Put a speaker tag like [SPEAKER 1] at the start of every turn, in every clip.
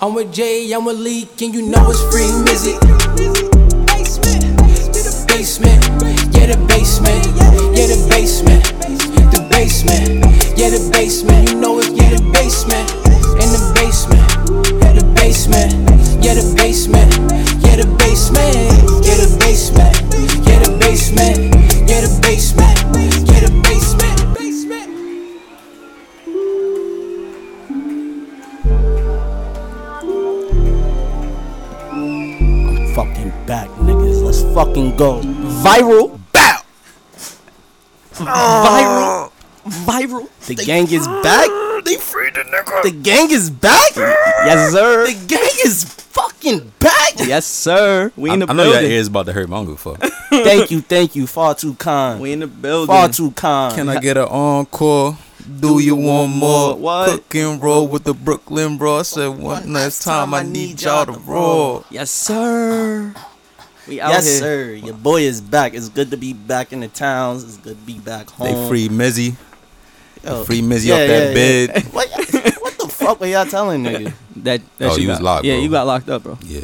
[SPEAKER 1] I'm with Jay, I'm with Leak, and you know it's free music. Basement, yeah the basement, yeah the basement, the basement, yeah the basement. You know it's yeah the basement, in the basement, yeah the basement, yeah the basement, yeah the basement, yeah the basement, yeah the basement, yeah the basement, yeah the basement, basement. fucking back, niggas. Let's fucking go. Viral. Bow. Viral. Viral. The gang is back.
[SPEAKER 2] They freed the nigga.
[SPEAKER 1] The gang is back.
[SPEAKER 3] Yes, sir.
[SPEAKER 1] The gang is fucking back.
[SPEAKER 3] Yes, sir. We
[SPEAKER 2] I,
[SPEAKER 3] in the
[SPEAKER 2] I know your
[SPEAKER 3] building.
[SPEAKER 2] ears about to hurt. but I don't give a fuck.
[SPEAKER 1] Thank you, thank you. Far too kind.
[SPEAKER 3] We in the building.
[SPEAKER 1] Far too kind.
[SPEAKER 2] Can I get an encore? Do you want more?
[SPEAKER 3] What?
[SPEAKER 2] Cook and roll with the Brooklyn bro. I said one last time I need y'all to roll.
[SPEAKER 3] Yes, sir. We out
[SPEAKER 1] Yes,
[SPEAKER 3] here.
[SPEAKER 1] sir. Your boy is back. It's good to be back in the towns. It's good to be back home.
[SPEAKER 2] They free Mizzy.
[SPEAKER 1] Yo.
[SPEAKER 2] Free Mizzy
[SPEAKER 1] Yeah,
[SPEAKER 2] off that
[SPEAKER 1] yeah,
[SPEAKER 2] bed.
[SPEAKER 1] What, what the fuck were y'all telling nigga?
[SPEAKER 3] That, that
[SPEAKER 2] Oh,
[SPEAKER 3] shit
[SPEAKER 2] you was
[SPEAKER 3] got-
[SPEAKER 2] locked,
[SPEAKER 3] Yeah,
[SPEAKER 2] bro.
[SPEAKER 3] you got locked up, bro.
[SPEAKER 2] Yeah.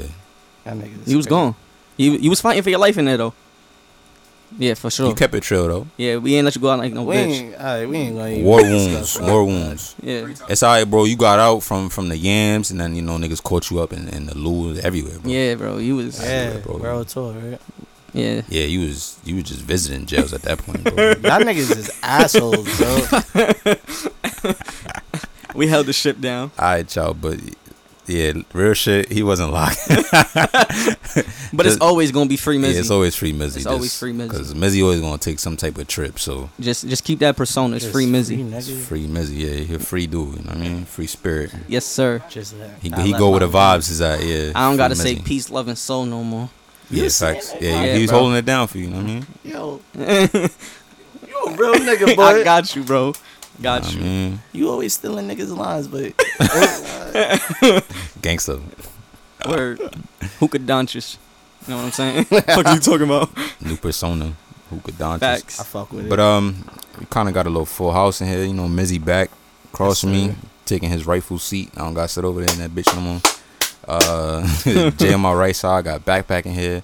[SPEAKER 1] That nigga is
[SPEAKER 3] You was
[SPEAKER 1] crazy.
[SPEAKER 3] gone. You you was fighting for your life in there though. Yeah, for sure.
[SPEAKER 2] You kept it chill though.
[SPEAKER 3] yeah, we ain't let you go out like no
[SPEAKER 1] We
[SPEAKER 3] bitch.
[SPEAKER 1] ain't, all right, we ain't gonna even
[SPEAKER 2] War
[SPEAKER 1] discuss
[SPEAKER 2] wounds.
[SPEAKER 1] that.
[SPEAKER 2] War wounds.
[SPEAKER 3] Yeah,
[SPEAKER 2] It's alright, bro. You got out from from the yams, and then you know niggas caught you up in, in the loo everywhere, bro.
[SPEAKER 3] yeah, bro. You was yeah.
[SPEAKER 1] Yeah,
[SPEAKER 2] Yeah, bro.
[SPEAKER 1] world tour, right?
[SPEAKER 2] Yeah, you was you was just visiting jails at that point, bro.
[SPEAKER 1] Y'all niggas is assholes, bro.
[SPEAKER 3] We held the ship down.
[SPEAKER 2] alright, y'all, but yeah, real shit. He wasn't locked.
[SPEAKER 3] But it's
[SPEAKER 2] Just-
[SPEAKER 3] always gonna be free, Mizzy.
[SPEAKER 2] Yeah, it's always free Mizzy.
[SPEAKER 3] It's always free Mizzy.
[SPEAKER 2] Because Mizzy always gonna take some type of trip, so
[SPEAKER 3] just just keep that persona. It's
[SPEAKER 1] Just
[SPEAKER 3] free, Mizzy.
[SPEAKER 2] it's
[SPEAKER 1] niggas.
[SPEAKER 2] free Mizzy. Yeah, he a free dude. You know what I mean? Free spirit.
[SPEAKER 3] Yes, sir.
[SPEAKER 1] Just that.
[SPEAKER 2] He,
[SPEAKER 3] Nah,
[SPEAKER 2] he
[SPEAKER 3] let
[SPEAKER 2] go
[SPEAKER 3] my-
[SPEAKER 2] with the vibes. Is that yeah?
[SPEAKER 3] I don't
[SPEAKER 2] free
[SPEAKER 3] gotta say
[SPEAKER 2] Mizzy.
[SPEAKER 3] peace, love, and soul no more.
[SPEAKER 2] Yeah, facts. Yeah,
[SPEAKER 3] Yeah,
[SPEAKER 2] he he's
[SPEAKER 3] bro.
[SPEAKER 2] holding it down for you. You know what I mean?
[SPEAKER 1] Yo,
[SPEAKER 3] I
[SPEAKER 1] you a real nigga, boy.
[SPEAKER 3] got you, bro. Got
[SPEAKER 2] I
[SPEAKER 3] you.
[SPEAKER 2] mean,
[SPEAKER 1] you always stealing niggas' lines, but
[SPEAKER 2] gangsta.
[SPEAKER 3] Word. Hookah Doncic. You know what I'm saying? what are you talking about?
[SPEAKER 2] New persona. Who could dance?
[SPEAKER 1] I
[SPEAKER 3] Facts.
[SPEAKER 1] fuck with
[SPEAKER 2] But
[SPEAKER 1] it.
[SPEAKER 2] um, we kind of got a little full house in here. You know, Mizzy back across from me, taking his rightful seat. I don't got to sit over there in that bitch no more. Uh, Jay on my right side. got backpack in here.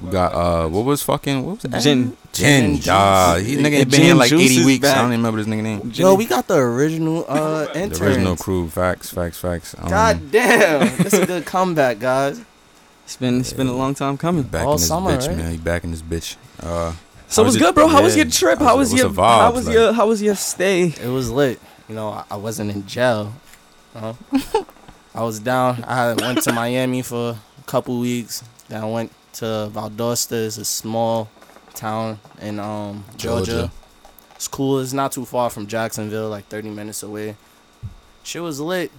[SPEAKER 2] We got uh, what was fucking what was that?
[SPEAKER 3] Gin.
[SPEAKER 2] Jin,
[SPEAKER 1] Gin
[SPEAKER 2] dawg. He nigga ain't been
[SPEAKER 3] Gin
[SPEAKER 2] here like
[SPEAKER 3] Juice
[SPEAKER 2] eighty
[SPEAKER 3] is
[SPEAKER 2] weeks.
[SPEAKER 3] back.
[SPEAKER 2] I don't even remember this nigga name.
[SPEAKER 1] Yo, we got the original uh
[SPEAKER 2] The
[SPEAKER 1] intern.
[SPEAKER 2] original crew. Facts, facts, facts. Um,
[SPEAKER 1] God damn, this is a good comeback, guys.
[SPEAKER 3] It's been it's been a long time
[SPEAKER 2] he
[SPEAKER 3] coming.
[SPEAKER 2] Back
[SPEAKER 1] All
[SPEAKER 2] in this
[SPEAKER 1] summer,
[SPEAKER 2] bitch,
[SPEAKER 1] right?
[SPEAKER 2] man. He back in this bitch.
[SPEAKER 3] So
[SPEAKER 2] Uh, How
[SPEAKER 3] what's
[SPEAKER 2] was it-
[SPEAKER 3] good, bro? How was
[SPEAKER 2] yeah.
[SPEAKER 3] your trip?
[SPEAKER 2] How's
[SPEAKER 3] How
[SPEAKER 2] it-
[SPEAKER 3] was
[SPEAKER 2] what's
[SPEAKER 3] your
[SPEAKER 2] the vibes
[SPEAKER 3] how was
[SPEAKER 2] like?
[SPEAKER 3] your how was your stay?
[SPEAKER 1] It was lit. You know, I- I wasn't in jail. You know? I was down. I had- went to Miami for a couple weeks. Then I went to Valdosta. It's a small town in um, Georgia.
[SPEAKER 2] Georgia.
[SPEAKER 1] It's cool. It's not too far from Jacksonville, like 30 minutes away. Shit was lit.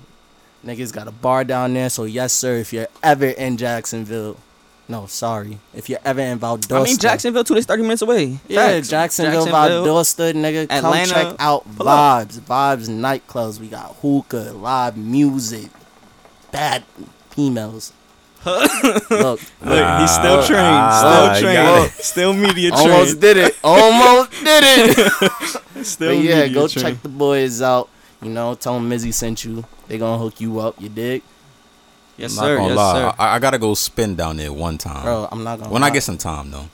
[SPEAKER 1] Niggas got a bar down there. So, yes, sir, if you're ever in Jacksonville. No, sorry. If you're ever in Valdosta.
[SPEAKER 3] I mean Jacksonville too, that's thirty minutes away.
[SPEAKER 1] Yeah,
[SPEAKER 3] Facts.
[SPEAKER 1] Jacksonville, Valdosta, nigga.
[SPEAKER 3] Atlanta.
[SPEAKER 1] Come check out
[SPEAKER 3] Pull up.
[SPEAKER 1] Vibes. Vibes nightclubs. We got hookah, live music, bad females. Look,
[SPEAKER 3] Look, he's still
[SPEAKER 2] Ah,
[SPEAKER 3] trained.
[SPEAKER 2] ah,
[SPEAKER 3] still
[SPEAKER 2] you
[SPEAKER 3] trained.
[SPEAKER 2] got
[SPEAKER 3] Still media trained.
[SPEAKER 1] almost did it. Almost did it.
[SPEAKER 3] still
[SPEAKER 1] but yeah,
[SPEAKER 3] media
[SPEAKER 1] go
[SPEAKER 3] trained.
[SPEAKER 1] check the boys out. You know, tell them Mizzy sent you. They gonna hook you up. You dig,
[SPEAKER 3] Yes,
[SPEAKER 2] not
[SPEAKER 3] sir.
[SPEAKER 2] gonna
[SPEAKER 3] Yes,
[SPEAKER 2] lie.
[SPEAKER 3] sir.
[SPEAKER 2] I, I gotta go spin down there one time.
[SPEAKER 1] bro? I'm not gonna.
[SPEAKER 2] when I
[SPEAKER 1] lie.
[SPEAKER 2] get some time though.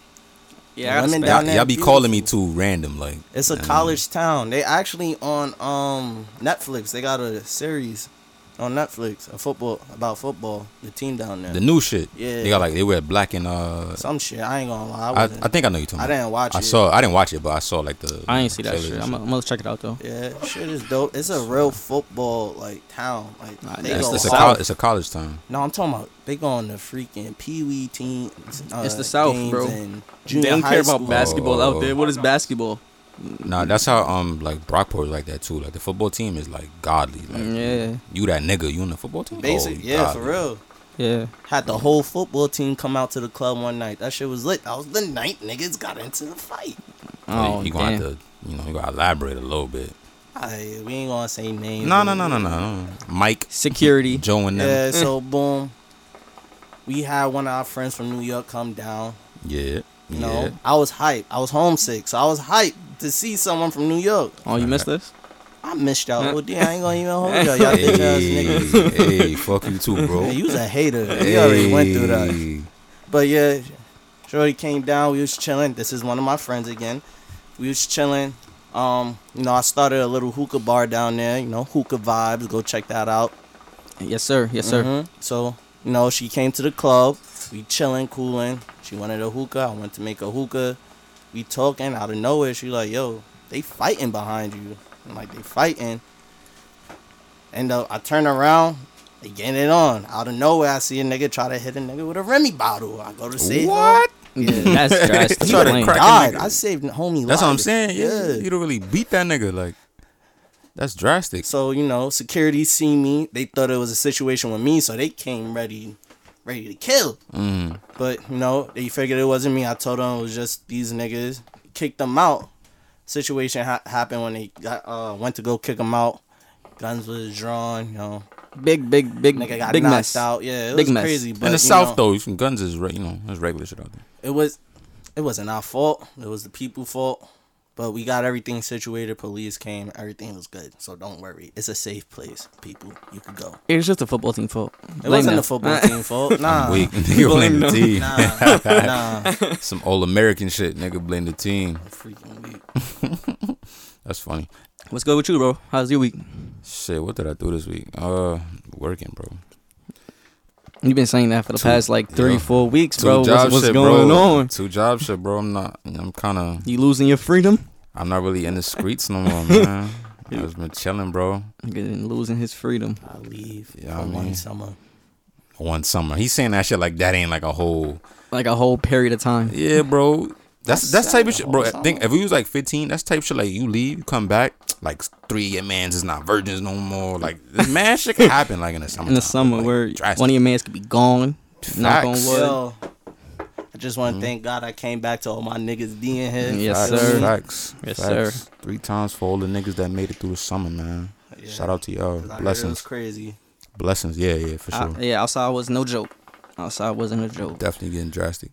[SPEAKER 3] Yeah, I
[SPEAKER 1] Women
[SPEAKER 3] respect-
[SPEAKER 1] down
[SPEAKER 2] Y'all,
[SPEAKER 1] there,
[SPEAKER 2] y'all be calling me
[SPEAKER 1] beautiful.
[SPEAKER 2] too random, like
[SPEAKER 1] it's a
[SPEAKER 2] um,
[SPEAKER 1] college town. They actually on um Netflix. They got a series on Netflix, a football about football. The team down there.
[SPEAKER 2] The new shit.
[SPEAKER 1] Yeah.
[SPEAKER 2] They got like they wear black and uh.
[SPEAKER 1] Some shit. I ain't gonna lie. I,
[SPEAKER 2] I, I
[SPEAKER 1] wasn't, I,
[SPEAKER 2] think I know you talking. about.
[SPEAKER 1] didn't watch
[SPEAKER 2] I
[SPEAKER 1] it.
[SPEAKER 2] saw. I didn't watch it, but I saw like the.
[SPEAKER 3] I ain't see that
[SPEAKER 2] trailers
[SPEAKER 3] shit.
[SPEAKER 2] and
[SPEAKER 3] I'm gonna I'm gonna check it out though.
[SPEAKER 1] Yeah, shit is dope. It's a real football like town. Like
[SPEAKER 3] Nah,
[SPEAKER 1] they
[SPEAKER 3] yeah,
[SPEAKER 2] It's,
[SPEAKER 1] go
[SPEAKER 2] it's a
[SPEAKER 3] South.
[SPEAKER 2] college, it's a college town.
[SPEAKER 1] No, I'm talking about they go on the freaking pee wee team. Uh,
[SPEAKER 3] It's the South,
[SPEAKER 1] games
[SPEAKER 3] bro.
[SPEAKER 1] and junior
[SPEAKER 3] they don't
[SPEAKER 1] high
[SPEAKER 3] care about
[SPEAKER 1] school.
[SPEAKER 3] basketball
[SPEAKER 2] Oh.
[SPEAKER 3] out there. What is basketball?
[SPEAKER 2] Nah, that's how um like Brockport is like that too. Like the football team is like godly. Like
[SPEAKER 3] Yeah,
[SPEAKER 2] you that nigga, you in the football team?
[SPEAKER 1] Basic,
[SPEAKER 2] Oh, you
[SPEAKER 1] yeah,
[SPEAKER 2] godly.
[SPEAKER 1] for real.
[SPEAKER 3] yeah.
[SPEAKER 1] Had the whole football team come out to the club one night. That shit was lit. That was the night niggas got into the fight.
[SPEAKER 3] Oh,
[SPEAKER 2] you gonna
[SPEAKER 3] damn.
[SPEAKER 2] have to, you know, you gotta elaborate a little bit.
[SPEAKER 1] Aight, we ain't gonna say names.
[SPEAKER 2] No, no, no, no, Mm. no, no. Mike,
[SPEAKER 3] security.
[SPEAKER 2] Joe, and them.
[SPEAKER 1] Yeah, so boom. We had one of our friends from New York come down.
[SPEAKER 2] Yeah,
[SPEAKER 1] You
[SPEAKER 2] yeah.
[SPEAKER 1] know, I was hyped. I was homesick, so I was hyped to see someone from New York.
[SPEAKER 3] Oh, you missed this?
[SPEAKER 1] I missed y'all. OD. I ain't gonna even hold y'all. Y'all bitch ass niggas.
[SPEAKER 2] Hey, hey, fuck you too, bro.
[SPEAKER 1] Yeah, you was a hater. We already went through that.
[SPEAKER 2] Hey.
[SPEAKER 1] But yeah, Shorty came down. We was chilling. This is one of my friends again. We was chilling. Um, you know, I started a little hookah bar down there. You know, hookah vibes. Go check that out.
[SPEAKER 3] Yes, sir. Yes, sir.
[SPEAKER 2] Mm-hmm.
[SPEAKER 1] Mhm. So you know, she came to the club. We chilling, cooling. She wanted a hookah. I went to make a hookah. We talking out of nowhere. She like, yo, they fighting behind you. I'm like, they fighting. And uh, I turn around. They getting it on. Out of nowhere, I see a nigga try to hit a nigga with a Remy bottle. I go to save
[SPEAKER 2] What?
[SPEAKER 1] her. Yeah.
[SPEAKER 3] That's that's
[SPEAKER 2] You gotta
[SPEAKER 3] the lane.
[SPEAKER 2] crack-
[SPEAKER 1] God,
[SPEAKER 2] nigga.
[SPEAKER 1] I saved homie.
[SPEAKER 2] That's what I'm
[SPEAKER 1] life.
[SPEAKER 2] saying. Yeah, you don't really beat that nigga. Like, that's drastic.
[SPEAKER 1] So you know, security see me. They thought it was a situation with me, so they came ready, ready to kill.
[SPEAKER 2] Mm.
[SPEAKER 1] But you know, they figured it wasn't me. I told them it was just these niggas. Kicked them out. Situation ha- happened when they got uh, went to go kick them out. Guns was drawn. You know,
[SPEAKER 3] Big, big, big,
[SPEAKER 1] nigga got
[SPEAKER 3] big
[SPEAKER 1] knocked
[SPEAKER 3] mess.
[SPEAKER 1] out. Yeah, it
[SPEAKER 3] Big
[SPEAKER 1] was
[SPEAKER 3] mess.
[SPEAKER 1] crazy. But
[SPEAKER 2] In
[SPEAKER 1] you
[SPEAKER 2] the South,
[SPEAKER 1] know,
[SPEAKER 2] though, you can- guns is re- you know that's regular shit out there.
[SPEAKER 1] it was it wasn't our fault. It was the people fault. But we got everything situated. Police came. Everything was good. So don't worry. It's a safe place, people. You could go.
[SPEAKER 3] It was just a football team fault.
[SPEAKER 1] It wasn't the football team fault. Nah.
[SPEAKER 2] Weak nigga blame the team.
[SPEAKER 1] Nah. Nah.
[SPEAKER 2] Some all American shit. Nigga blame the team.
[SPEAKER 1] Freaking weak.
[SPEAKER 2] That's funny.
[SPEAKER 3] What's good with you, bro? How's your week?
[SPEAKER 2] Shit, what did I do this week? Uh, working, bro.
[SPEAKER 3] You've been saying that for the past like three,
[SPEAKER 2] yeah.
[SPEAKER 3] four weeks,
[SPEAKER 2] Two
[SPEAKER 3] bro. What's,
[SPEAKER 2] job
[SPEAKER 3] what's
[SPEAKER 2] shit,
[SPEAKER 3] going
[SPEAKER 2] bro.
[SPEAKER 3] on?
[SPEAKER 2] Two job shit, bro. I'm not. I'm kind of.
[SPEAKER 3] You losing your freedom?
[SPEAKER 2] I'm not really in the streets no more, man. I just been chilling, bro.
[SPEAKER 3] Nigga been losing his freedom.
[SPEAKER 1] I leave
[SPEAKER 2] Yeah,
[SPEAKER 1] for
[SPEAKER 2] I mean-
[SPEAKER 1] one summer.
[SPEAKER 2] One summer, he's saying that shit like that ain't like a whole.
[SPEAKER 3] Like a whole period of time.
[SPEAKER 2] Yeah, bro. That's that's
[SPEAKER 1] That's
[SPEAKER 2] type of
[SPEAKER 1] sad,
[SPEAKER 2] shit, bro. I
[SPEAKER 1] whole
[SPEAKER 2] think if we was like 15, that's type shit like you leave, you come back, like three of your man's is not virgins no more. Like this mad shit can happen like in the summer.
[SPEAKER 3] In the summer,
[SPEAKER 2] like,
[SPEAKER 3] where
[SPEAKER 2] drastic.
[SPEAKER 3] one of your mans could be gone. Knock on
[SPEAKER 2] Facts.
[SPEAKER 3] wood.
[SPEAKER 1] Yo, I just
[SPEAKER 2] Mm-hmm.
[SPEAKER 1] want to thank God I came back to all my niggas D in here.
[SPEAKER 3] Yes,
[SPEAKER 1] Feel
[SPEAKER 2] Facts,
[SPEAKER 3] sir.
[SPEAKER 1] me?
[SPEAKER 2] Facts.
[SPEAKER 3] Yes,
[SPEAKER 2] facts.
[SPEAKER 3] sir.
[SPEAKER 2] Three times for all the niggas that made it through the summer, man.
[SPEAKER 1] Yeah.
[SPEAKER 2] Shout out to y'all.
[SPEAKER 1] 'Cause I heard It was
[SPEAKER 2] Blessings.
[SPEAKER 1] crazy.
[SPEAKER 2] Blessings. Yeah, yeah, for
[SPEAKER 3] I-
[SPEAKER 2] sure.
[SPEAKER 3] yeah, outside was no joke. Outside wasn't a joke.
[SPEAKER 2] Definitely getting drastic.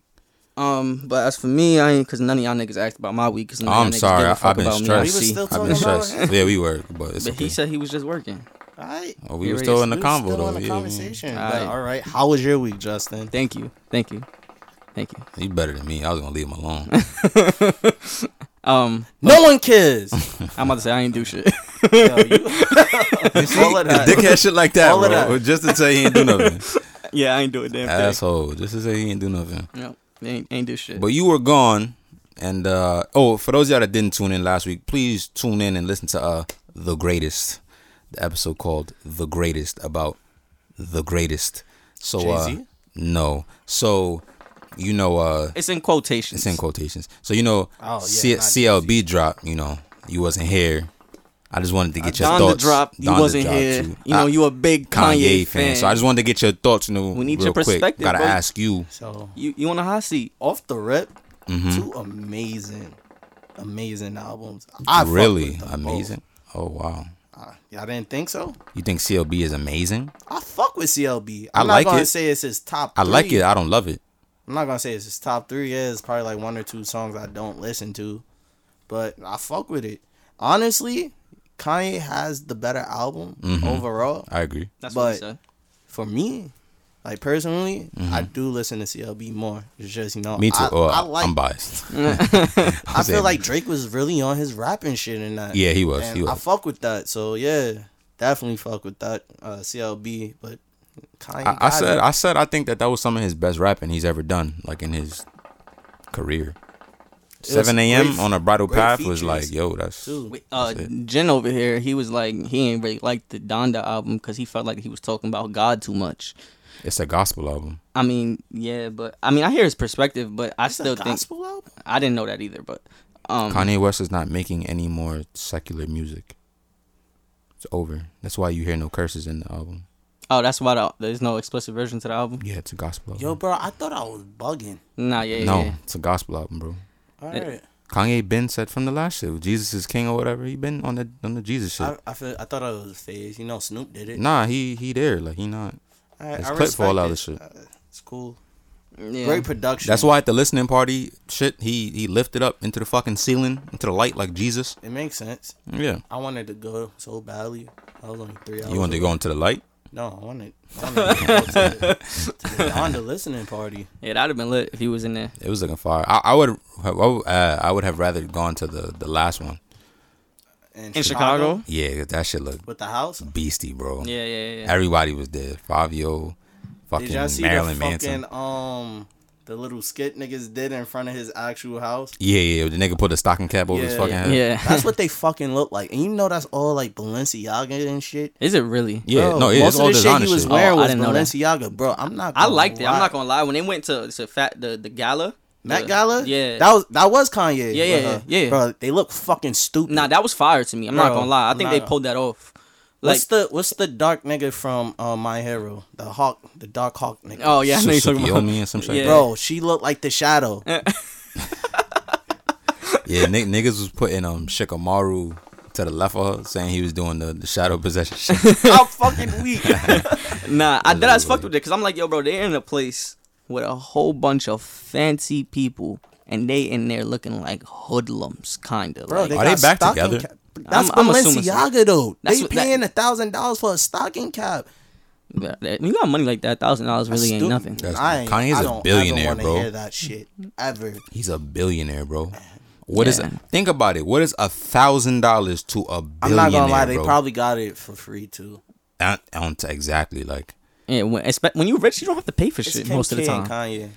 [SPEAKER 3] Um, but as for me, I ain't cause none of y'all niggas asked about my week. Cause none of
[SPEAKER 2] I'm
[SPEAKER 3] y'all niggas
[SPEAKER 2] sorry,
[SPEAKER 3] give a
[SPEAKER 2] I-
[SPEAKER 3] fuck
[SPEAKER 2] I've been
[SPEAKER 3] about me.
[SPEAKER 2] stressed.
[SPEAKER 1] We was
[SPEAKER 3] See,
[SPEAKER 1] still
[SPEAKER 2] I've
[SPEAKER 1] talking
[SPEAKER 2] been
[SPEAKER 1] about
[SPEAKER 2] stressed.
[SPEAKER 1] it.
[SPEAKER 2] yeah, we were, but it's
[SPEAKER 3] but
[SPEAKER 2] okay.
[SPEAKER 3] he said he was just working.
[SPEAKER 1] All right.
[SPEAKER 2] oh, we
[SPEAKER 3] he
[SPEAKER 2] were
[SPEAKER 3] raised-
[SPEAKER 2] still in the
[SPEAKER 1] we was
[SPEAKER 2] convo
[SPEAKER 1] still
[SPEAKER 2] though.
[SPEAKER 1] in the
[SPEAKER 2] yeah,
[SPEAKER 1] conversation.
[SPEAKER 3] All
[SPEAKER 1] but
[SPEAKER 3] right.
[SPEAKER 1] all right. How was your week, Justin?
[SPEAKER 3] Thank you, thank you, thank you.
[SPEAKER 2] yeah. You better than me. I was gonna leave him alone.
[SPEAKER 3] Um,
[SPEAKER 1] No one cares.
[SPEAKER 3] I'm about to say I ain't do shit.
[SPEAKER 1] Yo, you- all of that.
[SPEAKER 2] Dickhead shit like that,
[SPEAKER 1] All
[SPEAKER 2] bro.
[SPEAKER 1] of that.
[SPEAKER 2] Just to say he ain't do nothing.
[SPEAKER 3] yeah, I ain't do a damn thing.
[SPEAKER 2] Asshole. Just to say he ain't do nothing.
[SPEAKER 3] No, ain't ain't do shit.
[SPEAKER 2] But you were gone. And uh oh, for those of y'all that didn't tune in last week, please tune in and listen to uh The Greatest. The episode called The Greatest about the greatest. So uh
[SPEAKER 1] Jay-Z?
[SPEAKER 2] no. So you know uh
[SPEAKER 3] it's in quotations.
[SPEAKER 2] it's in quotations. So you know
[SPEAKER 1] Oh, yeah,
[SPEAKER 2] C-
[SPEAKER 1] not
[SPEAKER 2] CLB drop, you know, you wasn't here. I just wanted to get your
[SPEAKER 3] Don the
[SPEAKER 2] thoughts.
[SPEAKER 3] drop. Uh, You
[SPEAKER 2] Don the
[SPEAKER 3] wasn't
[SPEAKER 2] drop,
[SPEAKER 3] here.
[SPEAKER 2] too.
[SPEAKER 3] You know,
[SPEAKER 2] I-
[SPEAKER 3] you a big Kanye,
[SPEAKER 2] Kanye, fan.
[SPEAKER 3] fan.
[SPEAKER 2] So I just wanted to get your thoughts. You know,
[SPEAKER 3] We need
[SPEAKER 2] real
[SPEAKER 3] your
[SPEAKER 2] Quick.
[SPEAKER 3] perspective,
[SPEAKER 2] Gotta
[SPEAKER 3] bro.
[SPEAKER 2] ask you.
[SPEAKER 1] So
[SPEAKER 3] you you on a hot seat.
[SPEAKER 1] off the rip,
[SPEAKER 2] Mm-hmm.
[SPEAKER 1] two amazing, amazing albums. I fuck with
[SPEAKER 2] really
[SPEAKER 1] them
[SPEAKER 2] amazing. Oh wow.
[SPEAKER 1] both. Uh, y'all didn't think so?
[SPEAKER 2] You think CLB is amazing?
[SPEAKER 1] I fuck with CLB.
[SPEAKER 2] I
[SPEAKER 1] I'm
[SPEAKER 2] like
[SPEAKER 1] not gonna
[SPEAKER 2] it.
[SPEAKER 1] say it's his top.
[SPEAKER 2] I like
[SPEAKER 1] three.
[SPEAKER 2] it. I don't love it.
[SPEAKER 1] I'm not gonna say it's his top three. Yeah, it's probably like one or two songs I don't listen to, but I fuck with it. Honestly, Kanye has the better album
[SPEAKER 2] Mm-hmm.
[SPEAKER 1] overall.
[SPEAKER 2] I agree.
[SPEAKER 3] That's
[SPEAKER 1] But-
[SPEAKER 3] what he said.
[SPEAKER 1] For me, like personally, I do listen to CLB more. It's just you know,
[SPEAKER 2] Mm-hmm. Me too.
[SPEAKER 1] I,
[SPEAKER 2] oh,
[SPEAKER 1] I
[SPEAKER 2] I'm
[SPEAKER 1] like.
[SPEAKER 2] biased.
[SPEAKER 1] I feel like Drake was really on his rapping shit in that.
[SPEAKER 2] Yeah, he was.
[SPEAKER 1] And
[SPEAKER 2] He
[SPEAKER 1] I
[SPEAKER 2] was.
[SPEAKER 1] fuck with that. So yeah, definitely fuck with that. Uh, CLB, but Kanye.
[SPEAKER 2] I, I
[SPEAKER 1] got
[SPEAKER 2] said.
[SPEAKER 1] it.
[SPEAKER 2] I said. I think that that was some of his best rapping he's ever done, like in his career.
[SPEAKER 1] was
[SPEAKER 2] 7 a.m.
[SPEAKER 1] great-
[SPEAKER 2] on a bridal
[SPEAKER 1] great
[SPEAKER 2] path was
[SPEAKER 1] features,
[SPEAKER 2] like, yo, that's
[SPEAKER 1] too.
[SPEAKER 3] Wait, uh, Jen over here, he was like he ain't really like the Donda album because he felt like he was talking about God too much.
[SPEAKER 2] it's a gospel album.
[SPEAKER 3] I mean, yeah, but I mean, I hear his perspective, but I
[SPEAKER 1] It's a
[SPEAKER 3] still think
[SPEAKER 1] gospel album.
[SPEAKER 3] I didn't know that either. But um,
[SPEAKER 2] Kanye West is not making any more secular music. It's over. That's why you hear no curses in the album.
[SPEAKER 3] oh, that's why the, there's no explicit version to the album.
[SPEAKER 2] Yeah, it's a gospel album.
[SPEAKER 1] Yo, bro, I thought I was bugging.
[SPEAKER 3] Nah, yeah, yeah,
[SPEAKER 2] no,
[SPEAKER 3] yeah.
[SPEAKER 2] it's a gospel album, bro.
[SPEAKER 1] All right,
[SPEAKER 2] Kanye been said from the last shit, Jesus is king or whatever. He been on the on the Jesus shit.
[SPEAKER 1] I, I feel I thought I was a phase. You know, Snoop did it.
[SPEAKER 2] nah, he he there. Like he not.
[SPEAKER 1] I,
[SPEAKER 2] It's
[SPEAKER 1] I
[SPEAKER 2] clip for all
[SPEAKER 1] respect
[SPEAKER 2] other
[SPEAKER 1] it.
[SPEAKER 2] shit.
[SPEAKER 1] Uh, It's cool.
[SPEAKER 3] Yeah.
[SPEAKER 1] Great production.
[SPEAKER 2] That's why at the listening party, shit, he he lifted up into the fucking ceiling, into the light like Jesus.
[SPEAKER 1] it makes sense.
[SPEAKER 2] Yeah.
[SPEAKER 1] I wanted to go so badly. I was only three hours.
[SPEAKER 2] You wanted to
[SPEAKER 1] away.
[SPEAKER 2] go into the light?
[SPEAKER 1] No, I wanted. I wanted to go to the, to the on the listening party.
[SPEAKER 3] Yeah, that'd have been lit if he was in there.
[SPEAKER 2] It was looking fire. I, I would have, I would, uh, I would have rather gone to the the last one.
[SPEAKER 1] in,
[SPEAKER 3] In Chicago?
[SPEAKER 2] Yeah, that shit looked
[SPEAKER 1] with the house.
[SPEAKER 2] beastie, bro.
[SPEAKER 3] Yeah, yeah, yeah.
[SPEAKER 2] Everybody was there. Fabio, fucking
[SPEAKER 1] Did y'all see
[SPEAKER 2] Marilyn
[SPEAKER 1] the
[SPEAKER 2] Manson.
[SPEAKER 1] fucking um the little skit niggas did in front of his actual house?
[SPEAKER 2] Yeah, yeah. The nigga put a stocking cap over his
[SPEAKER 1] Yeah,
[SPEAKER 2] fucking
[SPEAKER 1] yeah.
[SPEAKER 2] head.
[SPEAKER 3] Yeah.
[SPEAKER 1] That's what they fucking look like, and you know that's all like Balenciaga and shit.
[SPEAKER 3] Is it really?
[SPEAKER 2] Yeah,
[SPEAKER 1] Bro,
[SPEAKER 2] no, yeah,
[SPEAKER 1] most
[SPEAKER 2] it's all
[SPEAKER 1] of the shit
[SPEAKER 2] designer
[SPEAKER 1] he was
[SPEAKER 2] shit.
[SPEAKER 1] wearing
[SPEAKER 3] Oh, I
[SPEAKER 1] was
[SPEAKER 3] didn't know that.
[SPEAKER 1] Balenciaga, bro. I'm not.
[SPEAKER 3] I
[SPEAKER 1] gonna
[SPEAKER 3] liked it. I'm
[SPEAKER 1] lie.
[SPEAKER 3] not gonna lie. When they went to to fat the the gala,
[SPEAKER 1] Met
[SPEAKER 3] the-
[SPEAKER 1] Gala.
[SPEAKER 3] yeah,
[SPEAKER 1] that was that was Kanye.
[SPEAKER 3] Yeah, yeah,
[SPEAKER 1] with her.
[SPEAKER 3] yeah, yeah.
[SPEAKER 1] Bro, they look fucking stupid.
[SPEAKER 3] nah, that was fire to me. I'm not
[SPEAKER 1] Bro,
[SPEAKER 3] gonna lie. I think they
[SPEAKER 1] nah.
[SPEAKER 3] pulled that off. Like,
[SPEAKER 1] what's the what's the dark nigga from uh, My Hero? The hawk, the dark hawk nigga.
[SPEAKER 3] oh yeah, I know you're talking about.
[SPEAKER 2] Sukiyomi and some shit.
[SPEAKER 3] Yeah.
[SPEAKER 2] Bro.
[SPEAKER 1] Bro, she looked like the shadow.
[SPEAKER 2] Yeah, ni- niggas was putting um Shikamaru to the left of her, saying he was doing the, the shadow possession shit.
[SPEAKER 1] I'm fucking weak.
[SPEAKER 3] Nah, I did. I was fucked with
[SPEAKER 2] Literally.
[SPEAKER 3] it because I'm like, yo, bro, they're in a place with a whole bunch of fancy people, and they in there looking like hoodlums, kind of.
[SPEAKER 1] Bro,
[SPEAKER 3] like,
[SPEAKER 1] they
[SPEAKER 2] Are
[SPEAKER 1] got
[SPEAKER 2] they back
[SPEAKER 1] stocking
[SPEAKER 2] together?
[SPEAKER 1] Cap. That's
[SPEAKER 3] I'm- I'm assuming so.
[SPEAKER 1] Balenciaga though.
[SPEAKER 3] That's
[SPEAKER 1] they
[SPEAKER 3] what- that-
[SPEAKER 1] paying a thousand dollars for a stocking cap.
[SPEAKER 3] That- that- you got money like that, thousand dollars really ain't
[SPEAKER 1] Stu-
[SPEAKER 3] nothing.
[SPEAKER 2] That's-
[SPEAKER 1] I ain't,
[SPEAKER 2] Kanye's
[SPEAKER 1] I
[SPEAKER 2] a
[SPEAKER 1] don't,
[SPEAKER 2] billionaire,
[SPEAKER 1] I don't wanna
[SPEAKER 2] bro.
[SPEAKER 1] Hear that shit ever.
[SPEAKER 2] He's a billionaire, bro. What is?
[SPEAKER 3] Yeah.
[SPEAKER 2] Think about it. What is a thousand dollars to a
[SPEAKER 1] I'm
[SPEAKER 2] billionaire?
[SPEAKER 1] not gonna lie, they
[SPEAKER 2] bro?
[SPEAKER 1] probably got it for free too.
[SPEAKER 2] I- I don't t- exactly like.
[SPEAKER 3] Yeah, when, espe- when you rich, you don't have to pay for
[SPEAKER 1] It's
[SPEAKER 3] shit
[SPEAKER 1] Kim
[SPEAKER 3] most of the
[SPEAKER 1] K
[SPEAKER 3] time.
[SPEAKER 1] and Kanye,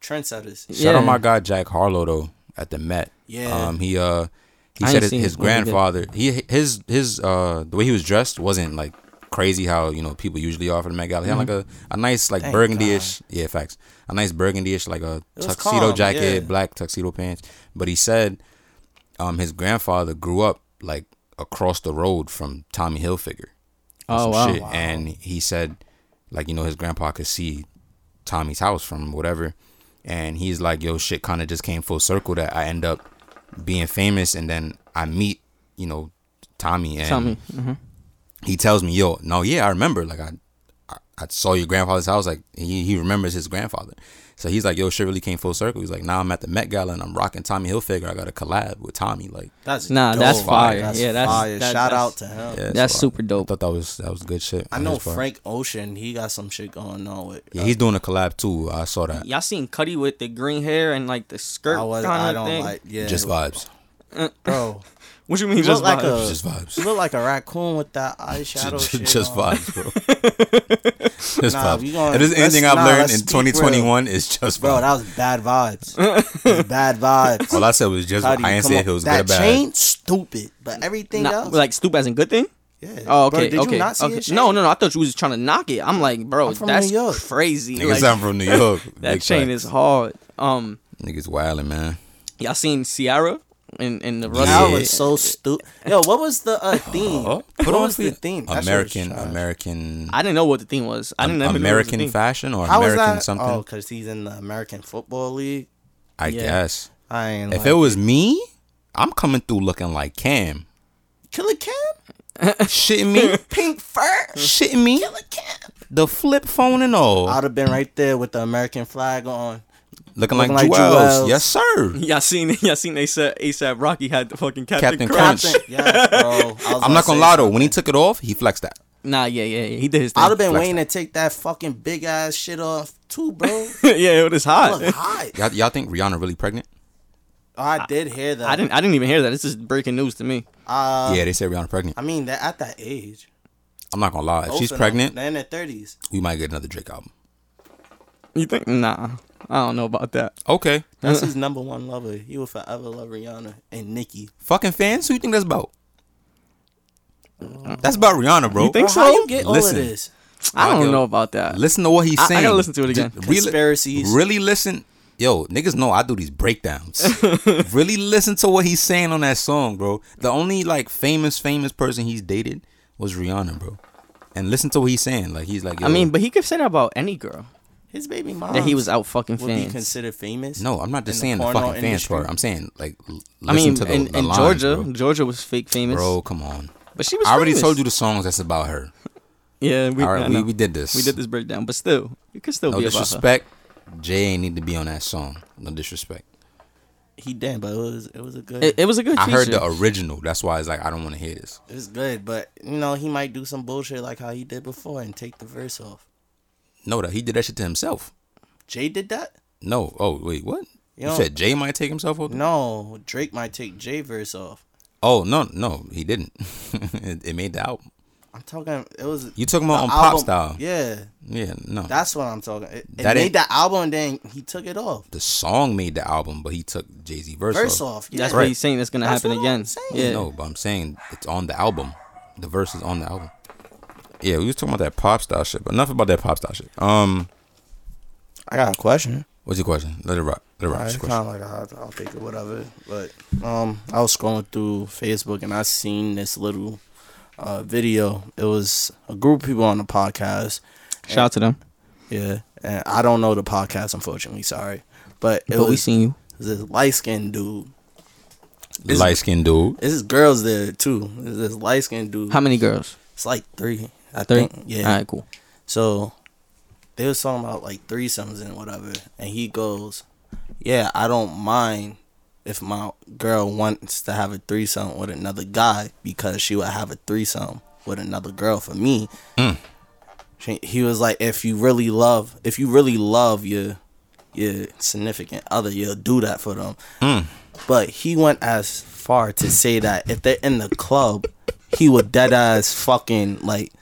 [SPEAKER 1] trendsetters.
[SPEAKER 2] Shout out
[SPEAKER 3] Yeah.
[SPEAKER 2] my guy Jack Harlow though at the Met.
[SPEAKER 1] Yeah.
[SPEAKER 2] Um, he uh he
[SPEAKER 3] I ain't
[SPEAKER 2] said his,
[SPEAKER 3] seen
[SPEAKER 2] his
[SPEAKER 3] it. What he did.
[SPEAKER 2] grandfather he his his uh the way he was dressed wasn't like crazy how you know people usually are for the Met Gala. He had like a,
[SPEAKER 3] Mm-hmm.
[SPEAKER 2] a nice like
[SPEAKER 1] Thank
[SPEAKER 2] burgundy-ish yeah facts a nice burgundy-ish like a
[SPEAKER 1] was
[SPEAKER 2] tuxedo
[SPEAKER 1] calm,
[SPEAKER 2] jacket
[SPEAKER 1] yeah.
[SPEAKER 2] black tuxedo pants. But he said um his grandfather grew up like across the road from Tommy Hilfiger and
[SPEAKER 3] Oh,
[SPEAKER 2] some
[SPEAKER 3] wow.
[SPEAKER 2] shit. And he said, like, you know, his grandpa could see Tommy's house from whatever. And he's like, yo, shit kind of just came full circle that I end up being famous. And then I meet, you know, Tommy. And
[SPEAKER 3] Tell me, Mhm.
[SPEAKER 2] he tells me, yo, no, yeah, I remember. Like, I, I, I saw your grandfather's house. Like, he, he remembers his grandfather. So he's like, yo, shit really came full circle. He's like, now I'm at the Met Gala and I'm rocking Tommy Hilfiger. I got a collab with Tommy. Like,
[SPEAKER 1] That's
[SPEAKER 3] Nah,
[SPEAKER 1] dope.
[SPEAKER 3] that's fire.
[SPEAKER 1] That's
[SPEAKER 3] Yeah, that's-
[SPEAKER 1] fire.
[SPEAKER 3] that-
[SPEAKER 1] Shout
[SPEAKER 3] that's-
[SPEAKER 1] out to him.
[SPEAKER 2] yeah,
[SPEAKER 3] that's
[SPEAKER 2] so I-
[SPEAKER 3] super
[SPEAKER 2] I
[SPEAKER 3] dope.
[SPEAKER 2] thought that was that was good shit.
[SPEAKER 1] I
[SPEAKER 2] on
[SPEAKER 1] know
[SPEAKER 2] his part.
[SPEAKER 1] Frank Ocean. He got some shit going on with.
[SPEAKER 2] Yeah, he's doing a collab too. I saw that.
[SPEAKER 3] Y'all seen Cuddy with the green hair and like the skirt
[SPEAKER 1] I was.
[SPEAKER 3] kind
[SPEAKER 1] I
[SPEAKER 3] of
[SPEAKER 1] don't
[SPEAKER 3] thing?
[SPEAKER 1] like. Yeah,
[SPEAKER 2] Just vibes.
[SPEAKER 1] bro.
[SPEAKER 3] What you mean?
[SPEAKER 1] He
[SPEAKER 3] Just
[SPEAKER 1] looked like
[SPEAKER 3] like
[SPEAKER 1] a
[SPEAKER 2] Just vibes.
[SPEAKER 1] She look like a raccoon with that eyeshadow
[SPEAKER 2] Just,
[SPEAKER 1] shit.
[SPEAKER 2] just
[SPEAKER 1] on.
[SPEAKER 2] vibes, bro. just
[SPEAKER 1] Nah, we
[SPEAKER 2] vibes.
[SPEAKER 1] gonna-
[SPEAKER 2] If there's
[SPEAKER 1] let's-
[SPEAKER 2] anything I've
[SPEAKER 1] nah,
[SPEAKER 2] learned
[SPEAKER 1] let's
[SPEAKER 2] in
[SPEAKER 1] speak
[SPEAKER 2] 2021 is just
[SPEAKER 1] Bro,
[SPEAKER 2] vibes.
[SPEAKER 1] that was bad vibes. It was bad vibes.
[SPEAKER 2] All I said was just.
[SPEAKER 1] How do you
[SPEAKER 2] I ain't
[SPEAKER 1] come
[SPEAKER 2] say
[SPEAKER 1] up-
[SPEAKER 2] it was
[SPEAKER 1] that
[SPEAKER 2] good or bad.
[SPEAKER 1] chain, stupid, but everything else,
[SPEAKER 3] like stupid as a good thing.
[SPEAKER 1] yeah.
[SPEAKER 3] Oh,
[SPEAKER 1] Bro,
[SPEAKER 3] okay.
[SPEAKER 1] did
[SPEAKER 3] okay.
[SPEAKER 1] you not see
[SPEAKER 3] okay.
[SPEAKER 1] his
[SPEAKER 3] No,
[SPEAKER 1] chain?
[SPEAKER 3] no, no. I thought you was trying to knock it. I'm like, bro,
[SPEAKER 1] I'm from
[SPEAKER 3] that's
[SPEAKER 1] New York.
[SPEAKER 3] crazy. Like,
[SPEAKER 2] Niggas, I'm from New York.
[SPEAKER 3] that
[SPEAKER 2] Big
[SPEAKER 3] chain
[SPEAKER 2] facts.
[SPEAKER 3] is hard. Um,
[SPEAKER 2] Niggas wildin', man.
[SPEAKER 3] y'all seen Ciara in in the
[SPEAKER 2] Yeah.
[SPEAKER 1] That
[SPEAKER 3] Russell?
[SPEAKER 1] was so stupid. Yo, what was the uh, theme?
[SPEAKER 2] Oh,
[SPEAKER 1] what
[SPEAKER 2] on
[SPEAKER 1] was
[SPEAKER 2] for
[SPEAKER 1] the
[SPEAKER 2] you.
[SPEAKER 1] theme? That shit was
[SPEAKER 2] American,
[SPEAKER 1] trash.
[SPEAKER 2] American,
[SPEAKER 3] I didn't know what the theme was. I didn't even know it was a
[SPEAKER 2] American
[SPEAKER 3] theme.
[SPEAKER 2] fashion or
[SPEAKER 1] How was
[SPEAKER 2] American
[SPEAKER 1] that?
[SPEAKER 2] something.
[SPEAKER 1] Oh, because he's in the American Football League.
[SPEAKER 2] I
[SPEAKER 3] yeah.
[SPEAKER 2] guess.
[SPEAKER 1] I ain't.
[SPEAKER 2] If
[SPEAKER 1] like,
[SPEAKER 2] it was me, I'm coming through looking like Cam.
[SPEAKER 1] Killer Cam,
[SPEAKER 2] Shitting me,
[SPEAKER 1] pink fur,
[SPEAKER 2] shitting me.
[SPEAKER 1] Killer Cam.
[SPEAKER 2] The flip phone and all.
[SPEAKER 1] I'd have been right there with the American flag on.
[SPEAKER 2] Looking,
[SPEAKER 1] Looking
[SPEAKER 2] like,
[SPEAKER 1] like
[SPEAKER 2] Jewels.
[SPEAKER 1] Jewels.
[SPEAKER 2] Yes, sir.
[SPEAKER 3] Y'all seen? Y'all seen? They said ASAP Rocky had the fucking Captain,
[SPEAKER 2] Captain
[SPEAKER 3] Crunch.
[SPEAKER 2] Crunch.
[SPEAKER 1] Yes, bro. I was
[SPEAKER 2] I'm not gonna
[SPEAKER 1] say
[SPEAKER 2] lie though. When he took it off, he flexed that.
[SPEAKER 3] Nah, yeah, yeah, yeah. He did his thing.
[SPEAKER 1] I'd have been
[SPEAKER 2] Flex
[SPEAKER 1] waiting to take that fucking big ass shit off too, bro.
[SPEAKER 3] yeah, it was
[SPEAKER 1] I
[SPEAKER 3] hot.
[SPEAKER 1] look hot. Oh,
[SPEAKER 2] Y'all, y'all think Rihanna really pregnant?
[SPEAKER 1] I did hear that.
[SPEAKER 3] I didn't. I didn't even hear that. This is breaking news to me.
[SPEAKER 1] Uh,
[SPEAKER 2] yeah, they said Rihanna pregnant.
[SPEAKER 1] I mean, that at that age.
[SPEAKER 2] I'm not gonna lie. If she's
[SPEAKER 1] Both of them,
[SPEAKER 2] pregnant,
[SPEAKER 1] They're in their thirties.
[SPEAKER 2] we might get another Drake album.
[SPEAKER 3] You think? Nah, I don't know about that.
[SPEAKER 2] Okay.
[SPEAKER 1] That's his number one lover. He will forever love Rihanna and Nicki.
[SPEAKER 2] Fucking fans, who you think that's about? That's about Rihanna, bro.
[SPEAKER 3] You think
[SPEAKER 1] Bro, how
[SPEAKER 3] so?
[SPEAKER 1] Mm. you get
[SPEAKER 2] Listen.
[SPEAKER 1] all of this?
[SPEAKER 3] I
[SPEAKER 2] Rocky-
[SPEAKER 3] don't know about that.
[SPEAKER 2] Listen to what he's
[SPEAKER 3] I- I
[SPEAKER 2] saying.
[SPEAKER 3] gotta listen to it again.
[SPEAKER 2] Ju- really-
[SPEAKER 1] Conspiracies.
[SPEAKER 2] Really listen. Yo, niggas know I do these breakdowns. really listen to what he's saying on that song, bro. The only like famous, famous person he's dated was Rihanna, bro. And listen to what he's saying. Like he's like,
[SPEAKER 3] I
[SPEAKER 2] yo,
[SPEAKER 3] mean, but he could say that about any girl
[SPEAKER 1] His baby mom.
[SPEAKER 3] that he was out fucking
[SPEAKER 1] Uh, Would be
[SPEAKER 3] fans.
[SPEAKER 1] considered famous?
[SPEAKER 2] No, I'm not just
[SPEAKER 1] in
[SPEAKER 2] saying
[SPEAKER 1] the
[SPEAKER 2] the, fucking
[SPEAKER 1] porno
[SPEAKER 2] fans
[SPEAKER 1] industry.
[SPEAKER 2] part. I'm saying like l- listen
[SPEAKER 3] I mean,
[SPEAKER 2] to the,
[SPEAKER 3] in,
[SPEAKER 2] the
[SPEAKER 3] in
[SPEAKER 2] lines,
[SPEAKER 3] Georgia,
[SPEAKER 2] bro.
[SPEAKER 3] Georgia was fake famous,
[SPEAKER 2] Bro, come on.
[SPEAKER 3] but she was.
[SPEAKER 2] I already
[SPEAKER 3] famous.
[SPEAKER 2] told you the songs that's about her.
[SPEAKER 3] Yeah, we,
[SPEAKER 2] All
[SPEAKER 3] I
[SPEAKER 2] right, we,
[SPEAKER 3] know.
[SPEAKER 2] we did this.
[SPEAKER 3] We did this breakdown, but still, you could still
[SPEAKER 2] No
[SPEAKER 3] be about her.
[SPEAKER 2] disrespect. Jay ain't need to be on that song. No disrespect.
[SPEAKER 1] He did, but it was it was a good.
[SPEAKER 3] It, it was a good.
[SPEAKER 2] I heard
[SPEAKER 3] feature.
[SPEAKER 2] the original. That's why it's like I don't want to hear this.
[SPEAKER 1] It was good, but you know he might do some bullshit like how he did before and take the verse off.
[SPEAKER 2] No, that he did that shit to himself.
[SPEAKER 1] Jay did that.
[SPEAKER 2] No. Oh wait, what? You,
[SPEAKER 1] Yo.
[SPEAKER 2] said Jay might take himself off?
[SPEAKER 1] No, Drake might take Jay verse off.
[SPEAKER 2] Oh no, no, he didn't. it, it made the album.
[SPEAKER 1] I'm talking. It was
[SPEAKER 2] You talking about
[SPEAKER 1] the
[SPEAKER 2] on pop
[SPEAKER 1] album-
[SPEAKER 2] style? Yeah,
[SPEAKER 1] Yeah,
[SPEAKER 2] no.
[SPEAKER 1] that's what I'm talking. It, it
[SPEAKER 2] That
[SPEAKER 1] made
[SPEAKER 2] ain't-
[SPEAKER 1] the album, and then he took it off.
[SPEAKER 2] the song made the album, but he took Jay Z verse,
[SPEAKER 1] Verse off. Yeah.
[SPEAKER 3] That's
[SPEAKER 2] Right.
[SPEAKER 3] what he's saying. That's gonna
[SPEAKER 1] That's
[SPEAKER 3] happen
[SPEAKER 1] what I'm
[SPEAKER 3] again.
[SPEAKER 1] saying.
[SPEAKER 3] Yeah.
[SPEAKER 2] No, but I'm saying it's on the album. The verse is on the album. Yeah, we was talking about that pop style shit, but enough about that pop style shit. Um,
[SPEAKER 1] I got a question.
[SPEAKER 2] what's your question? Let it rock. Let it rock.
[SPEAKER 1] Alright,
[SPEAKER 2] What's
[SPEAKER 1] it's
[SPEAKER 2] your
[SPEAKER 1] kind
[SPEAKER 2] question?
[SPEAKER 1] of like I'll, I'll take it, whatever. But um, I was scrolling through Facebook and I seen this little uh, video. It was a group of people on the podcast.
[SPEAKER 3] Shout out to them.
[SPEAKER 1] Yeah, and I don't know the podcast, unfortunately. Sorry, but it
[SPEAKER 3] But we
[SPEAKER 1] was
[SPEAKER 3] seen you.
[SPEAKER 1] this light skinned dude. This-
[SPEAKER 2] Light skinned dude.
[SPEAKER 1] This is girls there too. There's this light skinned dude.
[SPEAKER 3] How many girls?
[SPEAKER 1] It's like three. I
[SPEAKER 3] Three.
[SPEAKER 2] Oh,
[SPEAKER 1] think. Yeah.
[SPEAKER 3] All right. Cool.
[SPEAKER 1] So they was talking about like threesomes and whatever, and he goes, "Yeah, I don't mind if my girl wants to have a threesome with another guy because she would have a threesome with another girl for me." She, he was like, "If you really love, if you really love your your significant other, you'll do that for them."
[SPEAKER 2] Mm.
[SPEAKER 1] But he went as far to say that if they're in the club, he would dead ass fucking like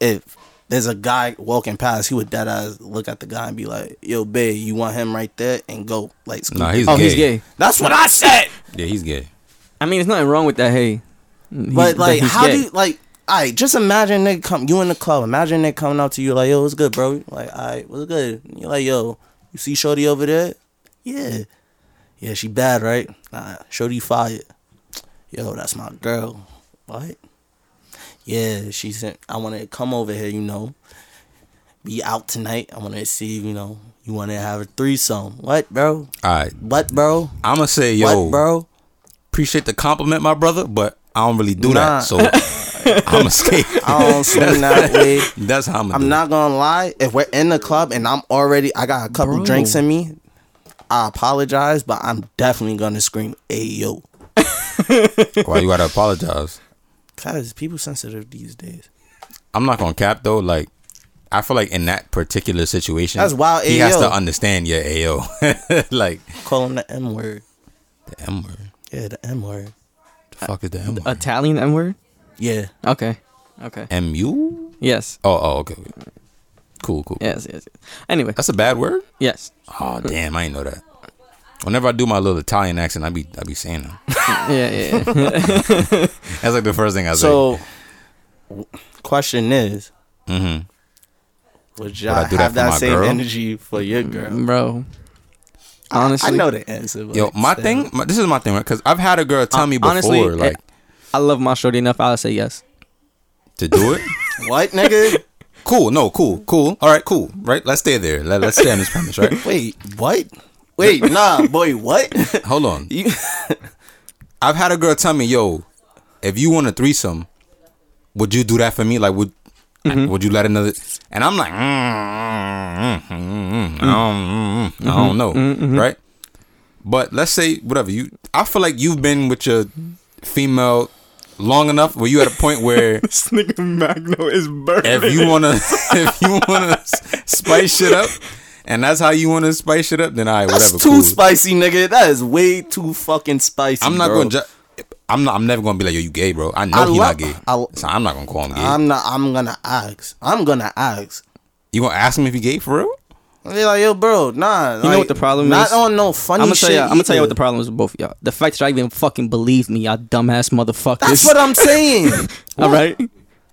[SPEAKER 1] if there's a guy walking past, he would dead eyes look at the guy and be like, "Yo, babe, you want him right there?" and go like, scoop
[SPEAKER 2] Nah,
[SPEAKER 1] it.
[SPEAKER 2] he's
[SPEAKER 3] Oh,
[SPEAKER 2] gay.
[SPEAKER 3] he's gay.
[SPEAKER 1] "That's what I said."
[SPEAKER 2] Yeah, he's gay.
[SPEAKER 3] I mean, there's nothing wrong with that. Hey. He's-
[SPEAKER 1] But like,
[SPEAKER 3] he's
[SPEAKER 1] how
[SPEAKER 3] gay.
[SPEAKER 1] do you like? I just imagine they come you in the club. Imagine they coming up to you like, "Yo, what's good, bro?" You Like, "I what's good?" And You're like, "Yo, you see Shorty over there?" Yeah, yeah, she bad, right? Nah, Shorty fired. Yo, that's my girl. What? Yeah, she said I want to come over here. You know, be out tonight. I want to see. You know, you want to have a threesome. What, bro?
[SPEAKER 2] All right,
[SPEAKER 1] What, bro?
[SPEAKER 2] I'ma say yo,
[SPEAKER 1] what, bro?
[SPEAKER 2] appreciate the compliment, my brother, but I don't really do
[SPEAKER 1] Nah.
[SPEAKER 2] that. So I'ma skate.
[SPEAKER 1] I don't swing that way.
[SPEAKER 2] That's how I'm. Gonna
[SPEAKER 1] I'm
[SPEAKER 2] do
[SPEAKER 1] not gonna lie. If we're in the club and I'm already, I got a couple
[SPEAKER 3] Bro.
[SPEAKER 1] drinks in me. I apologize, but I'm definitely gonna scream "Ayo,"
[SPEAKER 2] It. Why you gotta apologize?
[SPEAKER 1] cause people sensitive these days.
[SPEAKER 2] I'm not gonna cap though. Like, I feel like in that particular situation,
[SPEAKER 1] That's wild,
[SPEAKER 2] He has
[SPEAKER 1] Ayo.
[SPEAKER 2] to understand your AO. like
[SPEAKER 1] Call them the M word.
[SPEAKER 2] the M word.
[SPEAKER 1] Yeah, the M word.
[SPEAKER 2] The fuck is the M word?
[SPEAKER 3] Italian M word?
[SPEAKER 1] Yeah,
[SPEAKER 3] Okay. Okay.
[SPEAKER 2] M U?
[SPEAKER 3] Yes.
[SPEAKER 2] Oh, oh, okay. Cool, cool.
[SPEAKER 3] Yes. Yes. yes. Anyway.
[SPEAKER 2] That's a bad word.
[SPEAKER 3] Yes.
[SPEAKER 2] Oh damn, I ain't know that. Whenever I do my little Italian accent, I be I be saying that.
[SPEAKER 3] Yeah. Yeah. yeah.
[SPEAKER 2] That's like the first thing I say.
[SPEAKER 1] So, w- question is,
[SPEAKER 2] Mhm.
[SPEAKER 1] would y'all
[SPEAKER 2] I do that
[SPEAKER 1] have
[SPEAKER 2] for
[SPEAKER 1] that,
[SPEAKER 2] my
[SPEAKER 1] same
[SPEAKER 2] girl?
[SPEAKER 1] energy for your girl?
[SPEAKER 3] Bro. Honestly,
[SPEAKER 1] I know the answer. But
[SPEAKER 2] yo, my
[SPEAKER 1] still.
[SPEAKER 2] thing, my, this is my thing, right? Because I've had a girl tell me before,
[SPEAKER 3] honestly, eh,
[SPEAKER 2] like
[SPEAKER 3] I love my shorty enough. I'll say yes.
[SPEAKER 2] to do it.
[SPEAKER 1] What, nigga?
[SPEAKER 2] cool, no, cool, cool. All right, cool. Right, let's stay there. Let, let's stay on this premise, right?
[SPEAKER 1] Wait, what? Wait, nah, boy, what?
[SPEAKER 2] Hold on.
[SPEAKER 1] You-
[SPEAKER 2] I've had a girl tell me, "Yo, if you want a threesome, would you do that for me? Like, would would you let another?" And I'm like, mm, mm, mm, mm, I don't- mm, mm, "I don't know, right?" But let's say whatever you. I feel like you've been with your female long enough where you at a point where
[SPEAKER 3] This nigga Magno is burning.
[SPEAKER 2] if you wanna if you wanna s- spice shit up, and that's how you wanna spice shit up, then I
[SPEAKER 1] That's
[SPEAKER 2] whatever.
[SPEAKER 1] too
[SPEAKER 2] cool.
[SPEAKER 1] spicy, nigga. That is way too fucking spicy.
[SPEAKER 2] I'm not
[SPEAKER 1] bro.
[SPEAKER 2] gonna. Ju- I'm not. I'm never gonna be like, yo, you gay, bro. I know
[SPEAKER 1] I
[SPEAKER 2] he
[SPEAKER 1] love-
[SPEAKER 2] not gay,
[SPEAKER 1] I-
[SPEAKER 2] so I'm not gonna call him gay.
[SPEAKER 1] I'm not. I'm gonna ask. I'm gonna ask.
[SPEAKER 2] you gonna ask him if he gay for real?
[SPEAKER 1] They like, yo, bro, nah. You
[SPEAKER 3] know what the problem
[SPEAKER 1] not
[SPEAKER 3] is?
[SPEAKER 1] Not on no funny
[SPEAKER 3] I'm gonna
[SPEAKER 1] shit.
[SPEAKER 3] tell you. I'm gonna tell you what the
[SPEAKER 1] either.
[SPEAKER 3] problem is with both of y'all. The fact that y'all even fucking believed me, y'all dumbass motherfuckers.
[SPEAKER 1] That's what I'm saying.
[SPEAKER 3] All right.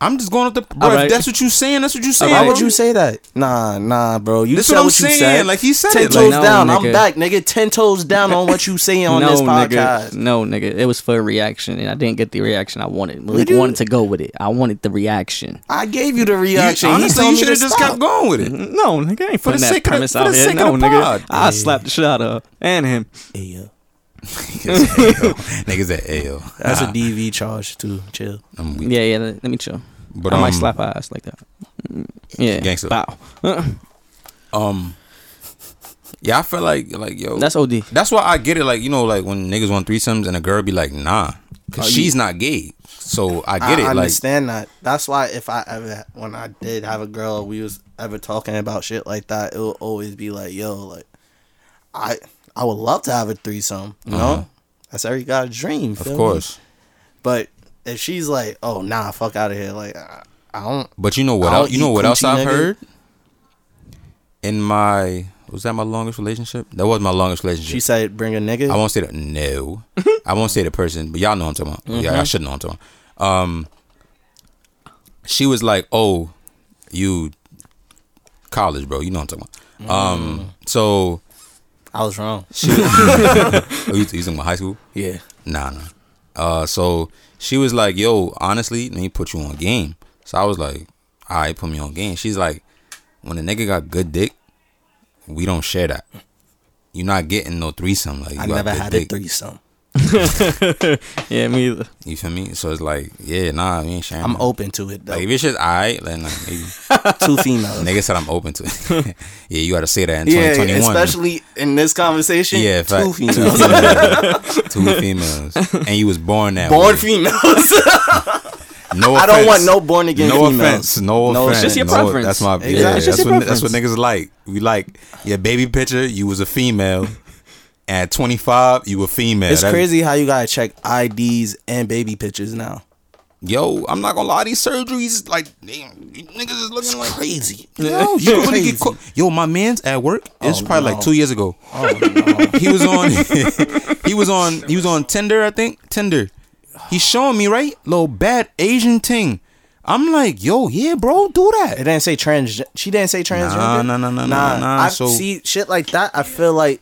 [SPEAKER 2] I'm just going up the. Bro,
[SPEAKER 3] Alright.
[SPEAKER 2] if that's what you saying. That's what you saying.
[SPEAKER 1] Why would
[SPEAKER 2] bro.
[SPEAKER 1] you say that? Nah, nah, bro. You
[SPEAKER 2] This
[SPEAKER 1] said
[SPEAKER 2] what I'm
[SPEAKER 1] what you
[SPEAKER 2] saying,
[SPEAKER 1] said.
[SPEAKER 2] like, he said
[SPEAKER 1] ten
[SPEAKER 2] it, like-
[SPEAKER 1] toes
[SPEAKER 3] No,
[SPEAKER 1] down. I'm
[SPEAKER 3] nigga.
[SPEAKER 1] back, nigga. Ten toes down on what you saying on
[SPEAKER 3] no,
[SPEAKER 1] this
[SPEAKER 3] nigga.
[SPEAKER 1] podcast.
[SPEAKER 3] No, nigga. It was for a reaction, and I didn't get the reaction I wanted. Malik
[SPEAKER 1] you-
[SPEAKER 3] wanted to go with it. I wanted the reaction.
[SPEAKER 1] I gave you the
[SPEAKER 2] You-
[SPEAKER 1] reaction. He
[SPEAKER 2] honestly,
[SPEAKER 1] told
[SPEAKER 2] you
[SPEAKER 1] me
[SPEAKER 2] should have
[SPEAKER 1] to
[SPEAKER 2] just
[SPEAKER 1] stop.
[SPEAKER 2] kept going with it.
[SPEAKER 3] No, nigga. I ain't putting
[SPEAKER 2] For the
[SPEAKER 3] that
[SPEAKER 2] sake of the-
[SPEAKER 3] premise
[SPEAKER 2] for
[SPEAKER 3] out
[SPEAKER 2] the
[SPEAKER 3] here.
[SPEAKER 2] sake of
[SPEAKER 3] No,
[SPEAKER 2] the
[SPEAKER 3] nigga.
[SPEAKER 2] pod.
[SPEAKER 3] I slapped the shit out of her and him.
[SPEAKER 1] Hey, yo.
[SPEAKER 2] Niggas at L.
[SPEAKER 1] That's a DV charge too. Chill.
[SPEAKER 2] I'm weak.
[SPEAKER 3] Yeah, yeah. Let let me chill.
[SPEAKER 2] But
[SPEAKER 3] I
[SPEAKER 2] um,
[SPEAKER 3] might slap her ass like that. Yeah.
[SPEAKER 2] Gangsta.
[SPEAKER 3] Bow.
[SPEAKER 2] um, Yeah, I feel like like yo.
[SPEAKER 3] That's OD.
[SPEAKER 2] That's why I get it. Like you know, like when niggas want threesomes and a girl be like, nah, cause she's not gay. So I get
[SPEAKER 1] I
[SPEAKER 2] it. Like
[SPEAKER 1] understand that. That's why if I ever when I did have a girl, we was ever talking about shit like that, it would always be like, yo, like I I would love to have a threesome, you know? That's every guy's dream.
[SPEAKER 2] Uh-huh. of
[SPEAKER 1] feel me?
[SPEAKER 2] course.
[SPEAKER 1] But if she's like, oh nah, fuck out of here, like I, I don't
[SPEAKER 2] But you know what
[SPEAKER 1] I'll
[SPEAKER 2] else? You know
[SPEAKER 1] eat
[SPEAKER 2] what else
[SPEAKER 1] coochie,
[SPEAKER 2] I've
[SPEAKER 1] nigga.
[SPEAKER 2] heard. In my was that my longest relationship? That was my longest relationship.
[SPEAKER 1] she said bring a nigga.
[SPEAKER 2] I won't say the no. I won't say the person, but y'all know what I'm talking about. Yeah,
[SPEAKER 1] Mm-hmm.
[SPEAKER 2] y'all should know what I'm talking about. Um, she was like, "Oh, you college, bro. You know what I'm talking about."
[SPEAKER 1] Mm.
[SPEAKER 2] Um, so
[SPEAKER 1] I was wrong.
[SPEAKER 2] oh, you, you talking about high school?
[SPEAKER 1] Yeah.
[SPEAKER 2] Nah, nah. Uh, so she was like, "Yo, honestly, let me put you on game." So I was like, "All right, put me on game." She's like, "When a nigga got good dick, we don't share that. You're not getting no threesome. Like you
[SPEAKER 1] I
[SPEAKER 2] got
[SPEAKER 1] never
[SPEAKER 2] good
[SPEAKER 1] had a
[SPEAKER 2] dick. Uh-huh.
[SPEAKER 1] threesome.
[SPEAKER 3] Yeah, me either.
[SPEAKER 2] You feel me? So it's like, yeah, nah, we ain't sharing.
[SPEAKER 1] I'm
[SPEAKER 2] that.
[SPEAKER 1] open to it though.
[SPEAKER 2] Like if it's just alright, then like maybe.
[SPEAKER 1] Two females.
[SPEAKER 2] nigga said I'm open to it. yeah, you got to say that in
[SPEAKER 1] Yeah,
[SPEAKER 2] 2021.
[SPEAKER 1] especially in this conversation.
[SPEAKER 2] yeah, fact.
[SPEAKER 1] two females.
[SPEAKER 2] Two females, and you was born that way.
[SPEAKER 1] Born females.
[SPEAKER 2] no,
[SPEAKER 1] I don't want
[SPEAKER 2] offense.
[SPEAKER 1] no born again
[SPEAKER 2] No
[SPEAKER 1] females.
[SPEAKER 2] offense, no,
[SPEAKER 1] No,
[SPEAKER 2] offense.
[SPEAKER 1] it's just
[SPEAKER 3] your
[SPEAKER 2] no,
[SPEAKER 3] preference.
[SPEAKER 2] That's my
[SPEAKER 1] Exactly.
[SPEAKER 2] yeah. That's
[SPEAKER 1] It's just
[SPEAKER 2] what,
[SPEAKER 1] your
[SPEAKER 2] that's what niggas like. We like your baby picture. You was a female. At 25, you a female.
[SPEAKER 1] It's
[SPEAKER 2] That's-
[SPEAKER 1] crazy how you gotta check IDs and baby pictures now.
[SPEAKER 2] Yo, I'm not gonna lie. These surgeries, like damn, niggas is looking like
[SPEAKER 1] Crazy.
[SPEAKER 2] Yo, you can really get
[SPEAKER 1] Crazy.
[SPEAKER 2] caught. Yo, my man's at work. It's
[SPEAKER 1] Oh,
[SPEAKER 2] probably like
[SPEAKER 1] no.
[SPEAKER 2] two years ago.
[SPEAKER 1] Oh,
[SPEAKER 2] he was on. he was on. He was on Tinder, I think. Tinder. He's showing me right, little bad Asian thing. I'm like, yo, yeah, bro, do
[SPEAKER 1] It
[SPEAKER 2] that.
[SPEAKER 1] didn't say trans. She didn't say transgender.
[SPEAKER 2] nah, nah, nah, nah, nah,
[SPEAKER 1] I
[SPEAKER 2] so-
[SPEAKER 1] see shit like that. I feel like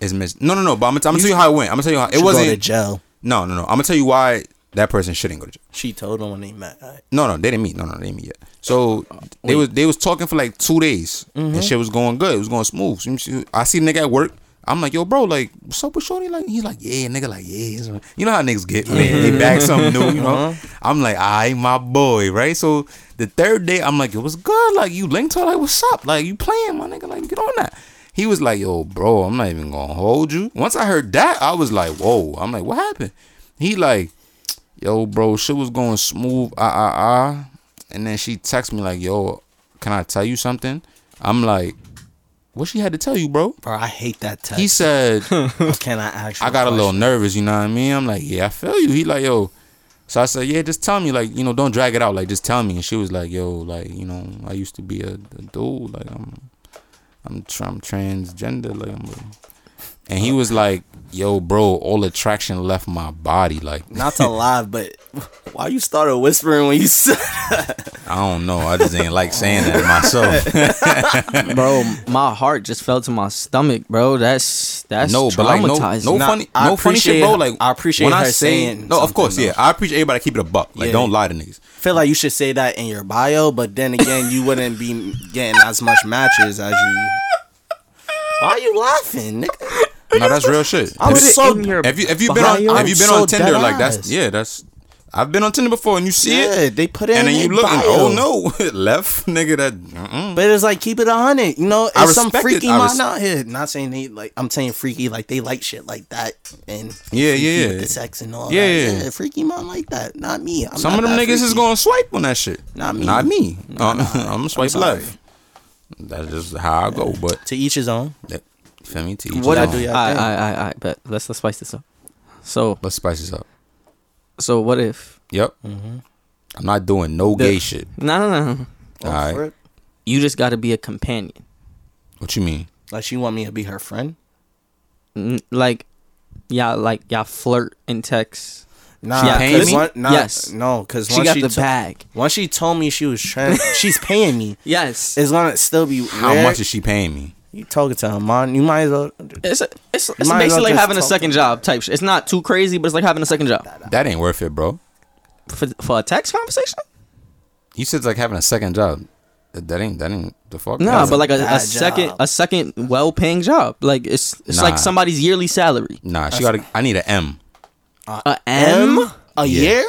[SPEAKER 2] It's mis- no, no, no. But I'm gonna, I'm gonna tell you how it went. I'm gonna tell you how it
[SPEAKER 1] it wasn't go to
[SPEAKER 2] wasn't.
[SPEAKER 1] jail.
[SPEAKER 2] No, no, no. I'm gonna tell you why that person shouldn't go to jail.
[SPEAKER 1] She told him when they met. All right.
[SPEAKER 2] No, no, they didn't meet. No, no, they didn't meet yet. So they was they was talking for like two days, and shit was going good. It was going smooth. So, she- I see nigga at work. I'm like, yo, bro, like, what's up with Shorty? Like, he's like, yeah, nigga, like, yeah. it's alright." You know how niggas get, man. They back something new, you know. I'm like, I my boy, right? So the third day, I'm like, it was good. Like, you linked her, like, what's up? Like, you playing, my nigga? Like, get on that. He was like, yo, bro, I'm not even gonna hold you. Once I heard that, I was like, whoa. I'm like, what happened? He like, yo, bro, shit was going smooth, ah, ah, ah. And then she texted me like, yo, can I tell you something? I'm like, what she had to tell you, bro?
[SPEAKER 1] Bro, I hate that text.
[SPEAKER 2] He said,
[SPEAKER 1] Can I actually?
[SPEAKER 2] I got a little nervous, you know what I mean? I'm like, yeah, I feel you. He like, yo. So I said, yeah, just tell me, like, you know, don't drag it out, like, just tell me. And she was like, yo, like, you know, I used to be a, a dude, like, I'm, I'm, tr- I'm transgender, like, I'm. a-" And he was like, yo, bro, all attraction left my body, like,
[SPEAKER 1] Not to lie, but why you started whispering when you said,
[SPEAKER 2] I don't know, I just ain't like saying that myself.
[SPEAKER 3] bro, my heart just fell to my stomach, bro. That's that's
[SPEAKER 2] no,
[SPEAKER 3] traumatizing.
[SPEAKER 2] but like no, no
[SPEAKER 1] Nah,
[SPEAKER 2] funny,
[SPEAKER 1] I
[SPEAKER 2] no funny shit,
[SPEAKER 1] appreciate-
[SPEAKER 2] bro. Like
[SPEAKER 1] I appreciate
[SPEAKER 2] when I say,
[SPEAKER 1] her saying
[SPEAKER 2] No, of course,
[SPEAKER 1] something,
[SPEAKER 2] yeah, I appreciate everybody keep it a buck. Like,
[SPEAKER 1] Yeah.
[SPEAKER 2] don't lie to niggas.
[SPEAKER 1] feel like you should say that in your bio, but then again, you wouldn't be getting as much matches as you. Why are you laughing, nigga?
[SPEAKER 2] No, that's real shit.
[SPEAKER 1] I
[SPEAKER 2] If-
[SPEAKER 1] was so
[SPEAKER 3] in your
[SPEAKER 2] Have you have you
[SPEAKER 3] But
[SPEAKER 2] been
[SPEAKER 3] how
[SPEAKER 2] on
[SPEAKER 3] you-
[SPEAKER 2] have you been
[SPEAKER 1] I'm so
[SPEAKER 2] on Tinder
[SPEAKER 1] dead
[SPEAKER 2] like that's
[SPEAKER 1] ass.
[SPEAKER 2] yeah that's I've been on Tinder before and you see
[SPEAKER 1] Yeah,
[SPEAKER 2] it
[SPEAKER 1] they put it
[SPEAKER 2] and
[SPEAKER 1] in
[SPEAKER 2] then you
[SPEAKER 1] their
[SPEAKER 2] look and,
[SPEAKER 1] bio.
[SPEAKER 2] oh no left nigga that mm-mm.
[SPEAKER 1] But it's like keep it a hundred. You know,
[SPEAKER 2] I
[SPEAKER 1] it's some
[SPEAKER 2] respect it.
[SPEAKER 1] freaky
[SPEAKER 2] I
[SPEAKER 1] mind
[SPEAKER 2] res-
[SPEAKER 1] out here. Not saying they like I'm saying freaky, like they like shit like that and
[SPEAKER 2] Yeah,
[SPEAKER 1] freaky
[SPEAKER 2] yeah,
[SPEAKER 1] with
[SPEAKER 2] yeah.
[SPEAKER 1] the sex and all
[SPEAKER 2] Yeah,
[SPEAKER 1] that.
[SPEAKER 2] yeah.
[SPEAKER 1] Yeah. freaky mind like that. Not me. I'm
[SPEAKER 2] some
[SPEAKER 1] not
[SPEAKER 2] of them niggas
[SPEAKER 1] that
[SPEAKER 2] is
[SPEAKER 1] freaky.
[SPEAKER 2] gonna swipe on that shit
[SPEAKER 1] Not me.
[SPEAKER 2] not me Uh, I'm gonna swipe
[SPEAKER 1] sorry.
[SPEAKER 2] left that's just how I go but
[SPEAKER 1] to each his own.
[SPEAKER 2] that, feel me to each
[SPEAKER 3] what I
[SPEAKER 2] his own.
[SPEAKER 3] do?
[SPEAKER 1] do
[SPEAKER 3] I
[SPEAKER 1] y'all
[SPEAKER 3] I
[SPEAKER 1] think?
[SPEAKER 3] I I bet. Let's let's spice this up. So
[SPEAKER 2] let's spice this up
[SPEAKER 3] so what if?
[SPEAKER 2] yep I'm not doing no
[SPEAKER 3] Mm-hmm. The- Oh,
[SPEAKER 2] gay shit
[SPEAKER 3] No no no.
[SPEAKER 2] all
[SPEAKER 1] All
[SPEAKER 2] right
[SPEAKER 1] right.
[SPEAKER 3] You just got to be a companion.
[SPEAKER 2] what you mean
[SPEAKER 1] Like she want me to be her friend.
[SPEAKER 3] N- Like y'all like y'all flirt and text.
[SPEAKER 1] Nah,
[SPEAKER 2] paying
[SPEAKER 1] 'cause
[SPEAKER 2] me?
[SPEAKER 1] one- nah,
[SPEAKER 3] Yes.
[SPEAKER 1] No, because
[SPEAKER 3] She
[SPEAKER 1] once
[SPEAKER 3] got
[SPEAKER 1] she
[SPEAKER 3] the
[SPEAKER 1] to-
[SPEAKER 3] bag.
[SPEAKER 1] once she told me she was trans, she's paying me.
[SPEAKER 3] Yes.
[SPEAKER 1] It's gonna still be weird.
[SPEAKER 2] how much is she paying me
[SPEAKER 1] you talking to her, man? You might as well.
[SPEAKER 3] It's a, it's, it's
[SPEAKER 1] Might as
[SPEAKER 3] basically
[SPEAKER 1] well
[SPEAKER 3] like
[SPEAKER 1] just
[SPEAKER 3] having a
[SPEAKER 1] talk
[SPEAKER 3] second job type shit. It's not too crazy, but it's like having a second job
[SPEAKER 2] that ain't worth it bro
[SPEAKER 3] for, for a text conversation.
[SPEAKER 2] you said it's like having a second job that that ain't that ain't the fuck
[SPEAKER 3] No,
[SPEAKER 2] That's
[SPEAKER 3] but like a, a
[SPEAKER 1] bad
[SPEAKER 3] second
[SPEAKER 1] job.
[SPEAKER 3] a second well paying job. Like it's it's
[SPEAKER 2] Nah.
[SPEAKER 3] like somebody's yearly salary.
[SPEAKER 2] Nah, she got. to I need an M.
[SPEAKER 3] A M?
[SPEAKER 2] Yeah.
[SPEAKER 1] a year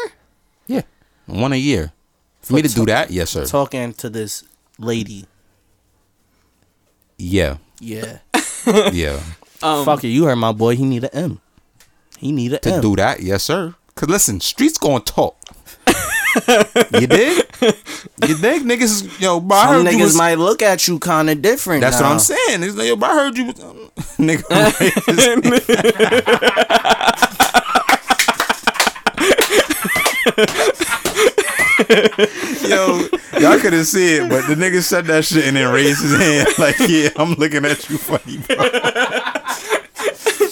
[SPEAKER 2] Yeah, one a year. For me to do that, yes, sir.
[SPEAKER 1] talking to this lady.
[SPEAKER 2] Yeah,
[SPEAKER 1] Yeah.
[SPEAKER 2] yeah.
[SPEAKER 3] Um,
[SPEAKER 1] Fuck it, you heard my boy. He need an M. He need a
[SPEAKER 2] To
[SPEAKER 1] M.
[SPEAKER 2] do that, yes, sir. Cause listen, streets gonna talk. you dig? You dig? Niggas, is- yo, bro, I
[SPEAKER 1] Some
[SPEAKER 2] heard you
[SPEAKER 1] niggas
[SPEAKER 2] was,
[SPEAKER 1] might look at you kind of different.
[SPEAKER 2] That's what
[SPEAKER 1] now.
[SPEAKER 2] I'm saying. It's like, yo, bro, I heard you was, um, nigga. I'm like, Yo, y'all couldn't see it, but the nigga said that shit and then raised his hand like, "Yeah, I'm looking at you, funny." Bro.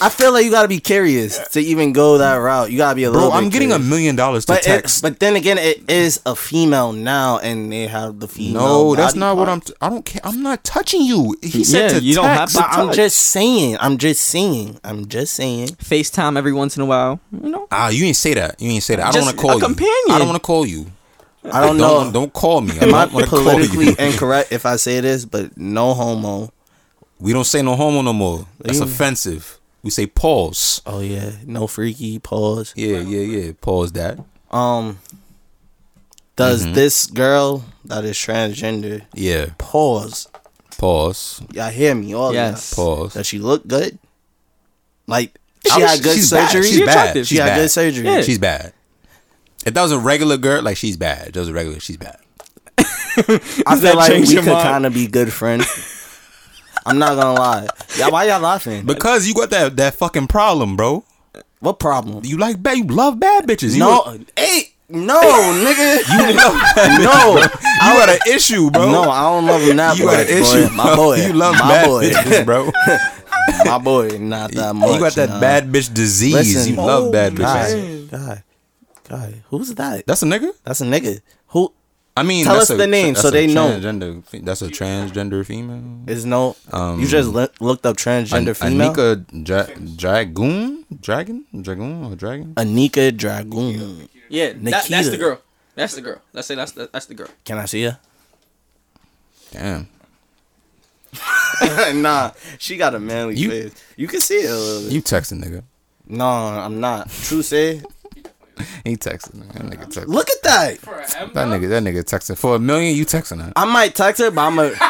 [SPEAKER 1] I feel like you gotta be curious to even go that route. You gotta be a
[SPEAKER 2] bro
[SPEAKER 1] little.
[SPEAKER 2] I'm
[SPEAKER 1] bit
[SPEAKER 2] getting a
[SPEAKER 1] curious.
[SPEAKER 2] million dollars to
[SPEAKER 1] But it,
[SPEAKER 2] text.
[SPEAKER 1] but then again, it is a female now, and they have the female.
[SPEAKER 2] no, that's
[SPEAKER 1] body
[SPEAKER 2] not what
[SPEAKER 1] part.
[SPEAKER 2] I'm. T- I don't care. I'm not touching you. He said
[SPEAKER 3] Yeah,
[SPEAKER 2] to
[SPEAKER 3] you don't have
[SPEAKER 2] text.
[SPEAKER 3] to
[SPEAKER 1] But I'm
[SPEAKER 3] touch.
[SPEAKER 1] just saying. I'm just saying. I'm just saying.
[SPEAKER 3] FaceTime every once in a while. You know,
[SPEAKER 2] Ah, you ain't say that. You ain't say that. I
[SPEAKER 3] Just
[SPEAKER 2] don't want
[SPEAKER 3] a
[SPEAKER 2] to call you.
[SPEAKER 3] companion. Oh,
[SPEAKER 2] I don't want to call you.
[SPEAKER 1] I don't know.
[SPEAKER 2] Don't, don't call me. I
[SPEAKER 1] Am I
[SPEAKER 2] don't want to call
[SPEAKER 1] politically
[SPEAKER 2] you.
[SPEAKER 1] incorrect if I say this? But no homo.
[SPEAKER 2] We don't say no homo no more. That's
[SPEAKER 1] You-
[SPEAKER 2] offensive. We say pause.
[SPEAKER 1] Oh yeah, no freaky pause.
[SPEAKER 2] Yeah, yeah, yeah. Pause that.
[SPEAKER 1] Um, does
[SPEAKER 2] Mm-hmm.
[SPEAKER 1] this girl that is transgender
[SPEAKER 2] Yeah.
[SPEAKER 1] pause?
[SPEAKER 2] Pause.
[SPEAKER 1] Y'all hear me? All
[SPEAKER 3] Yes.
[SPEAKER 1] yes.
[SPEAKER 2] Pause.
[SPEAKER 1] Does she look good? Like
[SPEAKER 2] I
[SPEAKER 1] she
[SPEAKER 2] was-
[SPEAKER 1] had good
[SPEAKER 2] she's bad.
[SPEAKER 1] surgery.
[SPEAKER 2] She's bad.
[SPEAKER 3] attractive.
[SPEAKER 1] She
[SPEAKER 2] She's
[SPEAKER 1] had
[SPEAKER 2] bad.
[SPEAKER 1] good surgery.
[SPEAKER 3] Yeah.
[SPEAKER 2] She's bad. If that was a regular girl, like she's bad. If that was a regular, she's bad.
[SPEAKER 1] I
[SPEAKER 3] that
[SPEAKER 1] feel like
[SPEAKER 3] change
[SPEAKER 1] we
[SPEAKER 3] your
[SPEAKER 1] could
[SPEAKER 3] mind?
[SPEAKER 1] kind of be good friends. I'm not gonna lie. Yeah, why y'all laughing?
[SPEAKER 2] Because you got that that fucking problem, bro.
[SPEAKER 1] what problem?
[SPEAKER 2] You like bad. You love bad bitches. You
[SPEAKER 1] no, hey, no, nigga. You no,
[SPEAKER 2] you got an issue, bro.
[SPEAKER 1] no, I don't love him that
[SPEAKER 2] you
[SPEAKER 1] much.
[SPEAKER 2] got an issue,
[SPEAKER 1] boy. My
[SPEAKER 2] bro.
[SPEAKER 1] boy,
[SPEAKER 2] You love
[SPEAKER 1] my
[SPEAKER 2] bad
[SPEAKER 1] boy,
[SPEAKER 2] bitches, bro.
[SPEAKER 1] my boy. Not that much.
[SPEAKER 2] you got that
[SPEAKER 1] nah.
[SPEAKER 2] bad bitch disease.
[SPEAKER 1] Listen. oh
[SPEAKER 2] you love bad bitches.
[SPEAKER 1] God, God, God. Who's that?
[SPEAKER 2] That's a nigga.
[SPEAKER 1] That's a nigga. Who
[SPEAKER 2] I mean,
[SPEAKER 1] Tell
[SPEAKER 2] that's a-
[SPEAKER 1] us the name
[SPEAKER 2] that's
[SPEAKER 1] so
[SPEAKER 2] a
[SPEAKER 1] they know.
[SPEAKER 2] transgender fe- That's a transgender female.
[SPEAKER 1] is no?
[SPEAKER 2] Um,
[SPEAKER 1] you just le- looked up transgender
[SPEAKER 2] An-
[SPEAKER 1] female.
[SPEAKER 2] Anika Dra- Dragoon, Dragon, Dragoon, or Dragon.
[SPEAKER 1] Anika Dragoon.
[SPEAKER 3] yeah, that, that's
[SPEAKER 1] Nikita.
[SPEAKER 3] the girl. That's the girl. Let's say that's the, that's the girl.
[SPEAKER 1] Can I see her?
[SPEAKER 2] Damn.
[SPEAKER 1] nah, she got a manly
[SPEAKER 2] You-
[SPEAKER 1] face. You can see it a little bit.
[SPEAKER 2] You texting nigga.
[SPEAKER 1] No, I'm not. True say.
[SPEAKER 2] He texting. nigga. That nigga texting.
[SPEAKER 1] Look at that.
[SPEAKER 2] That nigga. That nigga texting for a million. You texting her.
[SPEAKER 1] I might text her, but I'm a.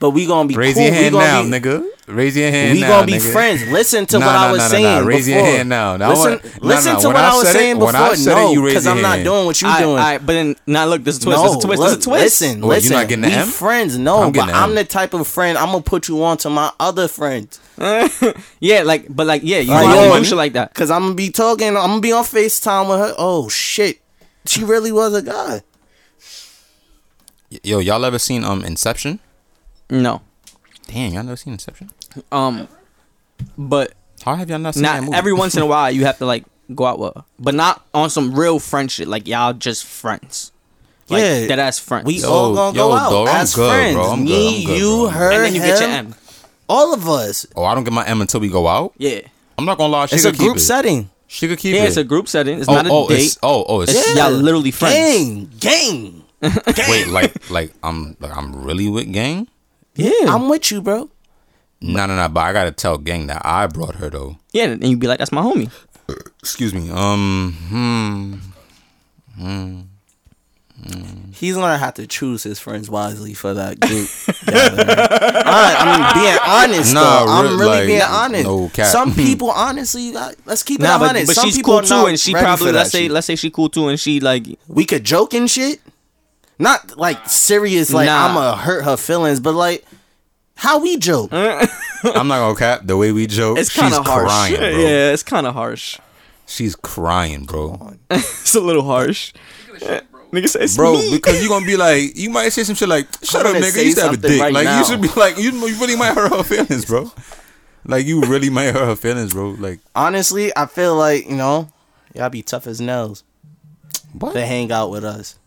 [SPEAKER 1] But we gonna be
[SPEAKER 2] Raise
[SPEAKER 1] cool.
[SPEAKER 2] your
[SPEAKER 1] we
[SPEAKER 2] hand
[SPEAKER 1] gonna
[SPEAKER 2] now,
[SPEAKER 1] be,
[SPEAKER 2] nigga. Raise your hand
[SPEAKER 1] We
[SPEAKER 2] now,
[SPEAKER 1] gonna be
[SPEAKER 2] nigga.
[SPEAKER 1] friends. Listen to
[SPEAKER 2] Nah,
[SPEAKER 1] what I
[SPEAKER 2] nah,
[SPEAKER 1] was
[SPEAKER 2] nah, nah,
[SPEAKER 1] saying.
[SPEAKER 2] nah. Raise your
[SPEAKER 1] before.
[SPEAKER 2] hand now. Nah, I
[SPEAKER 1] listen
[SPEAKER 2] wanna- nah,
[SPEAKER 1] listen
[SPEAKER 2] nah.
[SPEAKER 1] to
[SPEAKER 2] When
[SPEAKER 1] what
[SPEAKER 2] I
[SPEAKER 1] I was
[SPEAKER 2] said it-
[SPEAKER 1] saying
[SPEAKER 2] when I
[SPEAKER 1] before.
[SPEAKER 2] said it,
[SPEAKER 1] no,
[SPEAKER 2] you raised your
[SPEAKER 1] I'm not
[SPEAKER 2] hand.
[SPEAKER 1] doing what you
[SPEAKER 3] I,
[SPEAKER 1] doing.
[SPEAKER 3] I, but then now look, this is a twist.
[SPEAKER 1] no,
[SPEAKER 3] this is a twist.
[SPEAKER 1] look,
[SPEAKER 3] this is a twist.
[SPEAKER 1] listen,
[SPEAKER 2] What, you
[SPEAKER 1] listen.
[SPEAKER 2] not getting the
[SPEAKER 1] we
[SPEAKER 2] M?
[SPEAKER 1] friends, no,
[SPEAKER 2] I'm getting
[SPEAKER 1] but
[SPEAKER 2] the
[SPEAKER 1] I'm
[SPEAKER 2] M.
[SPEAKER 1] the type of friend I'm gonna put you on to my other friends.
[SPEAKER 3] Yeah, like, but like, yeah, you
[SPEAKER 1] Like,
[SPEAKER 3] want
[SPEAKER 1] yo,
[SPEAKER 3] to do
[SPEAKER 1] you-
[SPEAKER 3] shit like that.
[SPEAKER 1] Cause I'm gonna be talking. I'm gonna be on Facetime with her. Oh shit, she really was a guy.
[SPEAKER 2] Yo, y'all ever seen um Inception?
[SPEAKER 3] No,
[SPEAKER 2] Damn, y'all never seen Inception.
[SPEAKER 3] um, but
[SPEAKER 2] How have y'all not seen that
[SPEAKER 3] not
[SPEAKER 2] movie?
[SPEAKER 3] every once in a while you have to like go out with, her. but not on some real friendship. Like y'all just friends. Like,
[SPEAKER 1] Yeah.
[SPEAKER 3] that ass friends.
[SPEAKER 1] We
[SPEAKER 2] Yo,
[SPEAKER 1] all gonna go
[SPEAKER 2] yo,
[SPEAKER 1] out
[SPEAKER 2] dog, I'm
[SPEAKER 1] as
[SPEAKER 2] good, bro.
[SPEAKER 1] friends.
[SPEAKER 2] I'm good,
[SPEAKER 1] Me,
[SPEAKER 2] I'm good,
[SPEAKER 1] you,
[SPEAKER 2] bro.
[SPEAKER 1] her,
[SPEAKER 3] and then you
[SPEAKER 1] him,
[SPEAKER 3] get your M.
[SPEAKER 1] all of us.
[SPEAKER 2] Oh, I don't get my M until we go out.
[SPEAKER 3] Yeah,
[SPEAKER 2] I'm not gonna lie. She
[SPEAKER 1] It's a
[SPEAKER 2] could keep
[SPEAKER 1] group
[SPEAKER 2] it.
[SPEAKER 1] setting.
[SPEAKER 2] She could keep
[SPEAKER 3] yeah,
[SPEAKER 2] it.
[SPEAKER 3] it's a group setting. It's
[SPEAKER 2] oh,
[SPEAKER 3] not a
[SPEAKER 2] oh,
[SPEAKER 3] date.
[SPEAKER 2] It's, oh, oh, it's,
[SPEAKER 3] It's- Y'all literally friends.
[SPEAKER 1] Gang, gang.
[SPEAKER 2] wait, like, like I'm, like I'm really with gang.
[SPEAKER 3] yeah,
[SPEAKER 1] I'm with you, bro.
[SPEAKER 2] No, no, no. But I gotta tell gang that I brought her though.
[SPEAKER 3] yeah, and you'd be like, that's my homie.
[SPEAKER 2] Excuse me. Um. Hmm.
[SPEAKER 1] He's gonna have to choose his friends wisely for that group. gathering. I, I'm being honest,
[SPEAKER 2] Nah,
[SPEAKER 1] though. I'm
[SPEAKER 2] real-
[SPEAKER 1] really
[SPEAKER 2] like,
[SPEAKER 1] being honest.
[SPEAKER 2] no cap. Hmm.
[SPEAKER 1] Some people, honestly, you got. Let's keep it
[SPEAKER 3] Nah, but,
[SPEAKER 1] honest.
[SPEAKER 3] but
[SPEAKER 1] Some
[SPEAKER 3] she's
[SPEAKER 1] people
[SPEAKER 3] cool
[SPEAKER 1] are
[SPEAKER 3] too,
[SPEAKER 1] not
[SPEAKER 3] and she
[SPEAKER 1] ready
[SPEAKER 3] probably
[SPEAKER 1] for
[SPEAKER 3] let's
[SPEAKER 1] that
[SPEAKER 3] say
[SPEAKER 1] shit.
[SPEAKER 3] let's say she cool too, and she like
[SPEAKER 1] we could joke and shit. Not like serious, like
[SPEAKER 3] Nah.
[SPEAKER 1] I'ma hurt her feelings, but like how we joke.
[SPEAKER 3] Mm.
[SPEAKER 2] I'm not gonna cap the way we joke.
[SPEAKER 3] it's
[SPEAKER 2] hmm. she's
[SPEAKER 3] kind of harsh.
[SPEAKER 2] crying, bro.
[SPEAKER 3] yeah, it's kind of harsh.
[SPEAKER 2] She's crying, bro.
[SPEAKER 3] It's a little harsh. Nigga says,
[SPEAKER 2] Bro, because you're gonna be like, you might say some shit like, "Shut
[SPEAKER 1] I'm
[SPEAKER 2] up,
[SPEAKER 1] gonna
[SPEAKER 2] nigga.
[SPEAKER 1] say
[SPEAKER 2] You used to have a
[SPEAKER 1] something
[SPEAKER 2] dick."
[SPEAKER 1] right
[SPEAKER 2] like
[SPEAKER 1] now.
[SPEAKER 2] you should be like, you, you really might hurt her feelings, bro. Like you really might hurt her feelings, bro. Like
[SPEAKER 1] Honestly, I feel like, you know, y'all be tough as nails
[SPEAKER 2] what?
[SPEAKER 1] to hang out with us.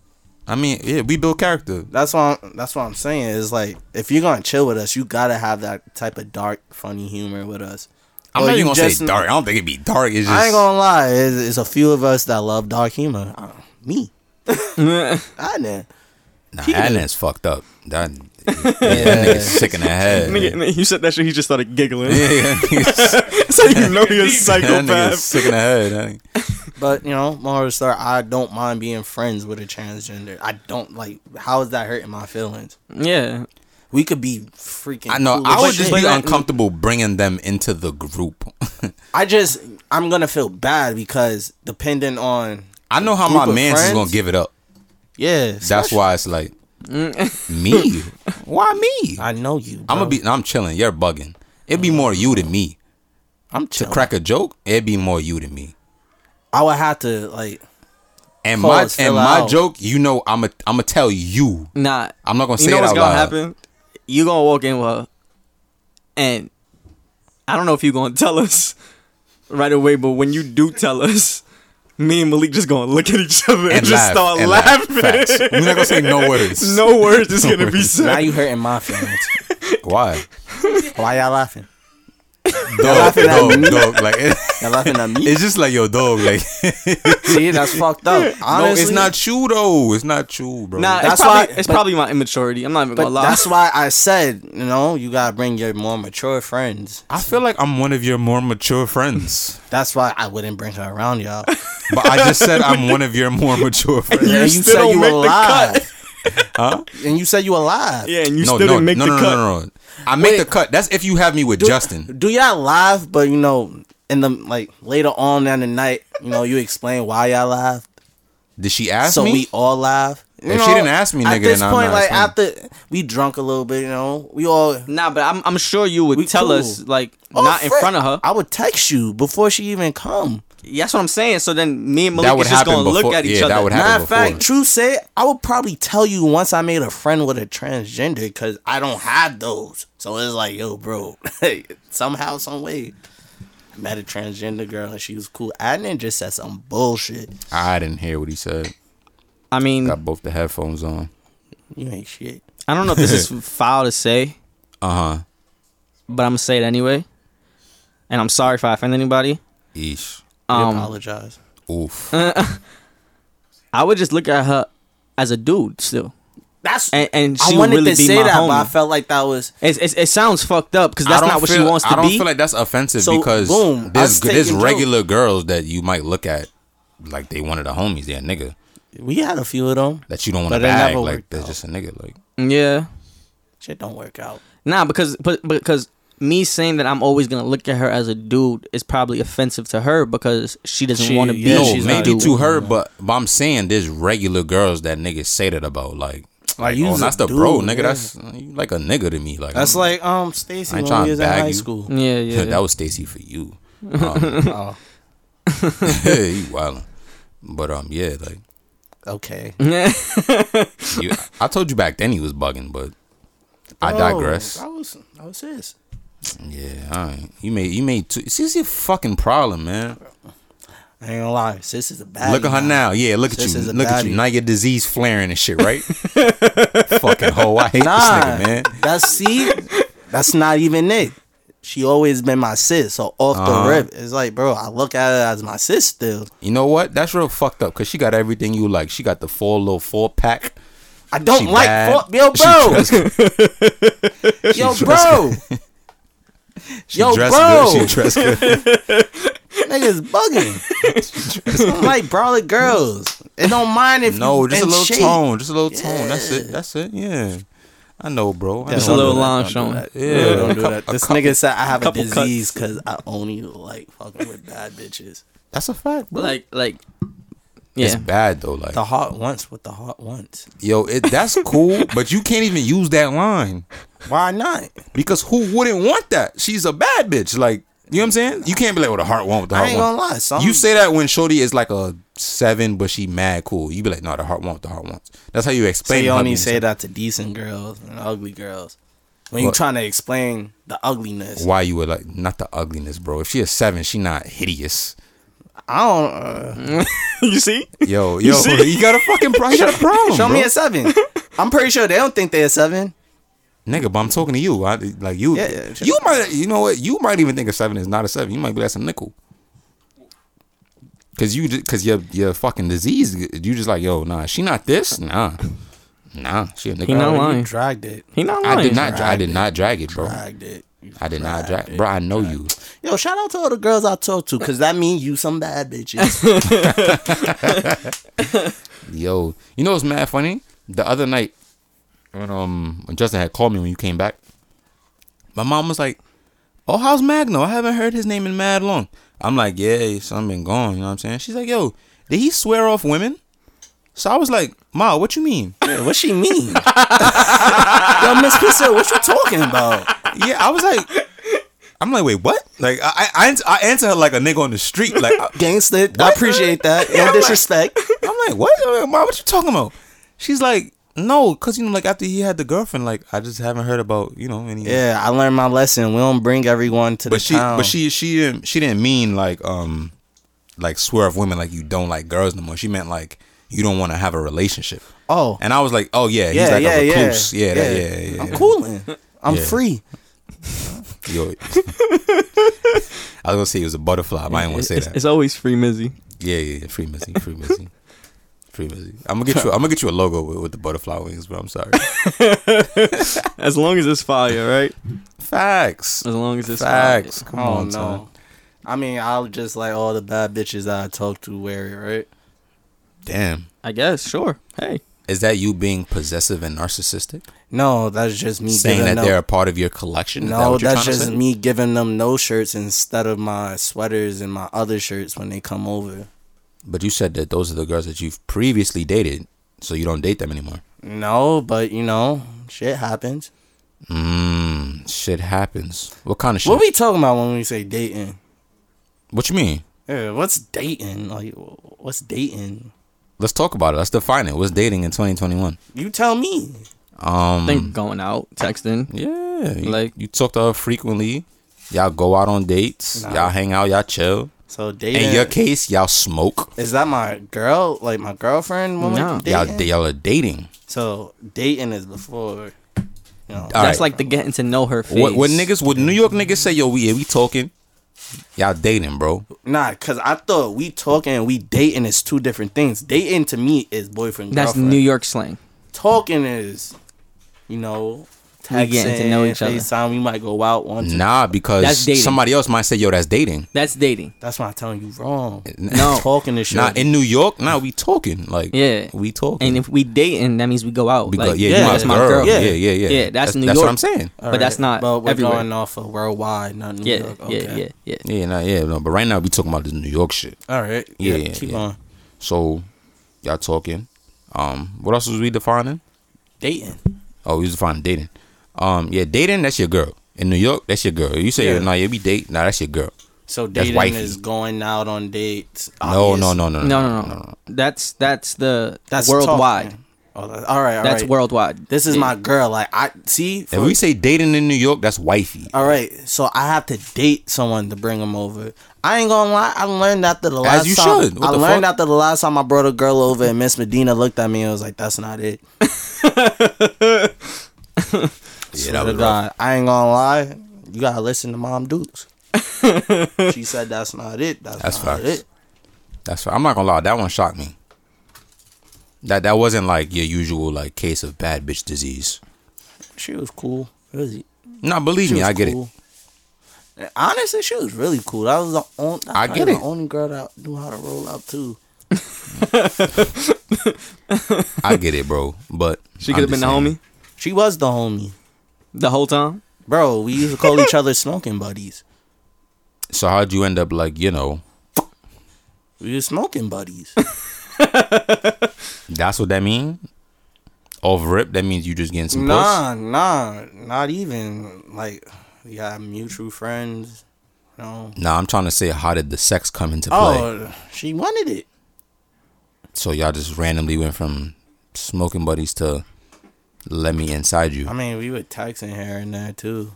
[SPEAKER 2] I mean, yeah, we build character.
[SPEAKER 1] That's what I'm, that's what I'm saying. Is like if you're gonna chill with us, you gotta have that type of dark, funny humor with us.
[SPEAKER 2] I'm
[SPEAKER 1] Or
[SPEAKER 2] not
[SPEAKER 1] you
[SPEAKER 2] even gonna
[SPEAKER 1] just-
[SPEAKER 2] say dark. I don't think it'd be dark. It's just
[SPEAKER 1] I ain't gonna lie. It's, it's a few of us that love dark humor. Uh, me, I know.
[SPEAKER 2] Nah, that man's fucked up. That, yeah, that nigga's sick in the head.
[SPEAKER 3] you said that shit. He just started giggling.
[SPEAKER 2] Yeah, that nigga's-
[SPEAKER 3] so you know you're a
[SPEAKER 2] that nigga's sick in the head. that nigga.
[SPEAKER 1] But you know, moral of the story, I don't mind being friends with a transgender. I don't like. How is that hurting my feelings?
[SPEAKER 3] Yeah,
[SPEAKER 1] We could be freaking.
[SPEAKER 2] I know.
[SPEAKER 1] cool
[SPEAKER 2] I
[SPEAKER 1] as
[SPEAKER 2] would
[SPEAKER 1] shit.
[SPEAKER 2] just
[SPEAKER 1] But
[SPEAKER 2] be
[SPEAKER 1] not-
[SPEAKER 2] uncomfortable bringing them into the group.
[SPEAKER 1] I just I'm gonna feel bad because depending on
[SPEAKER 2] I know how
[SPEAKER 1] Group
[SPEAKER 2] my
[SPEAKER 1] of
[SPEAKER 2] man's is gonna
[SPEAKER 1] friends?
[SPEAKER 2] give it up.
[SPEAKER 1] yeah,
[SPEAKER 2] That's why it's like
[SPEAKER 1] Mm.
[SPEAKER 2] me. Why me?
[SPEAKER 1] I know you.
[SPEAKER 2] I'm gonna be. I'm chilling. You're bugging. It'd be more you than me.
[SPEAKER 1] I'm
[SPEAKER 2] To
[SPEAKER 1] chilling.
[SPEAKER 2] crack a joke, it'd be more you than me.
[SPEAKER 1] I would have to like.
[SPEAKER 2] And
[SPEAKER 1] Pause,
[SPEAKER 2] my and
[SPEAKER 1] fill
[SPEAKER 2] my
[SPEAKER 1] out.
[SPEAKER 2] joke, you know, I'm a I'm gonna tell you.
[SPEAKER 3] Nah.
[SPEAKER 2] I'm not gonna say
[SPEAKER 3] you know
[SPEAKER 2] it
[SPEAKER 3] what's
[SPEAKER 2] out
[SPEAKER 3] gonna
[SPEAKER 2] loud.
[SPEAKER 3] happen? You gonna walk in with her, and I don't know if you gonna tell us right away, but when you do tell us, me and Malik just gonna look at each other and,
[SPEAKER 2] And
[SPEAKER 3] just
[SPEAKER 2] laugh,
[SPEAKER 3] start
[SPEAKER 2] and laugh.
[SPEAKER 3] laughing.
[SPEAKER 2] Facts. We're not gonna say no words.
[SPEAKER 3] no words is gonna be said.
[SPEAKER 1] Now you hurting my feelings.
[SPEAKER 2] Why?
[SPEAKER 1] why y'all laughing?
[SPEAKER 2] Dog,
[SPEAKER 1] laughing at
[SPEAKER 2] dog,
[SPEAKER 1] me?
[SPEAKER 2] dog. Like it-
[SPEAKER 1] Y'all laughing at me?
[SPEAKER 2] it's just like your dog. Like
[SPEAKER 1] See, that's fucked up. Honestly,
[SPEAKER 2] no, it's not you though. It's not you, bro.
[SPEAKER 3] Nah,
[SPEAKER 1] That's
[SPEAKER 3] it's probably,
[SPEAKER 1] why-
[SPEAKER 3] it's
[SPEAKER 1] but-
[SPEAKER 3] probably my immaturity. I'm not even
[SPEAKER 1] But
[SPEAKER 3] gonna lie.
[SPEAKER 1] that's why I said, you know, you gotta bring your more mature friends.
[SPEAKER 2] I feel like I'm one of your more mature friends.
[SPEAKER 1] That's why I wouldn't bring her around, y'all.
[SPEAKER 2] But I just said I'm one of your more mature friends.
[SPEAKER 1] And
[SPEAKER 3] You still don't make the
[SPEAKER 2] Huh?
[SPEAKER 1] And you said you alive.
[SPEAKER 3] yeah, and you
[SPEAKER 2] no,
[SPEAKER 3] still
[SPEAKER 2] no,
[SPEAKER 3] didn't make
[SPEAKER 2] no,
[SPEAKER 3] the
[SPEAKER 2] no, no,
[SPEAKER 3] cut.
[SPEAKER 2] no, no, I make the cut. That's if you have me with Justin.
[SPEAKER 1] Do y'all laugh, but you know, in the like later on down the night, you know, you explain why y'all laugh.
[SPEAKER 2] Did she ask
[SPEAKER 1] so
[SPEAKER 2] me?
[SPEAKER 1] we all laugh. You
[SPEAKER 2] If she
[SPEAKER 1] know,
[SPEAKER 2] didn't ask me,
[SPEAKER 1] at
[SPEAKER 2] nigga,
[SPEAKER 1] this
[SPEAKER 2] then I'm
[SPEAKER 1] point,
[SPEAKER 2] not
[SPEAKER 1] like
[SPEAKER 2] explaining.
[SPEAKER 1] after we drunk a little bit, you know, we all
[SPEAKER 3] Nah, but I'm I'm sure you would
[SPEAKER 1] We
[SPEAKER 3] tell
[SPEAKER 1] cool.
[SPEAKER 3] us like
[SPEAKER 1] Oh,
[SPEAKER 3] not in
[SPEAKER 1] frick,
[SPEAKER 3] front of her.
[SPEAKER 1] I would text you before she even come.
[SPEAKER 3] Yeah, that's what I'm saying. So then me and Malik
[SPEAKER 2] That would
[SPEAKER 3] is just
[SPEAKER 2] happen
[SPEAKER 3] gonna look
[SPEAKER 2] before-
[SPEAKER 3] at each
[SPEAKER 2] yeah,
[SPEAKER 3] other.
[SPEAKER 2] that would happen.
[SPEAKER 1] Matter of
[SPEAKER 2] before.
[SPEAKER 1] fact, true say, I would probably tell you once I made a friend with a transgender because I don't have those. So it's like, yo, bro, somehow, some way, I met a transgender girl and she was cool. I didn't just said some bullshit.
[SPEAKER 2] I didn't hear what he said.
[SPEAKER 3] I mean,
[SPEAKER 2] Got both the headphones on.
[SPEAKER 1] You ain't shit.
[SPEAKER 3] I don't know if this is foul to say,
[SPEAKER 2] Uh huh.
[SPEAKER 3] but I'm gonna say it anyway. And I'm sorry if I offend anybody.
[SPEAKER 2] Eesh.
[SPEAKER 1] You
[SPEAKER 3] Um,
[SPEAKER 1] apologize.
[SPEAKER 2] Oof.
[SPEAKER 3] I would just look at her as a dude still.
[SPEAKER 1] That's
[SPEAKER 3] and- and she
[SPEAKER 1] I
[SPEAKER 3] would
[SPEAKER 1] wanted
[SPEAKER 3] really
[SPEAKER 1] to
[SPEAKER 3] be
[SPEAKER 1] say
[SPEAKER 3] my
[SPEAKER 1] that, but I
[SPEAKER 3] homie.
[SPEAKER 1] felt like that was
[SPEAKER 3] It's, it's, it sounds fucked up because
[SPEAKER 2] I
[SPEAKER 3] that's
[SPEAKER 2] don't
[SPEAKER 3] not what she
[SPEAKER 2] feel-
[SPEAKER 3] wants to
[SPEAKER 2] I don't
[SPEAKER 3] be.
[SPEAKER 2] feel like that's offensive
[SPEAKER 1] So,
[SPEAKER 2] because
[SPEAKER 1] boom,
[SPEAKER 2] there's
[SPEAKER 1] us
[SPEAKER 2] there's
[SPEAKER 1] taking
[SPEAKER 2] regular girls that you might look at like they one of the homies. They're a nigga
[SPEAKER 1] we had a few of them.
[SPEAKER 2] that you don't want to
[SPEAKER 1] But it never
[SPEAKER 2] bag. Like
[SPEAKER 1] worked
[SPEAKER 2] they're
[SPEAKER 1] out.
[SPEAKER 2] just a nigga. Like
[SPEAKER 3] yeah,
[SPEAKER 1] Shit don't work out.
[SPEAKER 3] nah, because but because me saying that I'm always gonna look at her as a dude is probably offensive to her because she doesn't
[SPEAKER 1] She-
[SPEAKER 3] want to be.
[SPEAKER 1] yeah,
[SPEAKER 2] no,
[SPEAKER 1] she's not
[SPEAKER 2] maybe
[SPEAKER 1] a
[SPEAKER 2] to
[SPEAKER 1] dude.
[SPEAKER 2] her, but, but I'm saying there's regular girls that niggas say that about. Like, like
[SPEAKER 1] you's
[SPEAKER 2] oh,
[SPEAKER 1] a
[SPEAKER 2] that's the bro,
[SPEAKER 1] dude,
[SPEAKER 2] nigga.
[SPEAKER 1] yeah.
[SPEAKER 2] That's you like a nigga to me. Like
[SPEAKER 1] That's
[SPEAKER 2] I'm-
[SPEAKER 1] like um
[SPEAKER 2] I
[SPEAKER 1] Stacy
[SPEAKER 2] ain't
[SPEAKER 1] when
[SPEAKER 2] trying
[SPEAKER 1] we
[SPEAKER 2] to
[SPEAKER 1] was in
[SPEAKER 2] bag
[SPEAKER 1] high
[SPEAKER 2] you.
[SPEAKER 1] school.
[SPEAKER 3] yeah, yeah.
[SPEAKER 2] that was Stacy for you. Um,
[SPEAKER 1] Oh,
[SPEAKER 2] you wildin'. But um, yeah, like
[SPEAKER 1] okay.
[SPEAKER 3] yeah.
[SPEAKER 2] you, I told you back then he was bugging, but I
[SPEAKER 1] Oh,
[SPEAKER 2] digress.
[SPEAKER 1] That was that was his.
[SPEAKER 2] Yeah, all right. You made you made two. See, it's your fucking problem, man.
[SPEAKER 1] I ain't gonna lie, sis is a bad.
[SPEAKER 2] look at her now. Yeah, look
[SPEAKER 1] This
[SPEAKER 2] at
[SPEAKER 1] is
[SPEAKER 2] you.
[SPEAKER 1] a
[SPEAKER 2] Look at
[SPEAKER 1] baddie.
[SPEAKER 2] you. Now your disease flaring and shit, right? fucking hoe. I hate this
[SPEAKER 1] Nah,
[SPEAKER 2] nigga, man.
[SPEAKER 1] that's see, that's not even it. She always been my sis, so off
[SPEAKER 2] Uh-huh.
[SPEAKER 1] the rip, it's like, bro, I look at her as my sis still.
[SPEAKER 2] You know what? That's real fucked up because she got everything you like. She got the four little four pack.
[SPEAKER 1] I don't
[SPEAKER 2] She
[SPEAKER 1] like
[SPEAKER 2] bad.
[SPEAKER 1] fuck, yo,
[SPEAKER 2] She
[SPEAKER 1] bro,
[SPEAKER 2] dress-
[SPEAKER 1] yo, bro,
[SPEAKER 2] She
[SPEAKER 1] Yo,
[SPEAKER 2] dress
[SPEAKER 1] bro.
[SPEAKER 2] Good. She dress good.
[SPEAKER 1] niggas bugging. I'm like brolic girls, it don't mind if
[SPEAKER 2] No,
[SPEAKER 1] you
[SPEAKER 2] just a
[SPEAKER 1] in
[SPEAKER 2] little
[SPEAKER 1] shape.
[SPEAKER 2] tone. Just a little tone. That's it. That's it. Yeah. I know, bro. I
[SPEAKER 1] Yeah,
[SPEAKER 3] Just a
[SPEAKER 2] know.
[SPEAKER 1] don't
[SPEAKER 3] little
[SPEAKER 1] do that,
[SPEAKER 3] line
[SPEAKER 1] don't do
[SPEAKER 3] showing.
[SPEAKER 1] that.
[SPEAKER 2] Yeah.
[SPEAKER 1] Yeah, don't do
[SPEAKER 2] Cou-
[SPEAKER 1] that.
[SPEAKER 2] a
[SPEAKER 1] This
[SPEAKER 2] couple-
[SPEAKER 1] nigga said I have a
[SPEAKER 3] couple cuts.
[SPEAKER 1] disease because I only like fucking with bad bitches.
[SPEAKER 2] That's a fact, bro.
[SPEAKER 3] like like
[SPEAKER 2] It's
[SPEAKER 3] yeah.
[SPEAKER 2] bad though. Like,
[SPEAKER 1] The heart wants what the heart wants.
[SPEAKER 2] yo, it, that's cool, but you can't even use that line.
[SPEAKER 1] Why not?
[SPEAKER 2] Because who wouldn't want that? She's a bad bitch. Like, you know what I'm saying? You can't be like, well, the heart want what the
[SPEAKER 1] I
[SPEAKER 2] heart
[SPEAKER 1] ain't
[SPEAKER 2] want.
[SPEAKER 1] gonna lie. Some,
[SPEAKER 2] You say that when Shorty is like a seven, but she mad cool. You be like, no, the heart want what the heart wants. That's how you
[SPEAKER 1] so
[SPEAKER 2] explain.
[SPEAKER 1] you
[SPEAKER 2] her
[SPEAKER 1] only
[SPEAKER 2] being
[SPEAKER 1] say
[SPEAKER 2] seven.
[SPEAKER 1] that to decent girls and ugly girls when you
[SPEAKER 2] What?
[SPEAKER 1] trying to explain the ugliness.
[SPEAKER 2] Why you were like, not the ugliness, bro. If she a seven, she not hideous.
[SPEAKER 1] I don't. Uh,
[SPEAKER 3] you see?
[SPEAKER 2] Yo, yo, you, got a fucking pro- you got a problem.
[SPEAKER 1] show
[SPEAKER 2] bro.
[SPEAKER 1] me a seven. I'm pretty sure they don't think they're a seven.
[SPEAKER 2] Nigga, but I'm talking to you. I, like you,
[SPEAKER 1] Yeah, yeah, sure.
[SPEAKER 2] you might, you know what? You might even think a seven is not a seven. You might be like some nickel. Cause you, ju- cause your your fucking disease. You just like yo, nah, she not this, nah, nah, she a
[SPEAKER 3] He not
[SPEAKER 2] nickel.
[SPEAKER 1] You
[SPEAKER 3] lying.
[SPEAKER 1] dragged it.
[SPEAKER 3] He not lying.
[SPEAKER 2] I did not, dra- I
[SPEAKER 1] Dragged
[SPEAKER 2] did not drag it, bro.
[SPEAKER 1] Dragged it. You
[SPEAKER 2] I did not
[SPEAKER 1] dragged
[SPEAKER 2] drag,
[SPEAKER 1] it.
[SPEAKER 2] bro. I know you.
[SPEAKER 1] Yo, shout out to all the girls I talked to, cause that mean you some bad bitches.
[SPEAKER 2] Yo, you know what's mad funny? The other night, when um when Justin had called me when you came back, my mom was like, "Oh, how's Magno? I haven't heard his name in mad long." I'm like, "Yeah, son been gone." You know what I'm saying? She's like, "Yo, did he swear off women?" So I was like, "Ma, what you mean?"
[SPEAKER 1] Yeah, what she mean? Yo, Miss Pizza, what you talking about?
[SPEAKER 2] yeah, I was like, "I'm like, wait, what?" Like I I, I ans- I answer her like a nigga on the street. Like I,
[SPEAKER 1] Gangster, I appreciate that. No disrespect.
[SPEAKER 2] I'm like, what? I'm like, Ma, what you talking about? She's like, no, cause you know, like after he had the girlfriend, like I just haven't heard about you know any.
[SPEAKER 1] Yeah, I learned my lesson. We don't bring everyone to the
[SPEAKER 2] But she,
[SPEAKER 1] town.
[SPEAKER 2] but she, she didn't, she didn't mean like, um, like swear of women like you don't like girls no more. She meant like you don't want to have a relationship.
[SPEAKER 1] Oh,
[SPEAKER 2] And I was like, oh yeah, he's
[SPEAKER 1] yeah,
[SPEAKER 2] like
[SPEAKER 1] yeah,
[SPEAKER 2] a
[SPEAKER 1] yeah,
[SPEAKER 2] recluse. Yeah, yeah, that, yeah, yeah, yeah.
[SPEAKER 1] I'm cooling. I'm
[SPEAKER 2] Yeah.
[SPEAKER 1] free.
[SPEAKER 2] Yo. I was gonna say he was a butterfly, but I didn't want to say
[SPEAKER 3] it's,
[SPEAKER 2] that.
[SPEAKER 3] it's always free Mizzy.
[SPEAKER 2] Yeah, yeah, yeah. Free Missy, free Missy, free Missy. I'm gonna get you. I'm gonna get you a logo with, with the butterfly wings, but I'm sorry.
[SPEAKER 3] As long as it's fire, right?
[SPEAKER 2] Facts.
[SPEAKER 3] As long as it's
[SPEAKER 2] Facts.
[SPEAKER 1] I
[SPEAKER 2] Come on,
[SPEAKER 1] don't
[SPEAKER 2] no.
[SPEAKER 1] know. Oh, I mean, I'll just like all the bad bitches that I talk to wear it, right?
[SPEAKER 2] Damn.
[SPEAKER 3] fire. I guess, sure. Hey.
[SPEAKER 2] Is that you being possessive and narcissistic?
[SPEAKER 1] No, that's just me
[SPEAKER 2] Saying
[SPEAKER 1] giving
[SPEAKER 2] that
[SPEAKER 1] them.
[SPEAKER 2] they're a part of your collection? Is that
[SPEAKER 1] no,
[SPEAKER 2] what you're
[SPEAKER 1] that's
[SPEAKER 2] trying to
[SPEAKER 1] just
[SPEAKER 2] say?
[SPEAKER 1] me giving them no shirts instead of my sweaters and my other shirts when they come over.
[SPEAKER 2] But you said that those are the girls that you've previously dated, so you don't date them anymore.
[SPEAKER 1] No, but you know, shit happens.
[SPEAKER 2] Mmm, shit happens. What kind of shit?
[SPEAKER 1] What
[SPEAKER 2] What,
[SPEAKER 1] we talking about when we say dating?
[SPEAKER 2] you mean?
[SPEAKER 1] Yeah, what's dating? Like, wh- what's dating?
[SPEAKER 2] Let's talk about it. Let's define it. What's dating in 2021?
[SPEAKER 1] You tell me.
[SPEAKER 2] Um,
[SPEAKER 3] think going out, texting.
[SPEAKER 2] yeah, you,
[SPEAKER 3] like-
[SPEAKER 2] like you talk to her frequently. Y'all go out on dates.
[SPEAKER 1] Nah.
[SPEAKER 2] Y'all hang out. Y'all chill.
[SPEAKER 1] So
[SPEAKER 2] In your
[SPEAKER 1] dating
[SPEAKER 2] case, y'all smoke.
[SPEAKER 1] is that my girl, like my girlfriend? Woman
[SPEAKER 3] No.
[SPEAKER 1] dating?
[SPEAKER 2] Y'all y'all are dating.
[SPEAKER 1] so dating is before. You know,
[SPEAKER 2] All
[SPEAKER 3] That's
[SPEAKER 2] right.
[SPEAKER 3] like the getting to know her phase.
[SPEAKER 2] What what niggas? What New York niggas say? Yo, we yeah, we talking. Y'all dating, bro.
[SPEAKER 1] Nah, cause I thought we talking and we dating is two different things. Dating to me is boyfriend.
[SPEAKER 3] That's
[SPEAKER 1] girlfriend.
[SPEAKER 3] New York slang.
[SPEAKER 1] Talking is, you know,
[SPEAKER 3] We
[SPEAKER 1] texting,
[SPEAKER 3] getting to know each other.
[SPEAKER 1] FaceTime. We might go out once.
[SPEAKER 2] Nah,
[SPEAKER 3] That's dating.
[SPEAKER 2] because somebody else might say, yo, that's dating.
[SPEAKER 3] That's dating.
[SPEAKER 1] That's why I'm telling you wrong.
[SPEAKER 3] No.
[SPEAKER 1] talking is shit.
[SPEAKER 2] Nah, in New York, nah, we talking. Like,
[SPEAKER 3] Yeah.
[SPEAKER 2] we talking.
[SPEAKER 3] And if we dating, that means we go out.
[SPEAKER 2] Mm. we go,
[SPEAKER 3] Like,
[SPEAKER 2] yeah,
[SPEAKER 1] yeah,
[SPEAKER 2] you my
[SPEAKER 1] that's
[SPEAKER 2] girl.
[SPEAKER 1] my girl.
[SPEAKER 2] Yeah,
[SPEAKER 1] Yeah.
[SPEAKER 2] yeah, yeah.
[SPEAKER 3] Yeah, that's New
[SPEAKER 2] that's
[SPEAKER 3] York.
[SPEAKER 2] what I'm saying.
[SPEAKER 1] All
[SPEAKER 3] but that's not
[SPEAKER 1] But we're
[SPEAKER 3] everywhere.
[SPEAKER 1] going off of worldwide, not New
[SPEAKER 3] yeah,
[SPEAKER 1] York.
[SPEAKER 3] yeah,
[SPEAKER 1] Okay.
[SPEAKER 3] yeah, yeah.
[SPEAKER 2] Yeah, nah, yeah, no. But right now, we talking about this New York shit.
[SPEAKER 1] All right.
[SPEAKER 2] Yeah,
[SPEAKER 1] Yeah.
[SPEAKER 2] yeah,
[SPEAKER 1] keep
[SPEAKER 2] yeah.
[SPEAKER 1] on
[SPEAKER 2] So, y'all talking. Um, what else was we defining?
[SPEAKER 1] dating.
[SPEAKER 2] Oh, we was defining dating. Um, yeah, dating. That's your girl in New York. That's your girl. You say,
[SPEAKER 1] Yeah.
[SPEAKER 2] nah, yeah, we date. Nah, that's your girl.
[SPEAKER 1] So
[SPEAKER 2] That's
[SPEAKER 1] dating
[SPEAKER 2] wifey.
[SPEAKER 1] is going out on dates.
[SPEAKER 2] No,
[SPEAKER 1] obvious.
[SPEAKER 2] no, no, no,
[SPEAKER 3] No, no, no, That's that's the
[SPEAKER 1] That's
[SPEAKER 3] that's worldwide.
[SPEAKER 1] talking. Oh, that- all right, all
[SPEAKER 3] That's
[SPEAKER 1] right.
[SPEAKER 3] worldwide.
[SPEAKER 1] This is
[SPEAKER 3] Yeah.
[SPEAKER 1] my girl. Like I see.
[SPEAKER 2] If we say dating in New York, that's wifey.
[SPEAKER 1] All right, so I have to date someone to bring them over. I ain't gonna lie, I learned after the last
[SPEAKER 2] you
[SPEAKER 1] time.
[SPEAKER 2] should. What
[SPEAKER 1] I
[SPEAKER 2] the
[SPEAKER 1] learned
[SPEAKER 2] fuck?
[SPEAKER 1] after the last time I brought a girl over and Miss Medina looked at me and was like, "That's not it."
[SPEAKER 2] yeah,
[SPEAKER 1] Swear
[SPEAKER 2] that
[SPEAKER 1] to
[SPEAKER 2] was rough.
[SPEAKER 1] God. I ain't gonna lie. You gotta listen to Mom Dukes. she said, "That's not it. That's,
[SPEAKER 2] That's
[SPEAKER 1] not
[SPEAKER 2] facts.
[SPEAKER 1] it."
[SPEAKER 2] That's. I'm not gonna lie. That one shocked me. That that wasn't like your usual like case of bad bitch disease.
[SPEAKER 1] She was cool. Really,
[SPEAKER 2] Nah, believe
[SPEAKER 1] she
[SPEAKER 2] me,
[SPEAKER 1] was
[SPEAKER 2] I get it.
[SPEAKER 1] cool. it. Honestly, she was really cool. That was the only.
[SPEAKER 2] I get
[SPEAKER 1] the
[SPEAKER 2] it.
[SPEAKER 1] Only girl that knew how to roll up too.
[SPEAKER 2] I get it, bro. But
[SPEAKER 3] She
[SPEAKER 2] I'm
[SPEAKER 3] could have been the
[SPEAKER 2] just saying.
[SPEAKER 3] homie
[SPEAKER 1] She was the homie,
[SPEAKER 3] the whole time.
[SPEAKER 1] bro. We used to call each other smoking buddies.
[SPEAKER 2] So how'd you end up like you know?
[SPEAKER 1] We were smoking buddies.
[SPEAKER 2] That's what that mean. Off rip, that means you just getting some puss.
[SPEAKER 1] Nah, nah, not even. Like, we got mutual friends. You know.
[SPEAKER 2] Nah, I'm trying to say, how did the sex come into play?
[SPEAKER 1] Oh, she wanted it.
[SPEAKER 2] So y'all just randomly went from smoking buddies to let me inside you.
[SPEAKER 1] I mean, we were texting her and that too.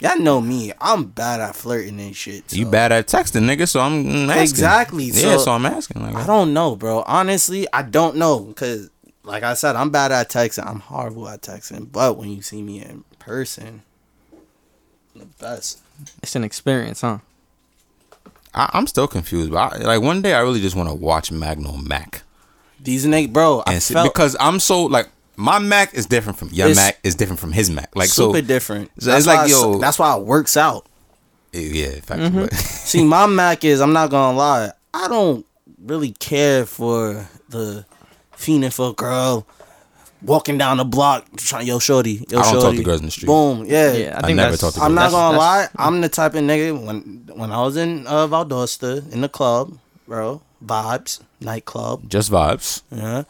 [SPEAKER 1] Y'all know me. I'm bad at flirting and shit.
[SPEAKER 2] You
[SPEAKER 1] so-
[SPEAKER 2] bad at texting, nigga. So I'm mm, asking.
[SPEAKER 1] Exactly,
[SPEAKER 2] Yeah, so,
[SPEAKER 1] so-
[SPEAKER 2] I'm asking. Like,
[SPEAKER 1] I don't know, bro. Honestly, I don't know. Cause, like I said, I'm bad at texting. I'm horrible at texting. But when you see me in person, the best.
[SPEAKER 3] It's an experience, huh?
[SPEAKER 2] I, I'm still confused. But I, like one day, I really just want to watch Magno Mac
[SPEAKER 1] These niggas, bro. I
[SPEAKER 2] and see,
[SPEAKER 1] felt
[SPEAKER 2] because I'm so like my Mac is different from your
[SPEAKER 1] It's
[SPEAKER 2] Mac is different from his Mac. Like
[SPEAKER 1] super
[SPEAKER 2] so,
[SPEAKER 1] different.
[SPEAKER 2] so it's
[SPEAKER 1] That's why
[SPEAKER 2] like,
[SPEAKER 1] I s-
[SPEAKER 2] yo-
[SPEAKER 1] That's why it works out.
[SPEAKER 2] yeah, in fact,
[SPEAKER 1] Mm-hmm.
[SPEAKER 2] but-
[SPEAKER 1] See, my Mac is I'm not gonna lie. I don't really care for the fiending for girl, walking down the block, trying yo shorty, yo
[SPEAKER 2] I don't talk
[SPEAKER 1] shorty.
[SPEAKER 2] to girls in the street.
[SPEAKER 1] Boom, yeah.
[SPEAKER 3] Yeah, I
[SPEAKER 2] I
[SPEAKER 3] think
[SPEAKER 2] never
[SPEAKER 3] that's,
[SPEAKER 2] talked to
[SPEAKER 1] I'm not
[SPEAKER 3] that's-
[SPEAKER 1] gonna
[SPEAKER 3] that's-
[SPEAKER 1] lie. I'm the type of nigga when when I was in uh, Valdosta in the club, bro. Vibes nightclub.
[SPEAKER 2] Just vibes.
[SPEAKER 1] Yeah,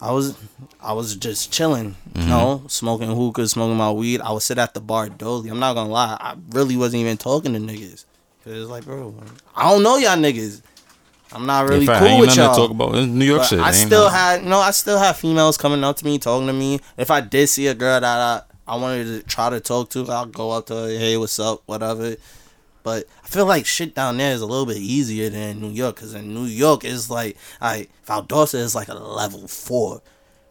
[SPEAKER 1] I was I was just chilling.
[SPEAKER 2] Mm-hmm.
[SPEAKER 1] You know, smoking hookah, smoking my weed. I would sit at the bar daily. I'm not gonna lie. I really wasn't even talking to niggas. Cause it's like, bro, I don't know y'all niggas. I'm not really
[SPEAKER 2] In fact,
[SPEAKER 1] cool
[SPEAKER 2] ain't
[SPEAKER 1] with
[SPEAKER 2] nothing
[SPEAKER 1] y'all.
[SPEAKER 2] to talk about. It's New York
[SPEAKER 1] But
[SPEAKER 2] shit.
[SPEAKER 1] I
[SPEAKER 2] ain't
[SPEAKER 1] still
[SPEAKER 2] nothing.
[SPEAKER 1] had, you know, I still had females coming up to me, talking to me. If I did see a girl that I, I wanted to try to talk to, I'll go up to her, hey, what's up, whatever. But I feel like shit down there is a little bit easier than in New York, because in New York, it's like, I Valdosta is like a level four.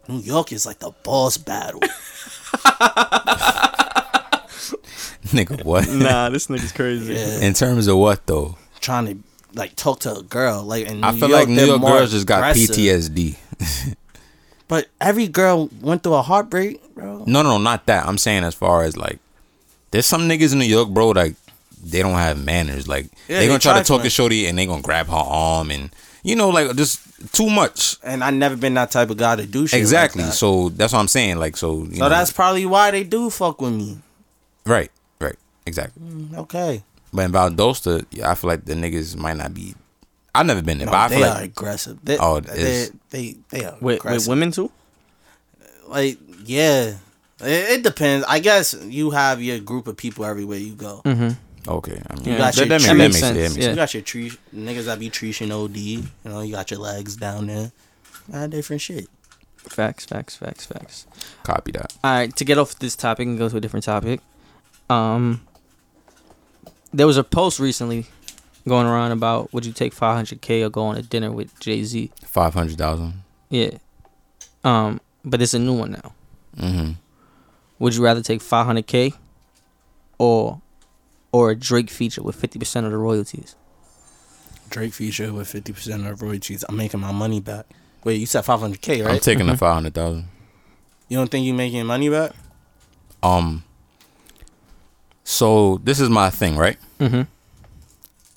[SPEAKER 1] New York is like the boss battle.
[SPEAKER 2] nigga. What?
[SPEAKER 3] Nah, this nigga's crazy.
[SPEAKER 1] Yeah.
[SPEAKER 2] In terms of what though?
[SPEAKER 1] trying to like talk to a girl, like in New
[SPEAKER 2] I feel
[SPEAKER 1] York,
[SPEAKER 2] like New
[SPEAKER 1] they're
[SPEAKER 2] York
[SPEAKER 1] more
[SPEAKER 2] girls just got
[SPEAKER 1] aggressive.
[SPEAKER 2] PTSD.
[SPEAKER 1] But every girl went through a heartbreak, bro.
[SPEAKER 2] No, no, not that. I'm saying as far as like, there's some niggas in New York, bro. Like they don't have manners. Like
[SPEAKER 1] Yeah,
[SPEAKER 2] they
[SPEAKER 1] they
[SPEAKER 2] gonna try to
[SPEAKER 1] trifling.
[SPEAKER 2] talk to Shorty and they gonna grab her arm and you know like just too much.
[SPEAKER 1] And I never been that type of guy to do shit. like
[SPEAKER 2] exactly.
[SPEAKER 1] that.
[SPEAKER 2] so that's what I'm saying. Like so. You
[SPEAKER 1] So that's probably why they do fuck with me.
[SPEAKER 2] right. Right. Exactly.
[SPEAKER 1] Okay.
[SPEAKER 2] But in Valdosta, yeah, I feel like the niggas might not be. I've never been there,
[SPEAKER 1] No,
[SPEAKER 2] but I
[SPEAKER 1] they
[SPEAKER 2] feel
[SPEAKER 1] are
[SPEAKER 2] like
[SPEAKER 1] aggressive. They,
[SPEAKER 2] Oh,
[SPEAKER 1] oh,
[SPEAKER 2] it
[SPEAKER 1] they,
[SPEAKER 2] is.
[SPEAKER 1] they they are
[SPEAKER 3] With, with
[SPEAKER 1] aggressive.
[SPEAKER 3] women too?
[SPEAKER 1] Like yeah, it, it depends. I guess you have your group of people everywhere you go.
[SPEAKER 2] okay. I mean,
[SPEAKER 3] Yeah,
[SPEAKER 2] that,
[SPEAKER 1] that-
[SPEAKER 2] that
[SPEAKER 1] that
[SPEAKER 2] makes,
[SPEAKER 1] makes
[SPEAKER 2] that makes
[SPEAKER 3] sense,
[SPEAKER 2] yeah, that makes
[SPEAKER 3] yeah.
[SPEAKER 1] You got your tree niggas that be treating OD. You know, you got your legs down there. Ah, different shit.
[SPEAKER 3] Facts, facts, facts, facts.
[SPEAKER 2] sense. Copy that.
[SPEAKER 3] All right, to get off this topic and go to a different topic, um, there was a post recently going around about would you take 500k or go on a dinner with Jay Z?
[SPEAKER 2] Five hundred thousand.
[SPEAKER 3] Yeah, um, but it's a new one now.
[SPEAKER 2] Mm-hmm.
[SPEAKER 3] Would you rather take 500k or or a Drake feature with 50% of the royalties?
[SPEAKER 1] Drake feature with fifty percent of royalties. I'm making my money back. Wait, you said five hundred k,
[SPEAKER 2] I'm
[SPEAKER 1] right? Mm-hmm.
[SPEAKER 2] taking the five hundred thousand.
[SPEAKER 1] you don't think you making your money back?
[SPEAKER 2] Um. So this is my thing, right?
[SPEAKER 1] Mm-hmm.
[SPEAKER 3] Mhm.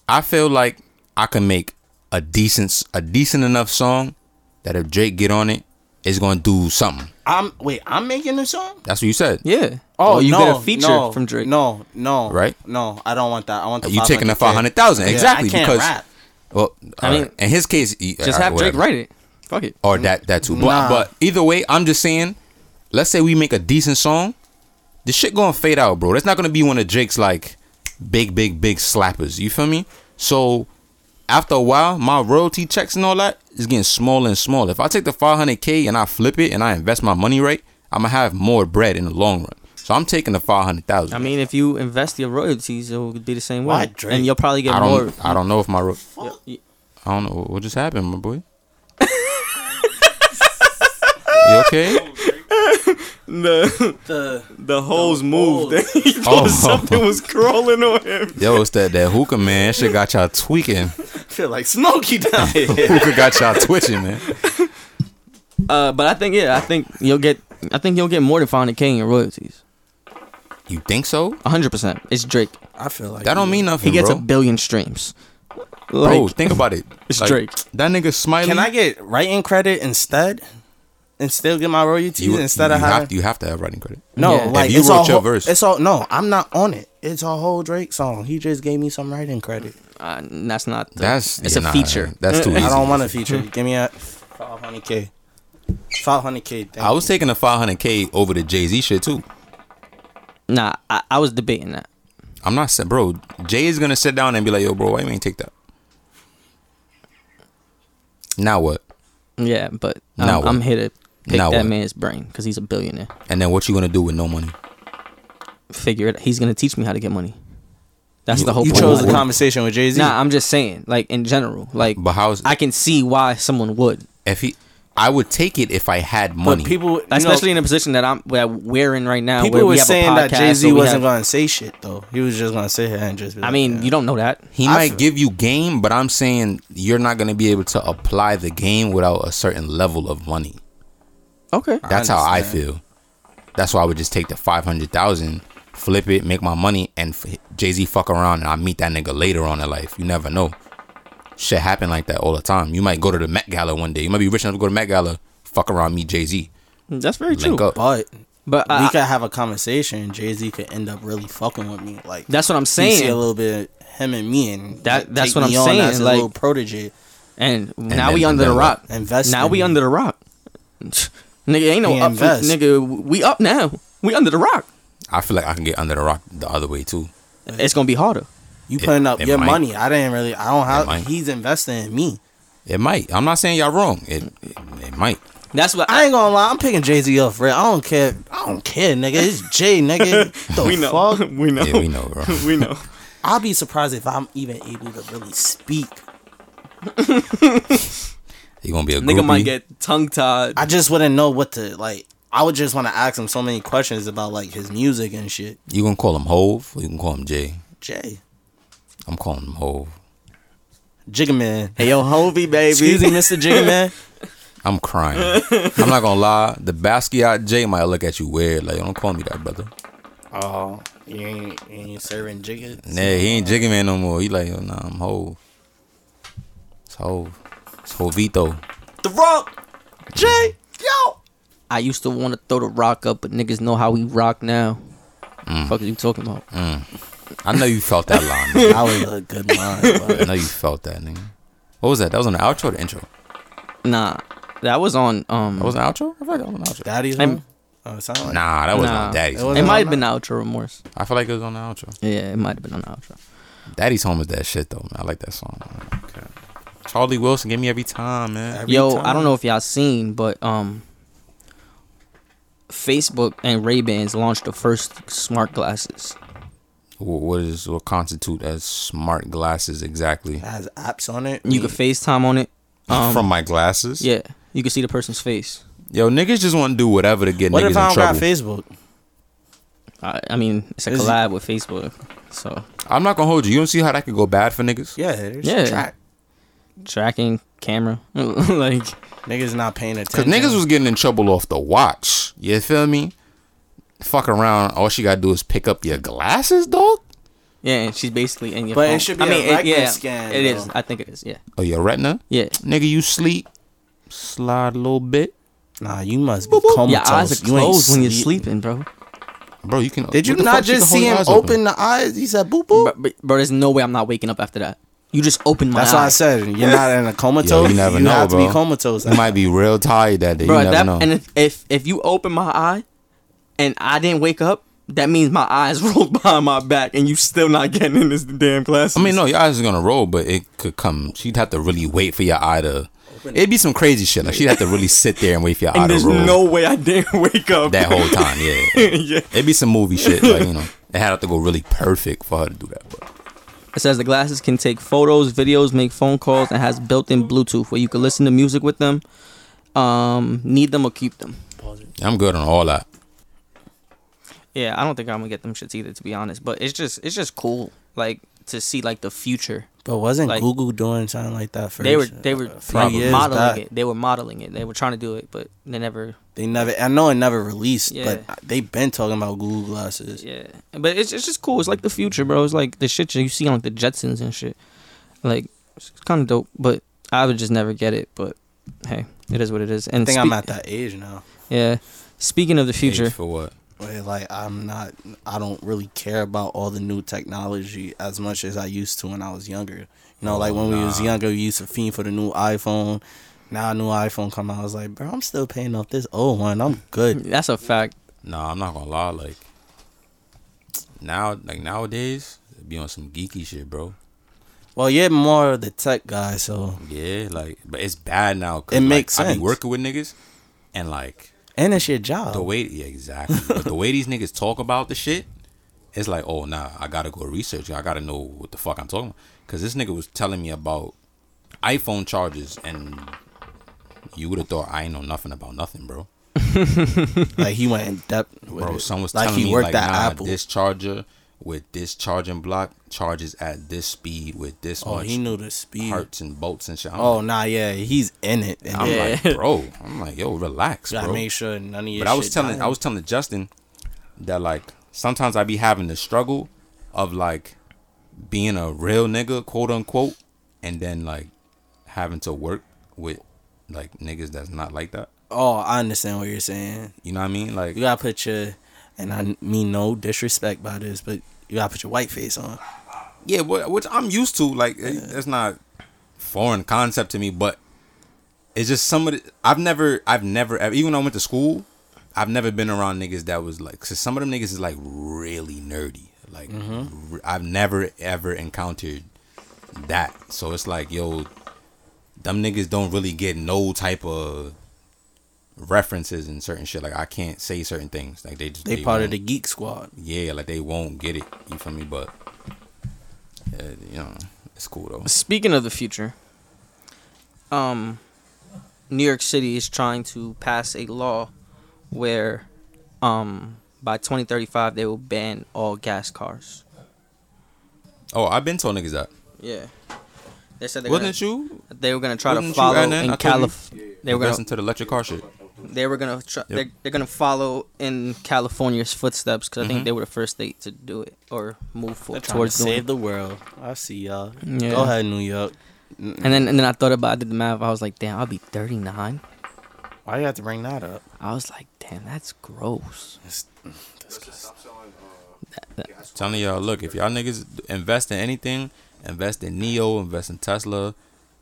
[SPEAKER 2] I feel like I can make a decent, a decent enough song that if Drake get on it, it's gonna do something.
[SPEAKER 1] I'm wait. I'm making a song.
[SPEAKER 2] That's what you said.
[SPEAKER 3] Yeah.
[SPEAKER 1] Oh,
[SPEAKER 3] Or you
[SPEAKER 1] no,
[SPEAKER 3] get a feature
[SPEAKER 1] no,
[SPEAKER 3] from Drake.
[SPEAKER 1] No, no,
[SPEAKER 2] Right?
[SPEAKER 1] No, I don't want that. I want the
[SPEAKER 2] You taking the
[SPEAKER 1] 500K.
[SPEAKER 2] 500,000,
[SPEAKER 1] Yeah,
[SPEAKER 2] exactly,
[SPEAKER 1] I can't
[SPEAKER 2] because-
[SPEAKER 1] rap.
[SPEAKER 2] Well,
[SPEAKER 3] I
[SPEAKER 2] I
[SPEAKER 3] mean,
[SPEAKER 2] mean, in his case, he-
[SPEAKER 3] Just
[SPEAKER 2] uh,
[SPEAKER 3] have Drake
[SPEAKER 2] whatever.
[SPEAKER 3] write it. Fuck it.
[SPEAKER 2] or that that too. But
[SPEAKER 1] Nah.
[SPEAKER 2] but either way, I'm just saying. Let's say we make a decent song, the shit gonna fade out, bro. That's not gonna be one of Drake's like big, big, big slappers. You feel me? So after a while, my royalty checks and all that is getting smaller and smaller. If I take the 500k and I flip it and I invest my money right, I'm gonna have more bread in the long run. So I'm taking the 500,000.
[SPEAKER 3] I mean, if you invest your royalties, it will be the same
[SPEAKER 1] Why
[SPEAKER 3] way,
[SPEAKER 1] Drake?
[SPEAKER 3] and you'll probably get
[SPEAKER 2] I
[SPEAKER 3] more.
[SPEAKER 2] don't, I don't know if my, ro-
[SPEAKER 3] y-
[SPEAKER 2] I don't know what just happened, my boy. you okay?
[SPEAKER 3] the
[SPEAKER 1] The
[SPEAKER 3] the holes moved.
[SPEAKER 2] Oh.
[SPEAKER 3] Something was crawling on him.
[SPEAKER 2] Yo, it's that, that hookah, man. That shit got y'all tweaking.
[SPEAKER 1] feel like Smokey down here.
[SPEAKER 2] Hookah got y'all twitching, man.
[SPEAKER 3] Uh, but I think yeah, I think you'll get. I think you'll get more than 500k in your royalties.
[SPEAKER 2] You think so?
[SPEAKER 3] 100. percent It's Drake.
[SPEAKER 1] I feel like
[SPEAKER 2] That don't
[SPEAKER 1] you-
[SPEAKER 2] mean nothing,
[SPEAKER 3] He gets
[SPEAKER 2] bro.
[SPEAKER 3] a billion streams. Like,
[SPEAKER 2] bro, think about it.
[SPEAKER 3] It's Drake.
[SPEAKER 2] That nigga Smiley.
[SPEAKER 1] Can I get writing credit instead, and still get my royalties
[SPEAKER 2] you,
[SPEAKER 1] instead
[SPEAKER 2] you
[SPEAKER 1] of having?
[SPEAKER 2] have, you have to have writing credit.
[SPEAKER 1] No,
[SPEAKER 3] Yeah.
[SPEAKER 1] like
[SPEAKER 2] If you
[SPEAKER 1] it's
[SPEAKER 2] wrote
[SPEAKER 1] all.
[SPEAKER 2] your
[SPEAKER 1] whole-
[SPEAKER 2] verse-
[SPEAKER 1] It's all. No, I'm not on it. It's a whole Drake song. He just gave me some writing credit.
[SPEAKER 3] Uh, that's not. The,
[SPEAKER 2] That's
[SPEAKER 3] it's
[SPEAKER 2] yeah,
[SPEAKER 3] a
[SPEAKER 2] nah,
[SPEAKER 3] feature.
[SPEAKER 2] That's too easy.
[SPEAKER 1] I
[SPEAKER 2] I,
[SPEAKER 1] don't want a feature. Give me a 500k. 500k. Thank
[SPEAKER 2] was taking the 500k over the Jay Z shit too.
[SPEAKER 3] Nah, I, I was debating that.
[SPEAKER 2] I'm not saying, bro. Jay is gonna sit down and be like, "Yo, bro, why you ain't take that?" Now what?
[SPEAKER 3] Yeah, but I'm,
[SPEAKER 2] Now what?
[SPEAKER 3] I'm here to pick
[SPEAKER 2] Now
[SPEAKER 3] that
[SPEAKER 2] what?
[SPEAKER 3] man's brain because he's a billionaire.
[SPEAKER 2] And then what you gonna do with no money?
[SPEAKER 3] Figure it. He's gonna teach me how to get money. That's the whole
[SPEAKER 1] you
[SPEAKER 3] point.
[SPEAKER 1] chose
[SPEAKER 3] of
[SPEAKER 1] a
[SPEAKER 3] it.
[SPEAKER 1] conversation with Jay Z.
[SPEAKER 3] Nah, I'm just saying, like in general, like
[SPEAKER 2] But how's
[SPEAKER 3] I can see why someone would,
[SPEAKER 2] if he? I would take it if I had
[SPEAKER 1] but
[SPEAKER 2] money.
[SPEAKER 1] people, you know-
[SPEAKER 3] especially in a position that I'm that we're in right now.
[SPEAKER 1] People
[SPEAKER 3] where
[SPEAKER 1] were
[SPEAKER 3] we have
[SPEAKER 1] saying
[SPEAKER 3] a podcast,
[SPEAKER 1] that Jay Z
[SPEAKER 3] where we
[SPEAKER 1] wasn't
[SPEAKER 3] have-
[SPEAKER 1] gonna say shit though. He was just gonna sit here and just. Be
[SPEAKER 3] I mean, you don't know that.
[SPEAKER 2] He
[SPEAKER 1] I
[SPEAKER 2] might
[SPEAKER 1] feel-
[SPEAKER 2] give you game, but I'm saying you're not gonna be able to apply the game without a certain level of money.
[SPEAKER 3] Okay.
[SPEAKER 2] That's how I
[SPEAKER 1] understand.
[SPEAKER 2] feel. That's why I would just take the five hundred thousand, flip it, make my money, and f- Jay Z fuck around, and I meet that nigga later on in life. You never know. Shit happen like that all the time. You might go to the Met Gala one day. You might be rich enough to go to Met Gala, fuck around, meet Jay Z.
[SPEAKER 3] That's very true.
[SPEAKER 2] Link up.
[SPEAKER 1] But
[SPEAKER 3] But uh, I,
[SPEAKER 1] we could have a conversation. Jay Z could end up really fucking with me. Like
[SPEAKER 3] that's what I'm
[SPEAKER 1] he see a
[SPEAKER 3] saying.
[SPEAKER 1] little bit of him and me, and
[SPEAKER 3] That- that's
[SPEAKER 1] take
[SPEAKER 3] what I'm
[SPEAKER 1] me on
[SPEAKER 3] saying,
[SPEAKER 1] As a
[SPEAKER 3] like-
[SPEAKER 1] little protege,
[SPEAKER 3] And, now
[SPEAKER 2] then-
[SPEAKER 3] we
[SPEAKER 2] and
[SPEAKER 3] under the
[SPEAKER 2] then what?
[SPEAKER 3] rock.
[SPEAKER 1] invest.
[SPEAKER 3] Now
[SPEAKER 1] in
[SPEAKER 3] we
[SPEAKER 1] me.
[SPEAKER 3] under the rock. nigga, ain't no
[SPEAKER 1] We
[SPEAKER 3] up.
[SPEAKER 1] invest.
[SPEAKER 3] Nigga, we up now. We under the rock.
[SPEAKER 2] I feel like I can get under the rock the other way too.
[SPEAKER 3] It's gonna be harder.
[SPEAKER 1] You
[SPEAKER 2] It-
[SPEAKER 1] putting up
[SPEAKER 2] it
[SPEAKER 1] your
[SPEAKER 2] might.
[SPEAKER 1] money. I didn't really. I don't have.
[SPEAKER 2] might.
[SPEAKER 1] He's investing in me.
[SPEAKER 2] It might. I'm not saying y'all wrong. It it, it might.
[SPEAKER 3] That's what
[SPEAKER 1] I
[SPEAKER 3] I.
[SPEAKER 1] ain't gonna lie. I'm picking Jay Z off. Real. I don't care. I don't care, nigga. It's Jay, nigga. The
[SPEAKER 3] we know.
[SPEAKER 1] fuck.
[SPEAKER 3] We know.
[SPEAKER 2] Yeah, we know, bro.
[SPEAKER 3] we know.
[SPEAKER 1] I'll be surprised if I'm even able to really speak.
[SPEAKER 2] You gonna be a
[SPEAKER 3] Nigga might
[SPEAKER 2] groupie.
[SPEAKER 3] get tongue tied.
[SPEAKER 1] I just wouldn't know what to like. I would just want to ask him so many questions about like his music and shit.
[SPEAKER 2] You gonna call him Hove or you can call him Jay?
[SPEAKER 1] Jay,
[SPEAKER 2] I'm calling him Hove.
[SPEAKER 1] Jiggaman.
[SPEAKER 3] Hey yo, Hovey, baby.
[SPEAKER 1] Excuse me, Mr. Jiggaman.
[SPEAKER 2] I'm crying. I'm not gonna lie. The Basquiat Jay might look at you weird. Like, don't call me that, brother.
[SPEAKER 1] Oh, you ain't, you ain't serving Jigga.
[SPEAKER 2] Nah, he ain't Jiggy Man no more. He like, yo, nah, I'm Hove. It's Hove. It's Hovito.
[SPEAKER 1] The Rock, Jay, yo.
[SPEAKER 3] I used to want to throw the rock up, but niggas know how we rock now.
[SPEAKER 2] Mm.
[SPEAKER 3] Fuck are you talking about?
[SPEAKER 2] I know you felt that line. nigga.
[SPEAKER 1] That was a good line. bro.
[SPEAKER 2] I know you felt that, nigga. What was that? That was on the outro or the intro?
[SPEAKER 3] Nah, that was on. Um,
[SPEAKER 2] That was an outro? I feel like that was an outro.
[SPEAKER 1] Daddy's
[SPEAKER 3] I'm-
[SPEAKER 1] one. Oh, it sounded like
[SPEAKER 2] Nah, that was
[SPEAKER 3] Nah.
[SPEAKER 2] on Daddy's
[SPEAKER 1] It
[SPEAKER 2] Home.
[SPEAKER 1] was-
[SPEAKER 3] it might have been outro remorse.
[SPEAKER 2] I feel like it was on the outro.
[SPEAKER 3] Yeah, it might have been on outro.
[SPEAKER 2] Daddy's Home is that shit, though, man. I like that song. man. Charlie Wilson, give me every time, man.
[SPEAKER 1] Every
[SPEAKER 3] Yo, I
[SPEAKER 1] time.
[SPEAKER 3] don't know if y'all seen, but um, Facebook and Ray Bans launched the first smart glasses.
[SPEAKER 2] Wh- What is what constitute as smart glasses exactly?
[SPEAKER 1] It has apps on it.
[SPEAKER 3] You can FaceTime on it. Um,
[SPEAKER 2] From my glasses?
[SPEAKER 3] yeah, you can see the person's face.
[SPEAKER 2] Yo, niggas just want to do whatever to get
[SPEAKER 1] What
[SPEAKER 2] niggas
[SPEAKER 1] if
[SPEAKER 2] in
[SPEAKER 1] I don't got
[SPEAKER 2] trouble.
[SPEAKER 1] Facebook?
[SPEAKER 3] I, I mean, it's a
[SPEAKER 1] Is it-
[SPEAKER 3] collab with Facebook, so
[SPEAKER 2] I'm not gonna hold you. You don't see how that could go bad for niggas.
[SPEAKER 1] Yeah, there's
[SPEAKER 3] Yeah.
[SPEAKER 1] track.
[SPEAKER 3] tracking camera, like
[SPEAKER 1] Niggas not paying
[SPEAKER 2] Cause
[SPEAKER 1] attention.
[SPEAKER 2] niggas was getting in trouble off the watch. You feel me? Fuck around. All she gotta do is pick up your glasses, dog.
[SPEAKER 3] yeah, and she's basically in your.
[SPEAKER 1] But it
[SPEAKER 3] phone.
[SPEAKER 1] should be
[SPEAKER 3] I
[SPEAKER 1] a
[SPEAKER 3] mean, it,
[SPEAKER 1] retina
[SPEAKER 3] yeah,
[SPEAKER 1] scan,
[SPEAKER 3] It is.
[SPEAKER 1] though.
[SPEAKER 3] I think it is. Yeah,
[SPEAKER 2] Oh, your retina,
[SPEAKER 3] yeah.
[SPEAKER 2] nigga. You sleep. Slide a little bit,
[SPEAKER 1] Nah, you must be
[SPEAKER 3] Your
[SPEAKER 1] comatose.
[SPEAKER 3] eyes are
[SPEAKER 1] You ain't
[SPEAKER 3] closed when you're
[SPEAKER 1] sleep-
[SPEAKER 3] sleeping, bro.
[SPEAKER 2] bro. You can.
[SPEAKER 1] Did you
[SPEAKER 2] what the
[SPEAKER 1] not
[SPEAKER 2] fuck? She can
[SPEAKER 1] just
[SPEAKER 2] hold
[SPEAKER 1] see
[SPEAKER 2] her
[SPEAKER 1] him
[SPEAKER 2] eyes
[SPEAKER 1] open the eyes? He said, boop, boop.
[SPEAKER 3] But, but, bro, there's no way I'm not waking up after that. You just open my
[SPEAKER 1] That's why I
[SPEAKER 3] eyes.
[SPEAKER 1] said you're not in a comatose.
[SPEAKER 2] Yo, you never know,
[SPEAKER 1] have to
[SPEAKER 2] bro.
[SPEAKER 1] be comatose.
[SPEAKER 2] You might be real tired that day.
[SPEAKER 3] bro.
[SPEAKER 2] you never
[SPEAKER 3] that,
[SPEAKER 2] know.
[SPEAKER 3] And if, if if you open my eye, and I didn't wake up, that means my eyes rolled behind my back, and you still not getting in this damn class.
[SPEAKER 2] I mean, no, your eyes is gonna roll, but it could come. She'd have to really wait for your eye to. It'd be some crazy shit. Like she'd have to really sit there and wait for your eye
[SPEAKER 3] and
[SPEAKER 2] to
[SPEAKER 3] there's
[SPEAKER 2] roll
[SPEAKER 3] no way I didn't wake up.
[SPEAKER 2] that whole time. Yeah,
[SPEAKER 3] yeah.
[SPEAKER 2] it'd be some movie shit. Like you know, it had to go really perfect for her to do that. But.
[SPEAKER 3] It says the glasses can take photos, videos, make phone calls, and has built-in Bluetooth where you can listen to music with them. Um, need them or keep them.
[SPEAKER 2] I'm good on all that.
[SPEAKER 3] Yeah, I don't think I'm gonna get them shits either, to be honest. But it's just it's just cool, like to see like the future.
[SPEAKER 1] But wasn't
[SPEAKER 3] Like-
[SPEAKER 1] Google doing something like that first?
[SPEAKER 3] They were they were
[SPEAKER 1] A few
[SPEAKER 2] probably
[SPEAKER 1] uh, years
[SPEAKER 3] modeling
[SPEAKER 1] back.
[SPEAKER 3] it. They were modeling it. They were trying to do it, but they never
[SPEAKER 1] They never. I know it never released,
[SPEAKER 3] Yeah.
[SPEAKER 1] but they been talking about Google glasses.
[SPEAKER 3] Yeah, but it's it's just cool. It's like the future, bro. It's like the shit you see on like the Jetsons and shit. Like it's kind of dope, but I would just never get it. But hey, it is what it is. And
[SPEAKER 1] I think
[SPEAKER 3] spe-
[SPEAKER 1] I'm at that age now
[SPEAKER 3] Yeah. Speaking of the future,
[SPEAKER 2] Age for what?
[SPEAKER 1] where like I'm not. I don't really care about all the new technology as much as I used to when I was younger. You
[SPEAKER 2] Oh,
[SPEAKER 1] know, like when we was younger, we used to fiend for the new iPhone. Now a new iPhone come out, I was like, bro, I'm still paying off this old one. I'm good.
[SPEAKER 3] that's a fact.
[SPEAKER 2] Nah, I'm not gonna lie. Like now, like nowadays, it be on some geeky shit, bro.
[SPEAKER 1] Well, you're more of the tech guy, so
[SPEAKER 2] Yeah, like, but it's bad now. 'cause,
[SPEAKER 1] It
[SPEAKER 2] like,
[SPEAKER 1] makes
[SPEAKER 2] I
[SPEAKER 1] sense.
[SPEAKER 2] be working with niggas, and like
[SPEAKER 1] and it's your job.
[SPEAKER 2] the way, yeah, exactly. but the way these niggas talk about the shit, it's like, oh nah, I gotta go research. I gotta know what the fuck I'm talking about. Cause this nigga was telling me about iPhone charges, and you would have thought I ain't know nothing about nothing, bro.
[SPEAKER 1] like he went in depth with
[SPEAKER 2] bro.
[SPEAKER 1] it.
[SPEAKER 2] Someone was
[SPEAKER 1] like
[SPEAKER 2] telling
[SPEAKER 1] he
[SPEAKER 2] me
[SPEAKER 1] worked
[SPEAKER 2] like,
[SPEAKER 1] at
[SPEAKER 2] nah,
[SPEAKER 1] Apple.
[SPEAKER 2] this charger with this charging block charges at this speed with this
[SPEAKER 1] oh,
[SPEAKER 2] much
[SPEAKER 1] he knew the speed.
[SPEAKER 2] hertz and bolts and shit. I'm,
[SPEAKER 1] Oh
[SPEAKER 2] like,
[SPEAKER 1] nah, yeah, he's in it. And
[SPEAKER 2] I'm
[SPEAKER 1] yeah,
[SPEAKER 3] Yeah.
[SPEAKER 2] like, bro, I'm like, yo, relax,
[SPEAKER 1] gotta
[SPEAKER 2] bro.
[SPEAKER 1] make sure none of your.
[SPEAKER 2] But I was
[SPEAKER 1] shit
[SPEAKER 2] telling,
[SPEAKER 1] dying.
[SPEAKER 2] I was telling Justin that like sometimes I be having the struggle of like being a real nigga, quote unquote, and then like having to work with like niggas that's not like that.
[SPEAKER 1] Oh, I understand what you're saying.
[SPEAKER 2] You know what I mean? Like
[SPEAKER 1] You gotta put your, and I mean no disrespect by this, but you gotta put your white face on.
[SPEAKER 2] yeah, but which I'm used to. Like it- that's not foreign concept to me, but it's just some of the, I've never I've never ever even when I went to school, I've never been around niggas that was like cause some of them niggas is like really nerdy. Like
[SPEAKER 1] Mm-hmm.
[SPEAKER 2] r- I've never ever encountered that. So it's like yo, them niggas don't really get no type of references and certain shit. Like I can't say certain things. Like they just
[SPEAKER 1] They, part of
[SPEAKER 2] won't-
[SPEAKER 1] the geek squad.
[SPEAKER 2] yeah, like they won't get it. You feel me? But yeah, you know, it's cool though.
[SPEAKER 3] Speaking of the future, um, New York City is trying to pass a law where, um, by 2035 they will ban all gas cars.
[SPEAKER 2] Oh, I've been told niggas that.
[SPEAKER 3] Yeah, they said they were gonna,
[SPEAKER 2] Wasn't you?
[SPEAKER 3] they were gonna try to
[SPEAKER 2] wasn't you
[SPEAKER 3] follow
[SPEAKER 2] adding that?
[SPEAKER 3] in
[SPEAKER 2] I told you.
[SPEAKER 3] Calif. They were
[SPEAKER 2] Invest
[SPEAKER 3] gonna
[SPEAKER 2] into the electric car shit.
[SPEAKER 3] they were gonna try, they're, they're gonna follow in California's footsteps because I think they were the first state to do it or move
[SPEAKER 1] They're
[SPEAKER 3] forward
[SPEAKER 1] trying to
[SPEAKER 3] towards doing.
[SPEAKER 1] save
[SPEAKER 3] it.
[SPEAKER 1] the world. I see y'all.
[SPEAKER 3] Yeah.
[SPEAKER 1] Go ahead, New York.
[SPEAKER 3] And then and then I thought about I did the math. I was like, damn, I'll be 39.
[SPEAKER 1] Why you have to bring that up?
[SPEAKER 3] I was like, damn, that's gross.
[SPEAKER 2] Telling y'all, look, if y'all niggas invest in anything, invest in Neo, invest in Tesla,